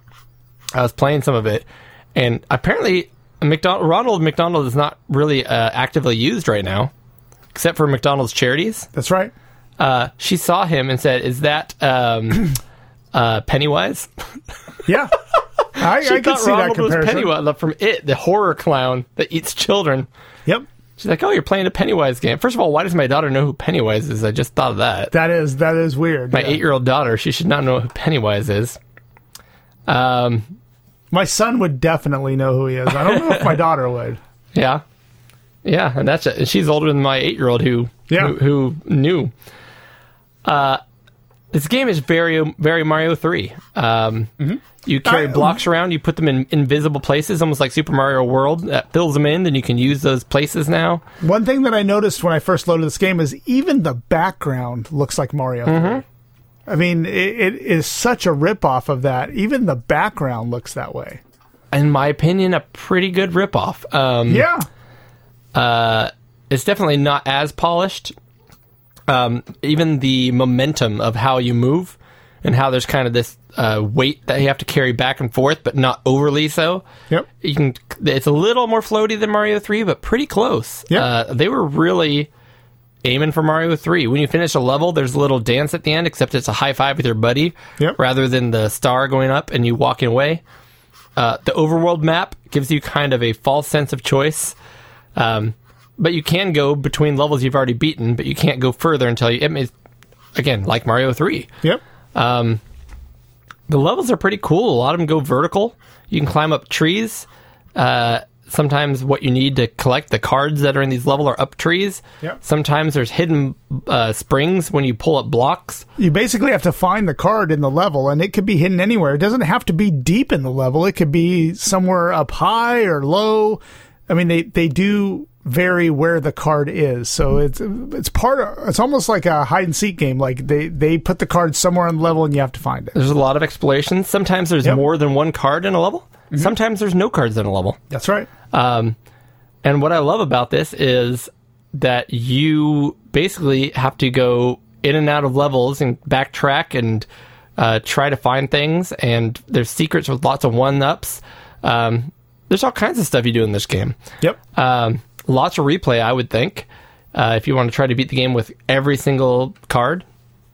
I was playing some of it, and apparently, McDonald, Ronald McDonald is not really uh, actively used right now, except for McDonald's charities that's right uh, she saw him and said, "Is that um, [CLEARS THROAT] uh, Pennywise?" yeah i, She I can thought see that Ronald was comparison Pennywise like, from It, the horror clown that eats children. yep She's like, "Oh, you're playing a Pennywise game." First of all, why does my daughter know who Pennywise is? I just thought of that. that is that is weird my yeah. eight-year-old daughter, she should not know who Pennywise is. Um, my son would definitely know who he is i don't know if my daughter would yeah, yeah, and that's it. And she's older than my eight-year-old who Yeah. who, who knew. Uh, This game is very, very Mario Three. Um, You carry I- blocks around. You put them in invisible places, almost like Super Mario World. That fills them in, then you can use those places now. One thing that I noticed when I first loaded this game is even the background looks like Mario. 3. Mm-hmm. I mean, it, it is such a ripoff of that. Even the background looks that way. In my opinion, a pretty good ripoff. Um, Yeah. it's definitely not as polished. Um, even the momentum of how you move and how there's kind of this uh, weight that you have to carry back and forth, but not overly so. Yep. You can. It's a little more floaty than Mario Three, but pretty close. Yeah. Uh, they were really aiming for Mario Three. When you finish a level, there's a little dance at the end, except it's a high five with your buddy Yep. rather than the star going up and you walking away. Uh, the overworld map gives you kind of a false sense of choice. Um, but you can go between levels you've already beaten, but you can't go further until you. I mean, again, like Mario 3. Yep. The levels are pretty cool. A lot of them go vertical. You can climb up trees. Uh, sometimes what you need to collect the cards that are in these level are up trees. Yep. Sometimes there's hidden uh, springs when you pull up blocks. You basically have to find the card in the level, and it could be hidden anywhere. It doesn't have to be deep in the level. It could be somewhere up high or low. I mean, they they do vary where the card is. So it's it's part of it's almost like a hide and seek game. Like they they put the card somewhere on the level, and you have to find it. There's a lot of exploration. Sometimes there's Yep. Mm-hmm. more than one card in a level. Sometimes there's no cards in a level. That's right. And what I love about this is that you basically have to go in and out of levels and backtrack and uh, try to find things. And there's secrets with lots of one ups. Um, there's all kinds of stuff you do in this game. Yep. Um, lots of replay, I would think. Uh, if you want to try to beat the game with every single card,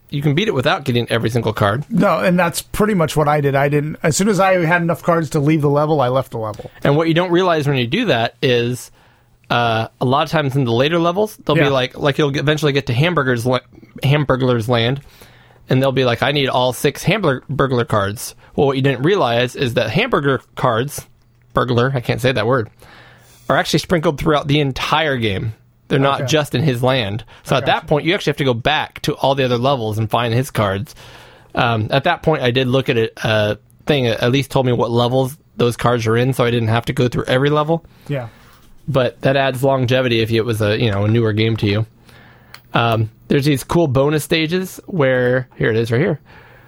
you can beat it without getting every single card. No, and that's pretty much what I did. I didn't. As soon as I had enough cards to leave the level, I left the level. And what you don't realize when you do that is uh, a lot of times in the later levels, they'll Yeah. be like, like you'll eventually get to Hamburger's la- Hamburglar's Land, and they'll be like, I need all six Hamburglar cards. Well, what you didn't realize is that Hamburger cards, burglar, I can't say that word, are actually sprinkled throughout the entire game. They're not Okay. just in his land. So at that point, you actually have to go back to all the other levels and find his cards. Um, at that point, I did look at a uh, thing. At least told me what levels those cards are in, so I didn't have to go through every level. Yeah. But that adds longevity if it was a you know a newer game to you. Um, there's these cool bonus stages where here it is right here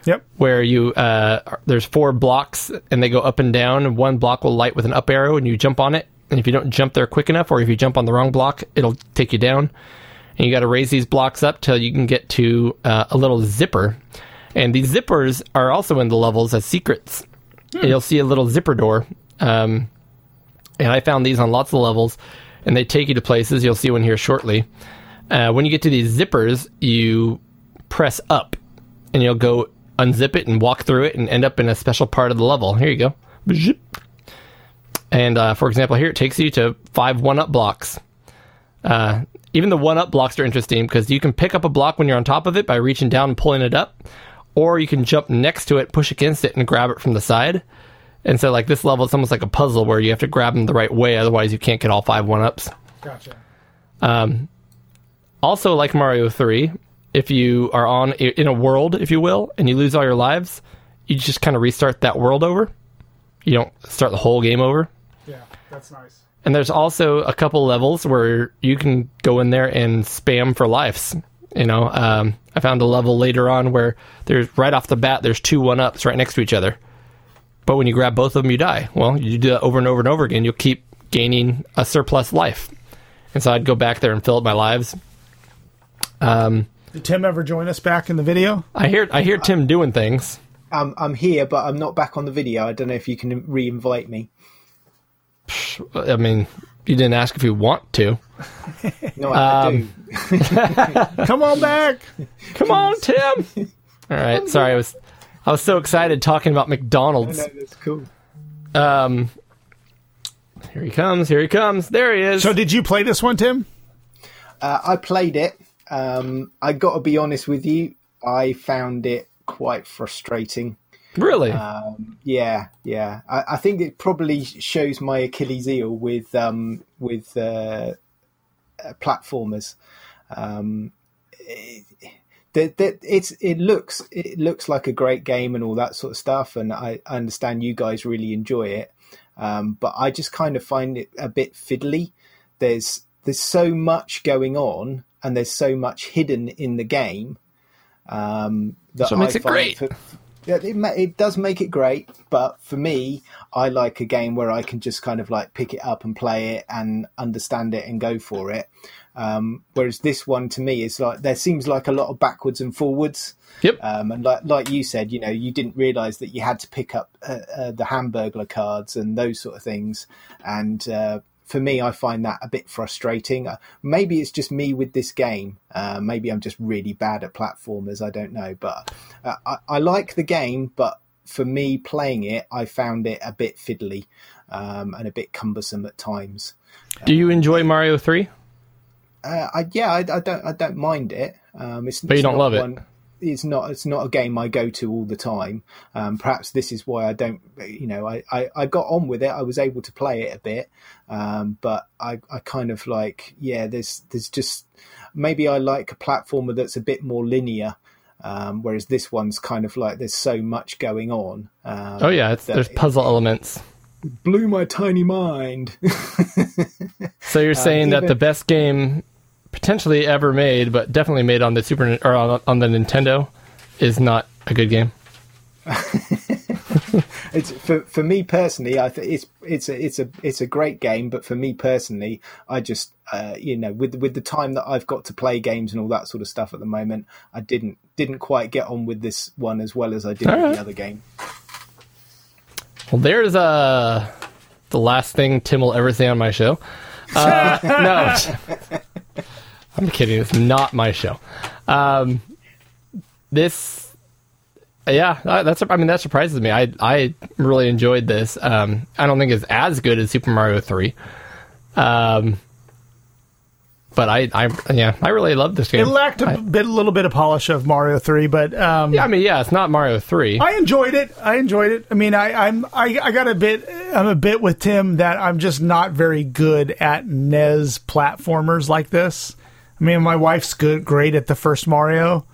Yep. where you uh, are- there's four blocks and they go up and down and one block will light with an up arrow and you jump on it and if you don't jump there quick enough or if you jump on the wrong block it'll take you down and you got to raise these blocks up till you can get to uh, a little zipper and these zippers are also in the levels as secrets and you'll see a little zipper door um, and i found these on lots of levels and they take you to places you'll see one here shortly uh, when you get to these zippers you press up and you'll go unzip it and walk through it and end up in a special part of the level. Here you go. Bzzzip. And uh, for example, here it takes you to five one up blocks. Uh, even the one up blocks are interesting because you can pick up a block when you're on top of it by reaching down and pulling it up, or you can jump next to it, push against it, and grab it from the side. And so, like this level, it's almost like a puzzle where you have to grab them the right way, otherwise, you can't get all five one ups. Gotcha. Also, like Mario 3, if you are on in a world, if you will, and you lose all your lives, you just kind of restart that world over. You don't start the whole game over. Yeah, that's nice. And there's also a couple levels where you can go in there and spam for lives. You know, um, I found a level later on where there's right off the bat there's two one ups right next to each other, but when you grab both of them, you die. Well, you do that over and over and over again. You'll keep gaining a surplus life, and so I'd go back there and fill up my lives. Did Tim ever join us back in the video? I hear I hear Tim doing things. Um, I'm here, but I'm not back on the video. I don't know if you can re-invite me. I mean, you didn't ask if you want to. No, I, I do. Um, Come on back. Come on, [LAUGHS] Tim. All right, sorry, I was I was so excited talking about McDonald's. No, that's cool. Um, here he comes. Here he comes. There he is. So, did you play this one, Tim? Uh, I played it. Um, I got to be honest with you. I found it quite frustrating. really? Uh, Yeah, yeah. I, I think it probably shows my Achilles heel with um, with uh, uh, platformers. Um, eh, that that it's it looks it looks like a great game and all that sort of stuff, and I, I understand you guys really enjoy it, um, but I just kind of find it a bit fiddly. There's there's so much going on, and there's so much hidden in the game. Um, that So it makes I it find great. for- yeah, it, ma- it does make it great, but for me, I like a game where I can just kind of like pick it up and play it and understand it and go for it. Um, whereas this one to me is like there seems like a lot of backwards and forwards. Yep. uh, Um, and like like you said, you know, you didn't realise that you had to pick up uh, uh, the Hamburglar cards and those sort of things. And uh, for me, I find that a bit frustrating. Uh, Maybe it's just me with this game. Uh, maybe I'm just really bad at platformers. I don't know, but uh, I, I like the game, but. For me, playing it, I found it a bit fiddly um, and a bit cumbersome at times. Do you enjoy Mario 3? Uh, I, yeah, I, I don't, I don't mind it. Um, it's, But you it's don't not love it. It's not, it's not a game I go to all the time. Um, perhaps this is why I don't, you know, I, I, I got on with it. I was able to play it a bit, um, but I, I kind of like, yeah, there's, there's just maybe I like a platformer that's a bit more linear. Um, whereas this one's kind of like there's so much going on. Um, Oh, yeah, it's, there's puzzle elements. blew my tiny mind. [LAUGHS] So Uh, you're saying that even- the best game potentially ever made, but definitely made on the Super Nin- or on, on the Nintendo, is not a good game. It's for for me personally. I think it's it's a it's a it's a great game, but for me personally, I just uh, you know with with the time that I've got to play games and all that sort of stuff at the moment, I didn't didn't quite get on with this one as well as I did with Alright. the other game. Well, there's uh the last thing Tim will ever say on my show. Uh, no, I'm kidding. It's not my show. Um, this, yeah, that- that's. I mean, that surprises me. I I really enjoyed this. Um, I don't think it's as good as Super Mario Three. Um, but I, I, yeah, I really love this It game. lacked a bit, little bit of polish of Mario Three, but um, yeah, I mean, yeah, it's not Mario Three. I enjoyed it. I enjoyed it. I mean, I, I'm I, I got a bit. I'm a bit with Tim that I'm just not very good at NES platformers like this. I mean, my wife's good, great at the first Mario,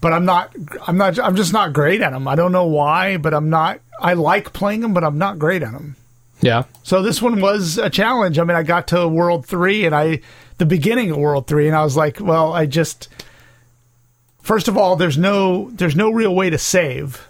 but I'm not. I'm not. I'm just not great at them. I don't know why, but I'm not. I like playing them, but I'm not great at them. yeah, So this one was a challenge. I mean, I got to World Three, and I the beginning of World Three, and I was like, well, I just first of all, there's no there's no real way to save.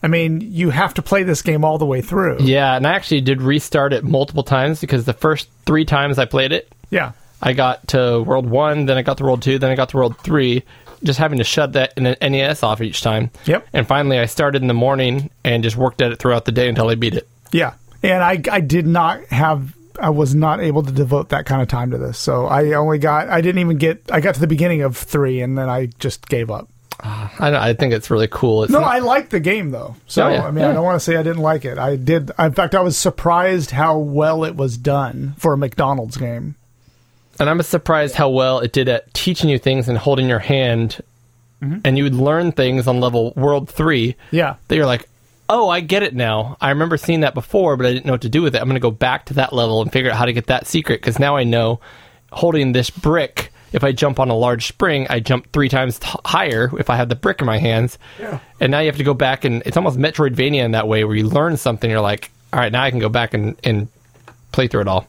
I mean, you have to play this game all the way through. yeah, and I actually did restart it multiple times because the first three times I played it, Yeah. I got to World One, then I got to World Two, then I got to World Three. Just having to shut that in- NES E off each time. Yep. And finally, I started in the morning and just worked at it throughout the day until I beat it. Yeah. And I I did not have I was not able to devote that kind of time to this. So I only got I didn't even get I got to the beginning of 3 and then I just gave up. I, don't- I think it's really cool. It's No, not- I liked the game though. So Oh, yeah. I mean, Yeah. I don't want to say I didn't like it. I did. In fact, I was surprised how well it was done for a McDonald's game. and I'm surprised how well it did at teaching you things and holding your hand, Mm-hmm. and you would learn things on level World Three. Yeah. That you're like, oh, I get it now. I remember seeing that before, but I didn't know what to do with it. I'm going to go back to that level and figure out how to get that secret because now I know holding this brick. If I jump on a large spring, I jump three times t- higher if I have the brick in my hands. Yeah. And now you have to go back and it's almost Metroidvania in that way where you learn something. You're like, all right, now I can go back and, and play through it all.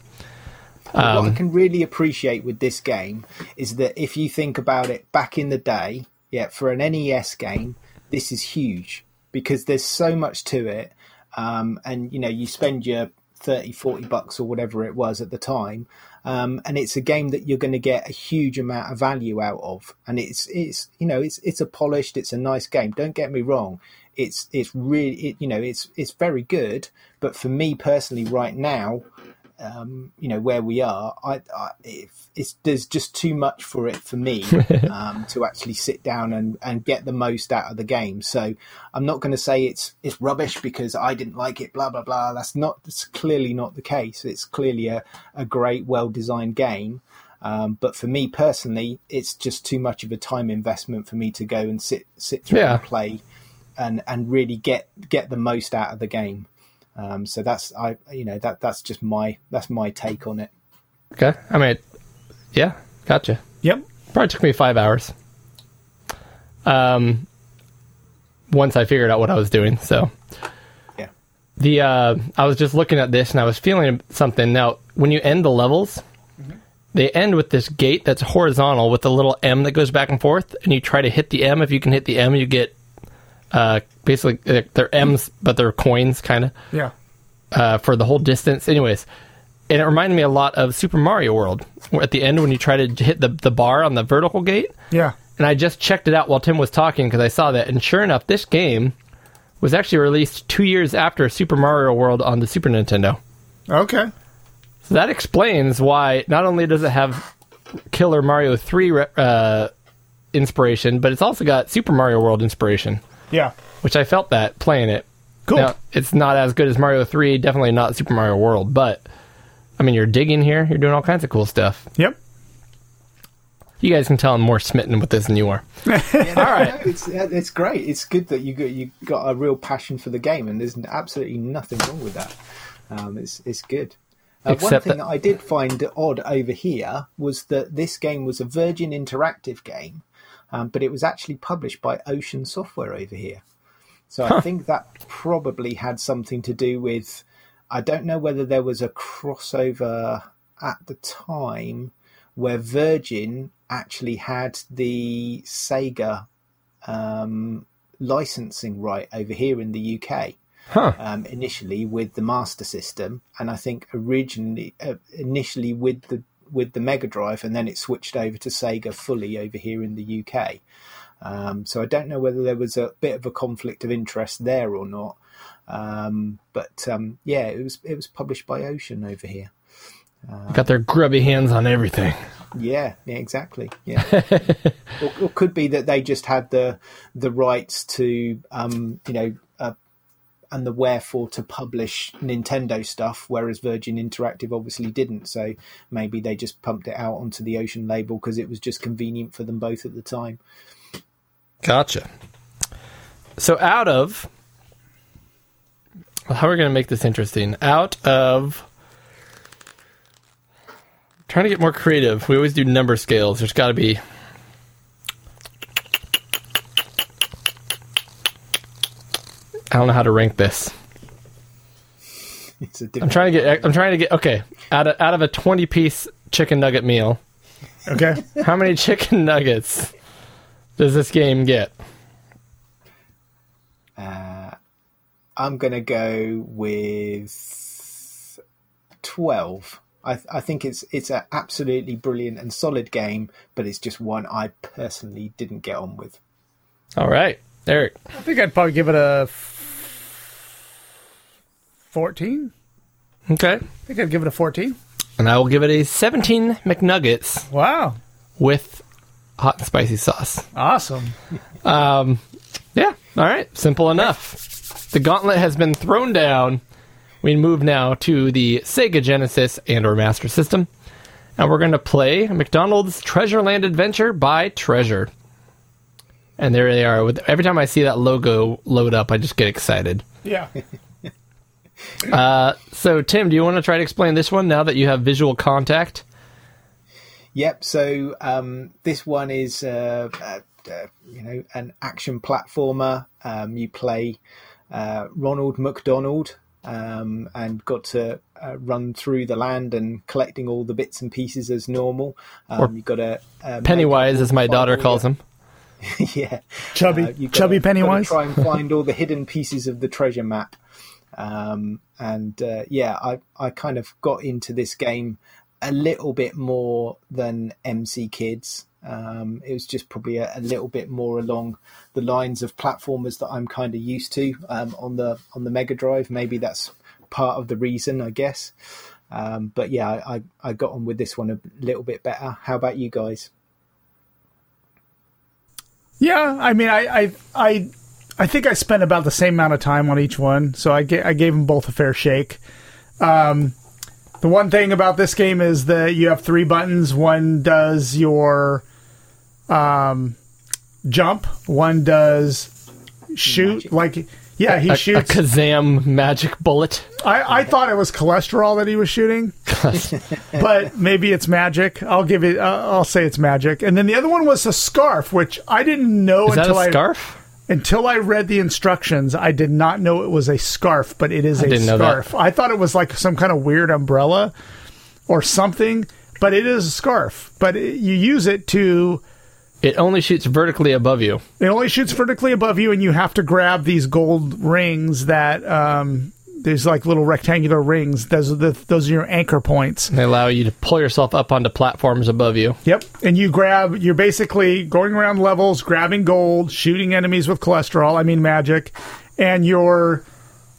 what I can really appreciate with this game is that if you think about it back in the day, yeah, for an NES game, this is huge because there's so much to it. Um, and you know, you spend your 30, 40 bucks or whatever it was at the time. Um, and it's a game that you're going to get a huge amount of value out of. And it's, it's, you know, it's, it's a polished, it's a nice game. Don't get me wrong it's it's really it, you know it's it's very good but for me personally right now um you know where we are i, I if it's there's just too much for it for me um to actually sit down and and get the most out of the game so i'm not going to say it's it's rubbish because i didn't like it blah blah blah that's not that's clearly not the case it's clearly a a great well designed game um, but for me personally, it's just too much of a time investment for me to go and sit sit through Yeah. and play and and really get get the most out of the game. Um, so that's I you know that that's just my that's my take on it. Okay. I mean, yeah, gotcha. Yep. Probably took me five hours. Um, once I figured out what I was doing, so Yeah. the uh, I was just looking at this and I was feeling something. Now, when you end the levels, they end with this gate that's horizontal with a little M that goes back and forth, and you try to hit the M. If you can hit the M, you get uh, basically they're they're M's, but they're coins kind of Yeah. uh, for the whole distance. Anyways, and it reminded me a lot of Super Mario World where at the end when you try to hit the the bar on the vertical gate. Yeah. And I just checked it out while Tim was talking because I saw that, and sure enough, this game was actually released two years after Super Mario World on the Super Nintendo. Okay. So that explains why not only does it have Killer Mario 3 re- uh, inspiration, but it's also got Super Mario World inspiration, Yeah. which I felt that playing it. Cool. Now, it's not as good as Mario 3, definitely not Super Mario World, but I mean, you're digging here, you're doing all kinds of cool stuff. Yep. You guys can tell I'm more smitten with this than you are. All right, it's it's great. It's good that you got you got a real passion for the game, and there's absolutely nothing wrong with that. Um, it's it's good. Uh, one Except thing that- that I did find odd over here was that this game was a Virgin Interactive game, um, but it was actually published by Ocean Software over here. So I think that probably had something to do with. I don't know whether there was a crossover at the time where Virgin actually had the Sega um, licensing right over here in the UK um, initially with the Master System, and I think originally uh, initially with the with the Mega Drive, and then it switched over to Sega fully over here in the UK. Um, so I don't know whether there was a bit of a conflict of interest there or not. Um, but um, yeah, it was it was published by Ocean over here. Got their grubby hands on everything. Yeah, yeah, exactly. Yeah, or, or could be that they just had the the rights to, um, you know, uh, and the wherefore to publish Nintendo stuff, whereas Virgin Interactive obviously didn't. So maybe they just pumped it out onto the Ocean label because it was just convenient for them both at the time. [LAUGHS] Gotcha. So out of well, how are we going to make this interesting? Out of trying to get more creative. We always do number scales. There's got to be I don't know how to rank this. It's a I'm different. trying to get I'm trying to get okay, out of out of a 20 piece chicken nugget meal, [LAUGHS] Okay. Uh, how many [LAUGHS] chicken nuggets does this game get? I'm gonna go with twelve. I, I think it's it's an absolutely brilliant and solid game, but it's just one I personally didn't get on with. All right. Eric. I think I'd probably give it a fourteen. Okay. I think I'd give it a fourteen. And I will give it a 17 McNuggets Wow. with hot and spicy sauce. Awesome. Yeah. All right. Simple enough. The gauntlet has been thrown down. We move now to the Sega Genesis and or Master System. And we're going to play McDonald's Treasure Land Adventure by Treasure. And there they are. With every time I see that logo load up, I just get excited. Uh, Yeah. So, Tim, do you want to try to explain this one now that you have visual contact? Yep. So um, this one is, uh, uh, uh, you know, an action platformer. Um, you play uh, Ronald McDonald um, and got to uh, run through the land and collecting all the bits and pieces as normal. Um, Or you've got to uh, make- Pennywise, as my daughter calls him. [LAUGHS] yeah, Chubby- Uh, you've chubby gotta- gotta Pennywise. Try and find [LAUGHS] all the hidden pieces of the treasure map. Um, and uh, yeah, I I kind of got into this game a little bit more than MC Kids. Um, it was just probably a, a little bit more along the lines of platformers that I'm kind of used to um, on the on the Mega Drive. Maybe that's part of the reason, I guess. Um, but yeah, I, I, I got on with this one a little bit better. How about you guys? Yeah, I mean, I, I, I, I think I spent about the same amount of time on each one, so I, ga- I gave them both a fair shake. Um, the one thing about this game is that you have three buttons. One does your um, jump. One does shoot. Like, yeah, he A, a shoots. Kazam magic bullet. [LAUGHS] I, I thought it was cholesterol that he was shooting. but maybe it's magic. I'll give it. Uh, I'll say it's magic. And then the other one was a scarf, which I didn't know Is that until a I scarf? until I read the instructions. I did not know it was a scarf, but it is a didn't know that. scarf. I thought it was like some kind of weird umbrella or something, but it is a scarf. But it, you use it to. It only shoots vertically above you. It only shoots vertically above you, and you have to grab these gold rings that. Um, there's like little rectangular rings. Those are the those are your anchor points. They allow you to pull yourself up onto platforms above you. Yep. And you grab, you're basically going around levels, grabbing gold, shooting enemies with cholesterol, I mean magic, and you're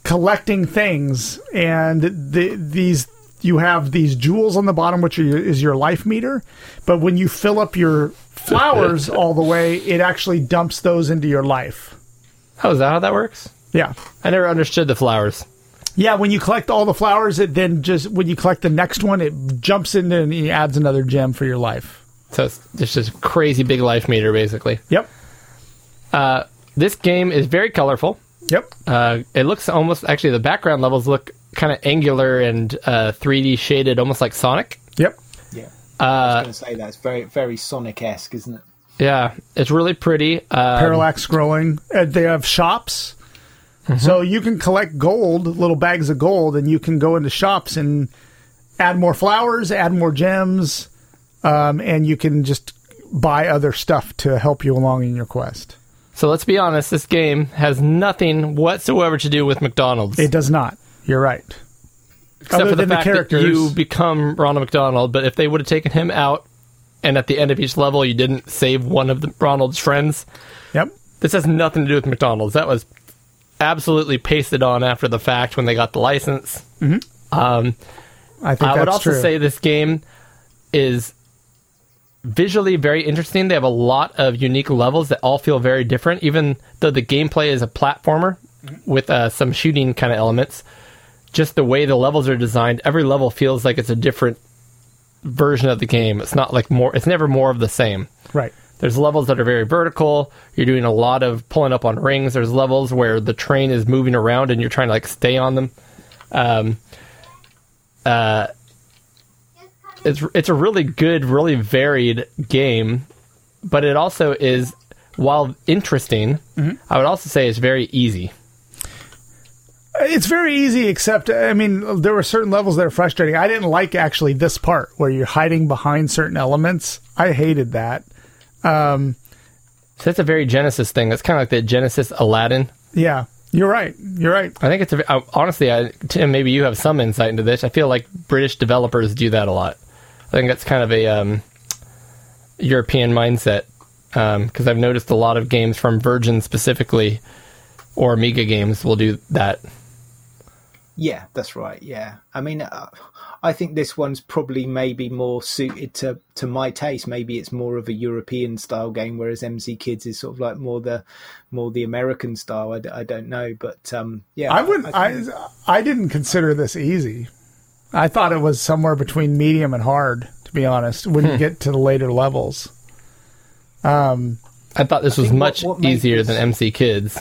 collecting things. And the, these, you have these jewels on the bottom, which are, your- is your life meter. But when you fill up your flowers all the way, it actually dumps those into your life. Oh, is that how that works? Yeah. I never understood the flowers. Yeah. When you collect all the flowers, it then just, when you collect the next one, it jumps into and it adds another gem for your life. So it's it's just a crazy big life meter, basically. Yep. This game is very colorful. Yep. Uh, it looks almost actually the background levels look kind of angular and uh, 3D shaded, almost like Sonic. Yep. Yeah. I was going to say that's very, very Sonic esque, isn't it? Yeah, it's really pretty. Uh, parallax scrolling. Uh, they have shops, so you can collect gold, little bags of gold, and you can go into shops and add more flowers, add more gems, um, and you can just buy other stuff to help you along in your quest. so let's be honest, this game has nothing whatsoever to do with McDonald's, It does not. You're right. except other for the than the fact characters. that you become Ronald McDonald. But if they would have taken him out, and at the end of each level you didn't save one of the Ronald's friends, Yep. this has nothing to do with McDonald's. That was absolutely pasted on after the fact when they got the license. I think I that's would also true. say this game is visually very interesting. They have a lot of unique levels that all feel very different, even though the gameplay is a platformer with uh, some shooting kind of elements. Just the way the levels are designed, every level feels like it's a different version of the game. It's not like more. It's never more of the same. right. There's levels that are very vertical. You're doing a lot of pulling up on rings. There's levels where the train is moving around and you're trying to like stay on them. Um, uh, it's it's a really good, really varied game, but it also is while interesting. Mm-hmm. I would also say it's very easy. It's very easy, except I mean, there were certain levels that are frustrating. I didn't like actually this part where you're hiding behind certain elements. I hated that. So that's a very Genesis thing. It's kind of like the Genesis Aladdin. Yeah, you're right. You're right. I think it's a, I- honestly, I, Tim, maybe you have some insight into this. I feel like British developers do that a lot. I think that's kind of a um, European mindset because I've noticed a lot of games from Virgin specifically or Amiga games will do that. Yeah, that's right. Yeah, I mean, uh, I think this one's probably maybe more suited to to my taste. Maybe it's more of a European style game, whereas MZ Kids is sort of like more the more the American style. I, d- I don't know, but um, yeah, I wouldn't. I, I didn't consider this easy. I thought it was somewhere between medium and hard. To be honest, when Hmm. you get to the later levels, I thought this was think what- much what made easier this- than MC Kids.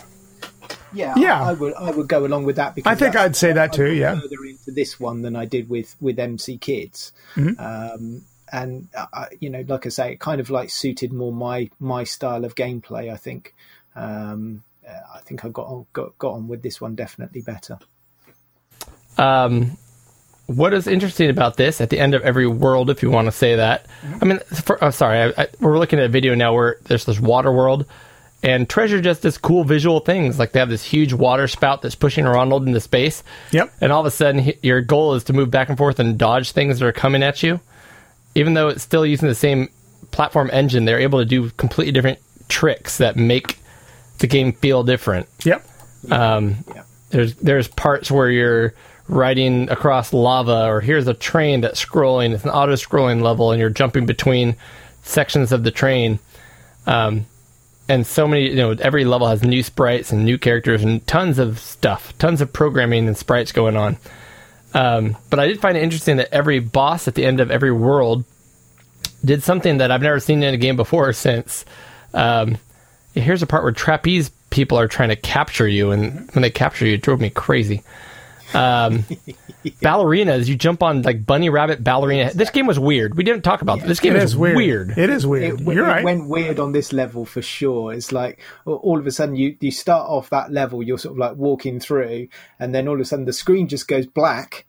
yeah, Yeah. I, I would I would go along with that because I think that's- I'd say that too. went Yeah, further into this one than I did with with MC Kids. Mm-hmm. Um, and I- I, you know, like I say, it kind of like suited more my my style of gameplay. I think. Um, uh, I think I got on, got got on with this one definitely better. Um, what is interesting about this at the end of every world, if you want to say that, I mean, for, oh, sorry, I, I, we're looking at a video now where there's this water world, and Treasure just does cool visual things. Like they have this huge water spout that's pushing Ronald into space. Yep. And all of a sudden, he, your goal is to move back and forth and dodge things that are coming at you. Even though it's still using the same platform engine, they're able to do completely different tricks that make the game feel different Um, yep, there's there's parts where you're riding across lava or here's a train that's scrolling it's an auto scrolling level and you're jumping between sections of the train um, and so many you know every level has new sprites and new characters and tons of stuff tons of programming and sprites going on um, but i did find it interesting that every boss at the end of every world did something that i've never seen in a game before since um, here's Mm-hmm. a part where trapeze people are trying to capture you, and when they capture you, it drove me crazy. Um, [LAUGHS] ballerinas. You jump on like bunny rabbit ballerina. This game was weird. We didn't talk about this. This game It is, is weird. weird. It is weird. it, You're it right. went weird on this level for sure. It's like a- all of a sudden you you start off that level, you're sort of like walking through, and then all of a sudden the screen just goes black,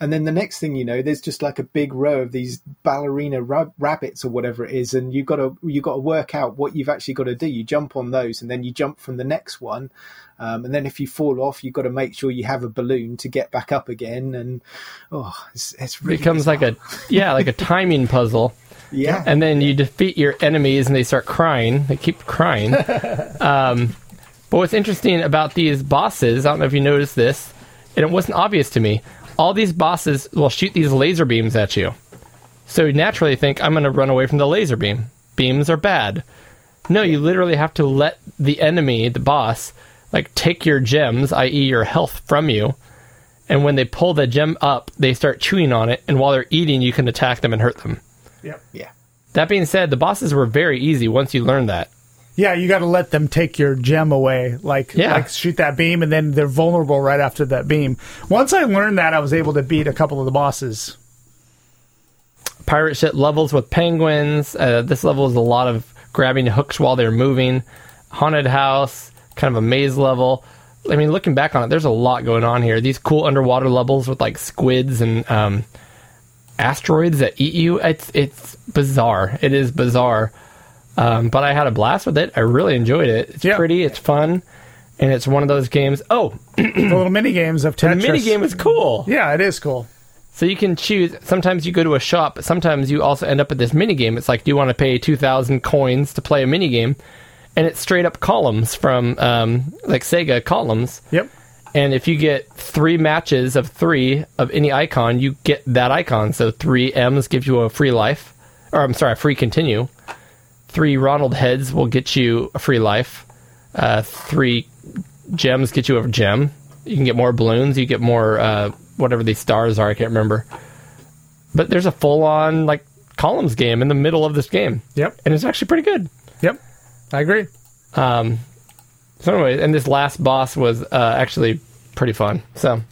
and then the next thing you know, there's just like a big row of these ballerina rab- rabbits or whatever it is, and you got to you got to work out what you've actually got to do. You jump on those, and then you jump from the next one, um, and then if you fall off, you've got to make sure you have a balloon to get back up again, and oh, it's, it's It really becomes like a yeah, like a timing [LAUGHS] puzzle. yeah. and then you defeat your enemies and they start crying. They keep crying. um, but what's interesting about these bosses, I don't know if you noticed this, and it wasn't obvious to me, all these bosses will shoot these laser beams at you. So you naturally think, I'm going to run away from the laser beam. Beams are bad. No, you literally have to let the enemy, the boss, like take your gems, i.e., your health, from you. And when they pull the gem up, they start chewing on it. And while they're eating, you can attack them and hurt them. yeah. That being said, the bosses were very easy once you learned that. Yeah, you got to let them take your gem away, like Yeah. like shoot that beam, and then they're vulnerable right after that beam. Once I learned that, I was able to beat a couple of the bosses. Pirate ship levels with penguins. Uh, this level is a lot of grabbing hooks while they're moving. Haunted house, kind of a maze level. I mean, looking back on it, there's a lot going on here. These cool underwater levels with like squids and um, asteroids that eat you. It's it's bizarre. It is bizarre. Um, but I had a blast with it. I really enjoyed it. It's Yeah. pretty. It's fun, and it's one of those games. Oh, the little mini games of the Tetris. mini game is cool. Yeah, it is cool. So you can choose. Sometimes you go to a shop, but sometimes you also end up at this mini game. It's like, do you want to pay two thousand coins to play a mini game? And it's straight up columns from um, like Sega columns. Yep. And if you get three matches of three of any icon, you get that icon. So three M's gives you a free life, or I'm sorry, a free continue. Three Ronald heads will get you a free life. Uh, three gems get you a gem. You can get more balloons. You get more uh, whatever these stars are. I can't remember. But there's a full on like columns game in the middle of this game, Yep. and it's actually pretty good. Yep. I agree. So anyway, and this last boss was uh, actually pretty fun. So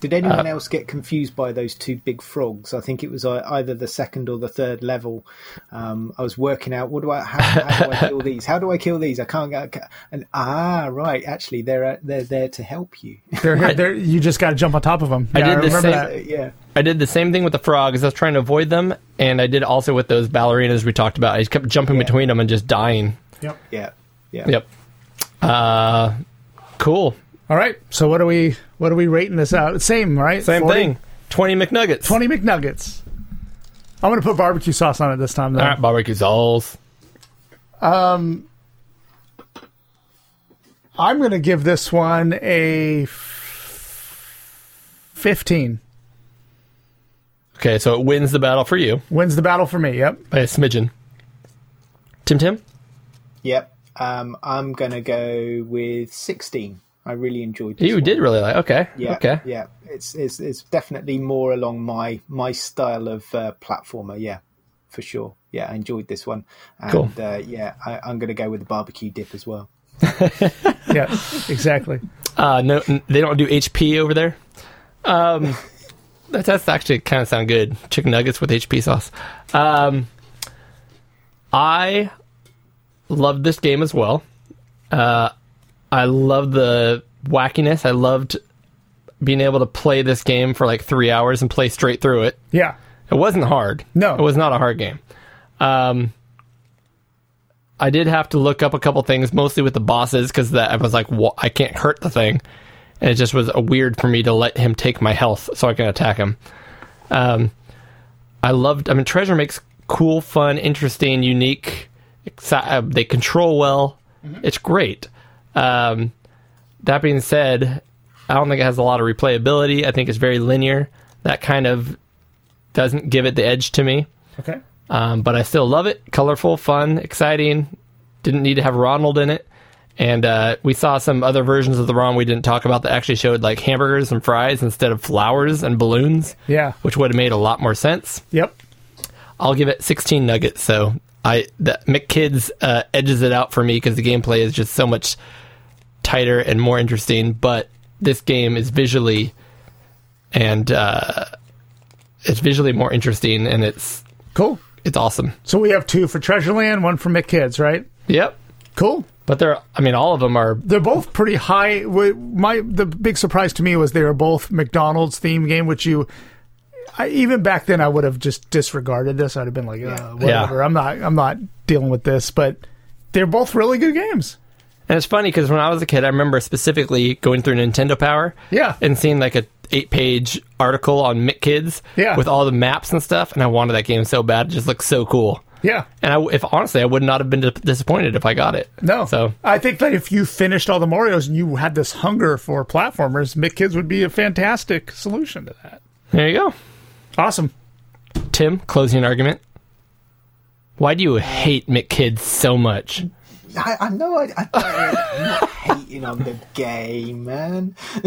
Did anyone Uh, else get confused by those two big frogs? I think it was ei- either the second or the third level. Um, I was working out what do I how, how [LAUGHS] do I kill these? How do I kill these? I can't get and ah right, actually they're uh, they're there to help you. [LAUGHS] They're, they're, you just got to jump on top of them. I did the remember same- that. yeah, I did the same thing with the frogs. I was trying to avoid them, and I did also with those ballerinas we talked about. I kept jumping between them and just dying. yeah, yeah. Yep. Uh, cool. All right. So what are we what are we rating this out? Same, right? Same 40? thing. Twenty McNuggets. Twenty McNuggets. I'm gonna put barbecue sauce on it this time. Though. All right, barbecue sauce. I'm gonna give this one a f- fifteen. Okay, so it wins the battle for you Wins the battle for me. Yep. by a smidgen. Tim Tim. Yep. Um, I'm gonna go with sixteen. I really enjoyed. This You one. did really like. Okay. Yeah, Okay. yeah. It's, it's it's definitely more along my my style of uh, platformer. Yeah, for sure. Yeah, I enjoyed this one. And, Cool. Uh, yeah, I, I'm going to go with the barbecue dip as well. Yeah. exactly. Uh, no, n- they don't do HP over there. Um, [LAUGHS] that that's actually kind of sound good. Chicken nuggets with HP sauce. Um, I loved this game as well. Uh, I loved the wackiness. I loved being able to play this game for like three hours and play straight through it. Yeah. It wasn't hard. No. it was not a hard game. Um, I did have to look up a couple things, mostly with the bosses, because that I was like, "Wha- I can't hurt the thing, and it just was uh, weird for me to let him take my health so I can attack him. Um, I loved. I mean, Treasure makes cool, fun, interesting, unique. exci- uh, they control well. It's great. Um, that being said, I don't think it has a lot of replayability. I think it's very linear. That kind of doesn't give it the edge to me. Okay. Um, but I still love it. Colorful, fun, exciting. Didn't need to have Ronald in it. And uh, we saw some other versions of the ROM we didn't talk about that actually showed like hamburgers and fries instead of flowers and balloons, Yeah. which would have made a lot more sense. Yep. I'll give it 16 nuggets. So I the McKids uh, edges it out for me because the gameplay is just so much tighter and more interesting. But this game is visually and uh, it's visually more interesting, and it's Cool. it's awesome. So we have two for Treasure Land, one for McKids, right? Yep. Cool. But they're, I mean, all of them are. They're both pretty high. w- My the big surprise to me was they were both McDonald's theme game, which you. I, even back then, I would have just disregarded this. I'd have been like, uh, whatever. I'm not. I'm not dealing with this. But they're both really good games. And it's funny because when I was a kid, I remember specifically going through Nintendo Power. Yeah. And seeing like a eight page article on Mick Kids. Yeah. With all the maps and stuff, and I wanted that game so bad. It just looked so cool. Yeah. And I, if honestly, I would not have been di- disappointed if I got it. No. So I think that if you finished all the Mario's and you had this hunger for platformers, McKids would be a fantastic solution to that. there you go. Awesome. Tim, closing argument. Why do you hate McKids so much? I, I know I, I don't, I'm not hating on the game, man. [LAUGHS]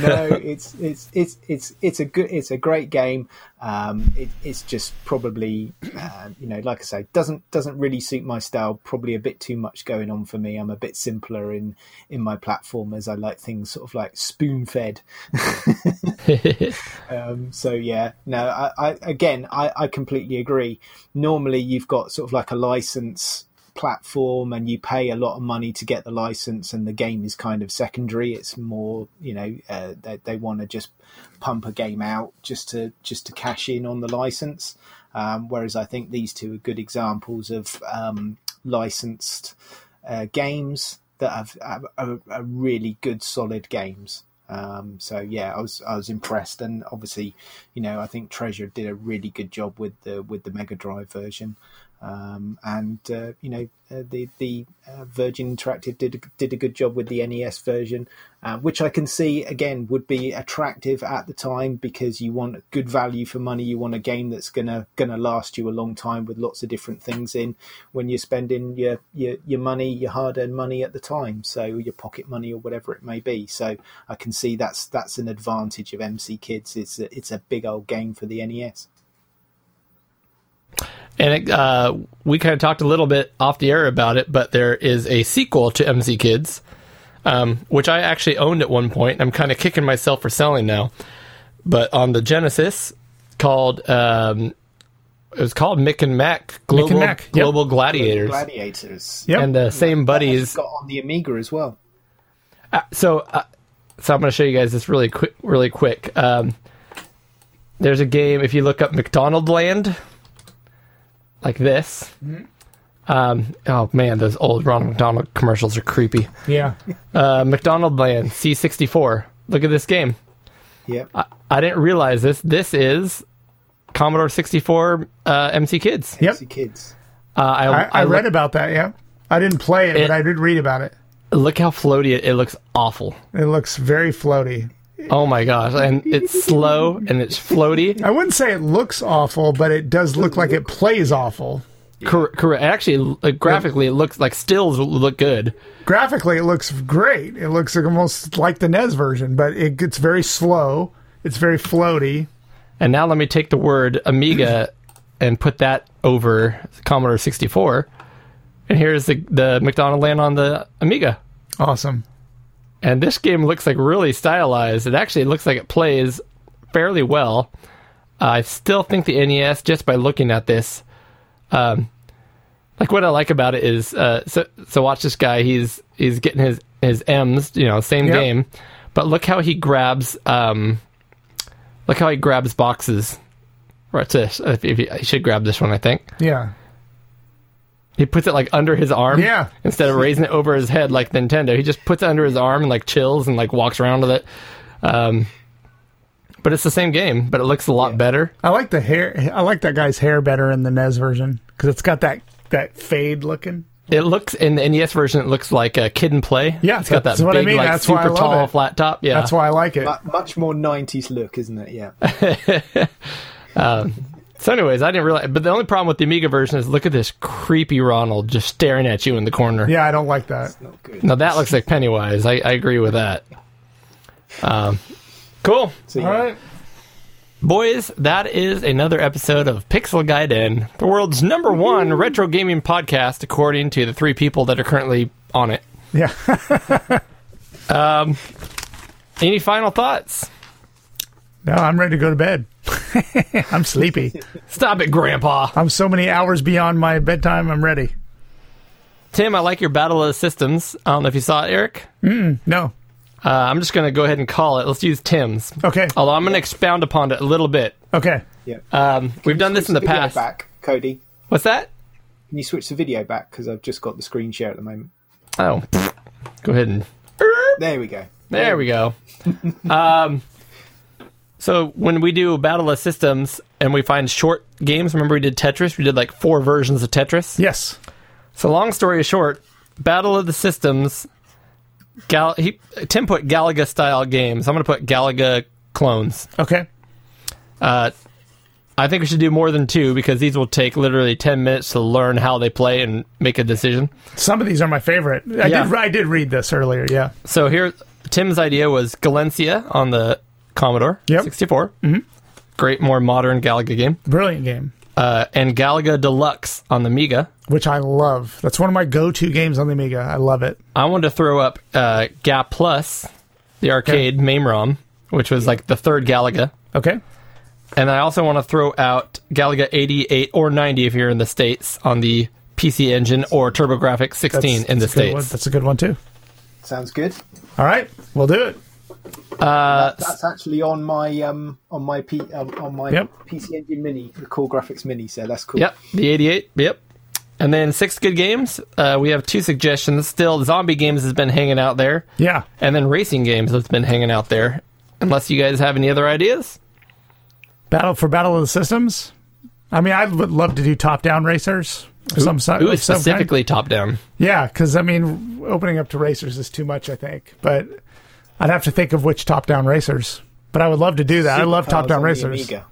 no, it's it's it's it's it's a good it's a great game. Um, it, it's just probably uh, you know like I say doesn't doesn't really suit my style. Probably a bit too much going on for me. I'm a bit simpler in in my platformers. I like things sort of like spoon fed. Um, so yeah, no, I, I again, I, I completely agree. Normally, you've got sort of like a license platform, and you pay a lot of money to get the license, and the game is kind of secondary. It's more, you know, uh, they, they want to just pump a game out just to just to cash in on the license. Um, whereas I think these two are good examples of um, licensed uh, games that have, have are, are really good, solid games. Um, so yeah, I was I was impressed, and obviously, you know, I think Treasure did a really good job with the with the Mega Drive version, um, and uh, you know, uh, the the uh, Virgin Interactive did a- did a good job with the NES version, uh, which I can see again would be attractive at the time because you want good value for money, you want a game that's gonna gonna last you a long time with lots of different things in when you're spending your your, your money, your hard earned money at the time, so your pocket money or whatever it may be. So I can see that's that's an advantage of MC Kids. It's a, it's a big old game for the E NES. And it, uh, we kind of talked a little bit off the air about it, but there is a sequel to MZ Kids, um, which I actually owned at one point. I'm kind of kicking myself for selling now, but on the Genesis, called um, it was called Mick and Mac Global Mac, yep. Global Gladiators, Gladiators. Yep. and uh, the same buddies. Got on the Amiga as well. so uh, so I'm going to show you guys this really quick. Really quick. Um, there's a game if you look up McDonald Land, like this. Mm-hmm. Um, oh man, those old Ronald McDonald commercials are creepy. Yeah. Uh, McDonald Land C64. Look at this game. Yep. I didn't realize this. This is Commodore 64 uh, MC Kids. Yep. MC Kids. Uh, I, I, I, read look, about that. Yeah. I didn't play it, It- but I did read about it. Look how floaty it, it looks. Awful. It looks very floaty. Oh my gosh! And it's slow and it's floaty. I wouldn't say it looks awful, but it does look like it plays awful. Cor- correct. Actually, uh, graphically, it looks like stills look good. Graphically, it looks great. It looks like almost like the NES version, but it gets very slow. It's very floaty. And now let me take the word Amiga [COUGHS] and put that over Commodore 64. And here's the the McDonald Land on the Amiga. Awesome. And this game looks like really stylized. It actually looks like it plays fairly well. Uh, I still think the NES, just by looking at this, um, like what I like about it is, uh, so so watch this guy. He's he's getting his his M's, you know, same Yep. game, but look how he grabs, um, look how he grabs boxes. Right, this. If, if he, he should grab this one, I think Yeah. he puts it like under his arm. Yeah. Instead of raising it over his head like Nintendo, he just puts it under his arm and like chills and like walks around with it. Um, but it's the same game, but it looks a lot better. I like the hair. I like that guy's hair better in the NES version because it's got that that fade looking. It looks in the NES version, it looks like a kid and play. Yeah, it's got that that's big, what I mean. like That's why I super love tall it. flat top. Yeah, That's why I like it. Mu- Uh, much more 90s look, isn't it? [LAUGHS] Yeah. So, anyways, I didn't realize. But the only problem with the Amiga version is look at this creepy Ronald just staring at you in the corner. Yeah, I don't like that. Not good. Now that looks like Pennywise. I, I agree with that. Um, cool. So, All yeah. right. Boys, that is another episode of Pixel Gaiden, the world's number one retro gaming podcast, according to the three people that are currently on it. Yeah. [LAUGHS] Any final thoughts? No, I'm ready to go to bed. [LAUGHS] I'm sleepy. Stop it, Grandpa. I'm so many hours beyond my bedtime. I'm ready. Tim, I like your battle of the systems. I don't know if you saw it, Eric. No. Uh, I'm just going to go ahead and call it. Let's use Tim's. Okay. Although I'm going to expound upon it a little bit. Okay. Yeah. Um, we've done this in the Video past. Back, Cody. What's that? Can you switch the video back because I've just got the screen share at the moment? Oh, go ahead and There we go. There we [LAUGHS] go. um, so when we do Battle of Systems and we find short games, remember we did Tetris? We did like four versions of Tetris. Yes. So long story short, Battle of the Systems. Gal- he, Tim put Galaga style games. I'm going to put Galaga clones. Uh, Okay. I think we should do more than two because these will take literally 10 minutes to learn how they play and make a decision. Some of these are my favorite. I Yeah. did. I did read this earlier. Yeah. So here, Tim's idea was Galencia on the Commodore Yep. 64. Mm-hmm. Great, more modern Galaga game. Brilliant game, uh, and Galaga Deluxe on the Mega. which I love. That's one of my go-to games on the Amiga. I love it. I wanted to throw up uh, Gap Plus, the arcade MAME ROM, which was like the third Galaga. Okay. And I also want to throw out Galaga 88 or 90 if you're in the States on the PC Engine or TurboGrafx 16 in the a good one. States. That's a good one too. Sounds good. All right, we'll do it. That's actually on my um on my P um, on my Yep. PC Engine Mini, the Core Graphics Mini. So that's cool. Yep, the 88. Yep. And then six good games. Uh, we have two suggestions. Still, zombie games has been hanging out there, Yeah. and then racing games has been hanging out there. Unless you guys have any other ideas. Battle for Battle of the Systems. I mean, I would love to do top-down racers. of Some, si- Ooh, of some kind. specifically top down. Yeah, because I mean, opening up to racers is too much, I think. But I'd have to think of which top down racers. But I would love to do that. I love Supercars top down on the racers. Amiga.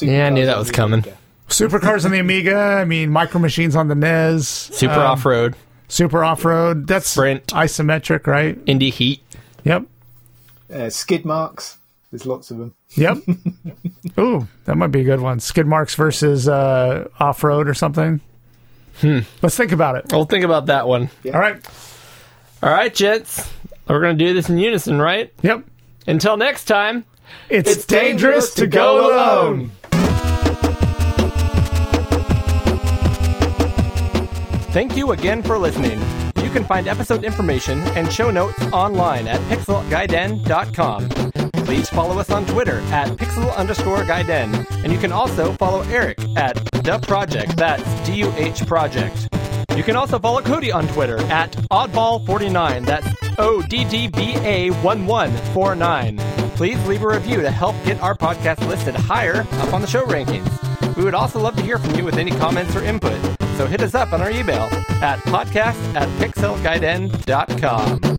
Yeah, I knew Supercars that on was the coming. Amiga. Supercars on the Amiga. I mean, micro machines on the NES. Super um, off road, Super off road. That's Sprint. isometric, right? indie heat. Yep. Uh, skid marks. There's lots of them. [LAUGHS] Yep. Ooh, that might be a good one. Skid marks versus uh, off road or something. Hmm. Let's think about it. We'll think about that one. All right. All right, gents. We're going to do this in unison, right? Yep. Until next time. It's, dangerous to go alone. Thank you again for listening. You can find episode information and show notes online at pixelguiden.com. Please follow us on Twitter at pixel underscore guiden. And you can also follow Eric at the project. That's DUH project. You can also follow Cody on Twitter at oddball49. That's O D D B A 1149. Please leave a review to help get our podcast listed higher up on the show rankings. We would also love to hear from you with any comments or input, so hit us up on our email at podcast at pixelguiden.com.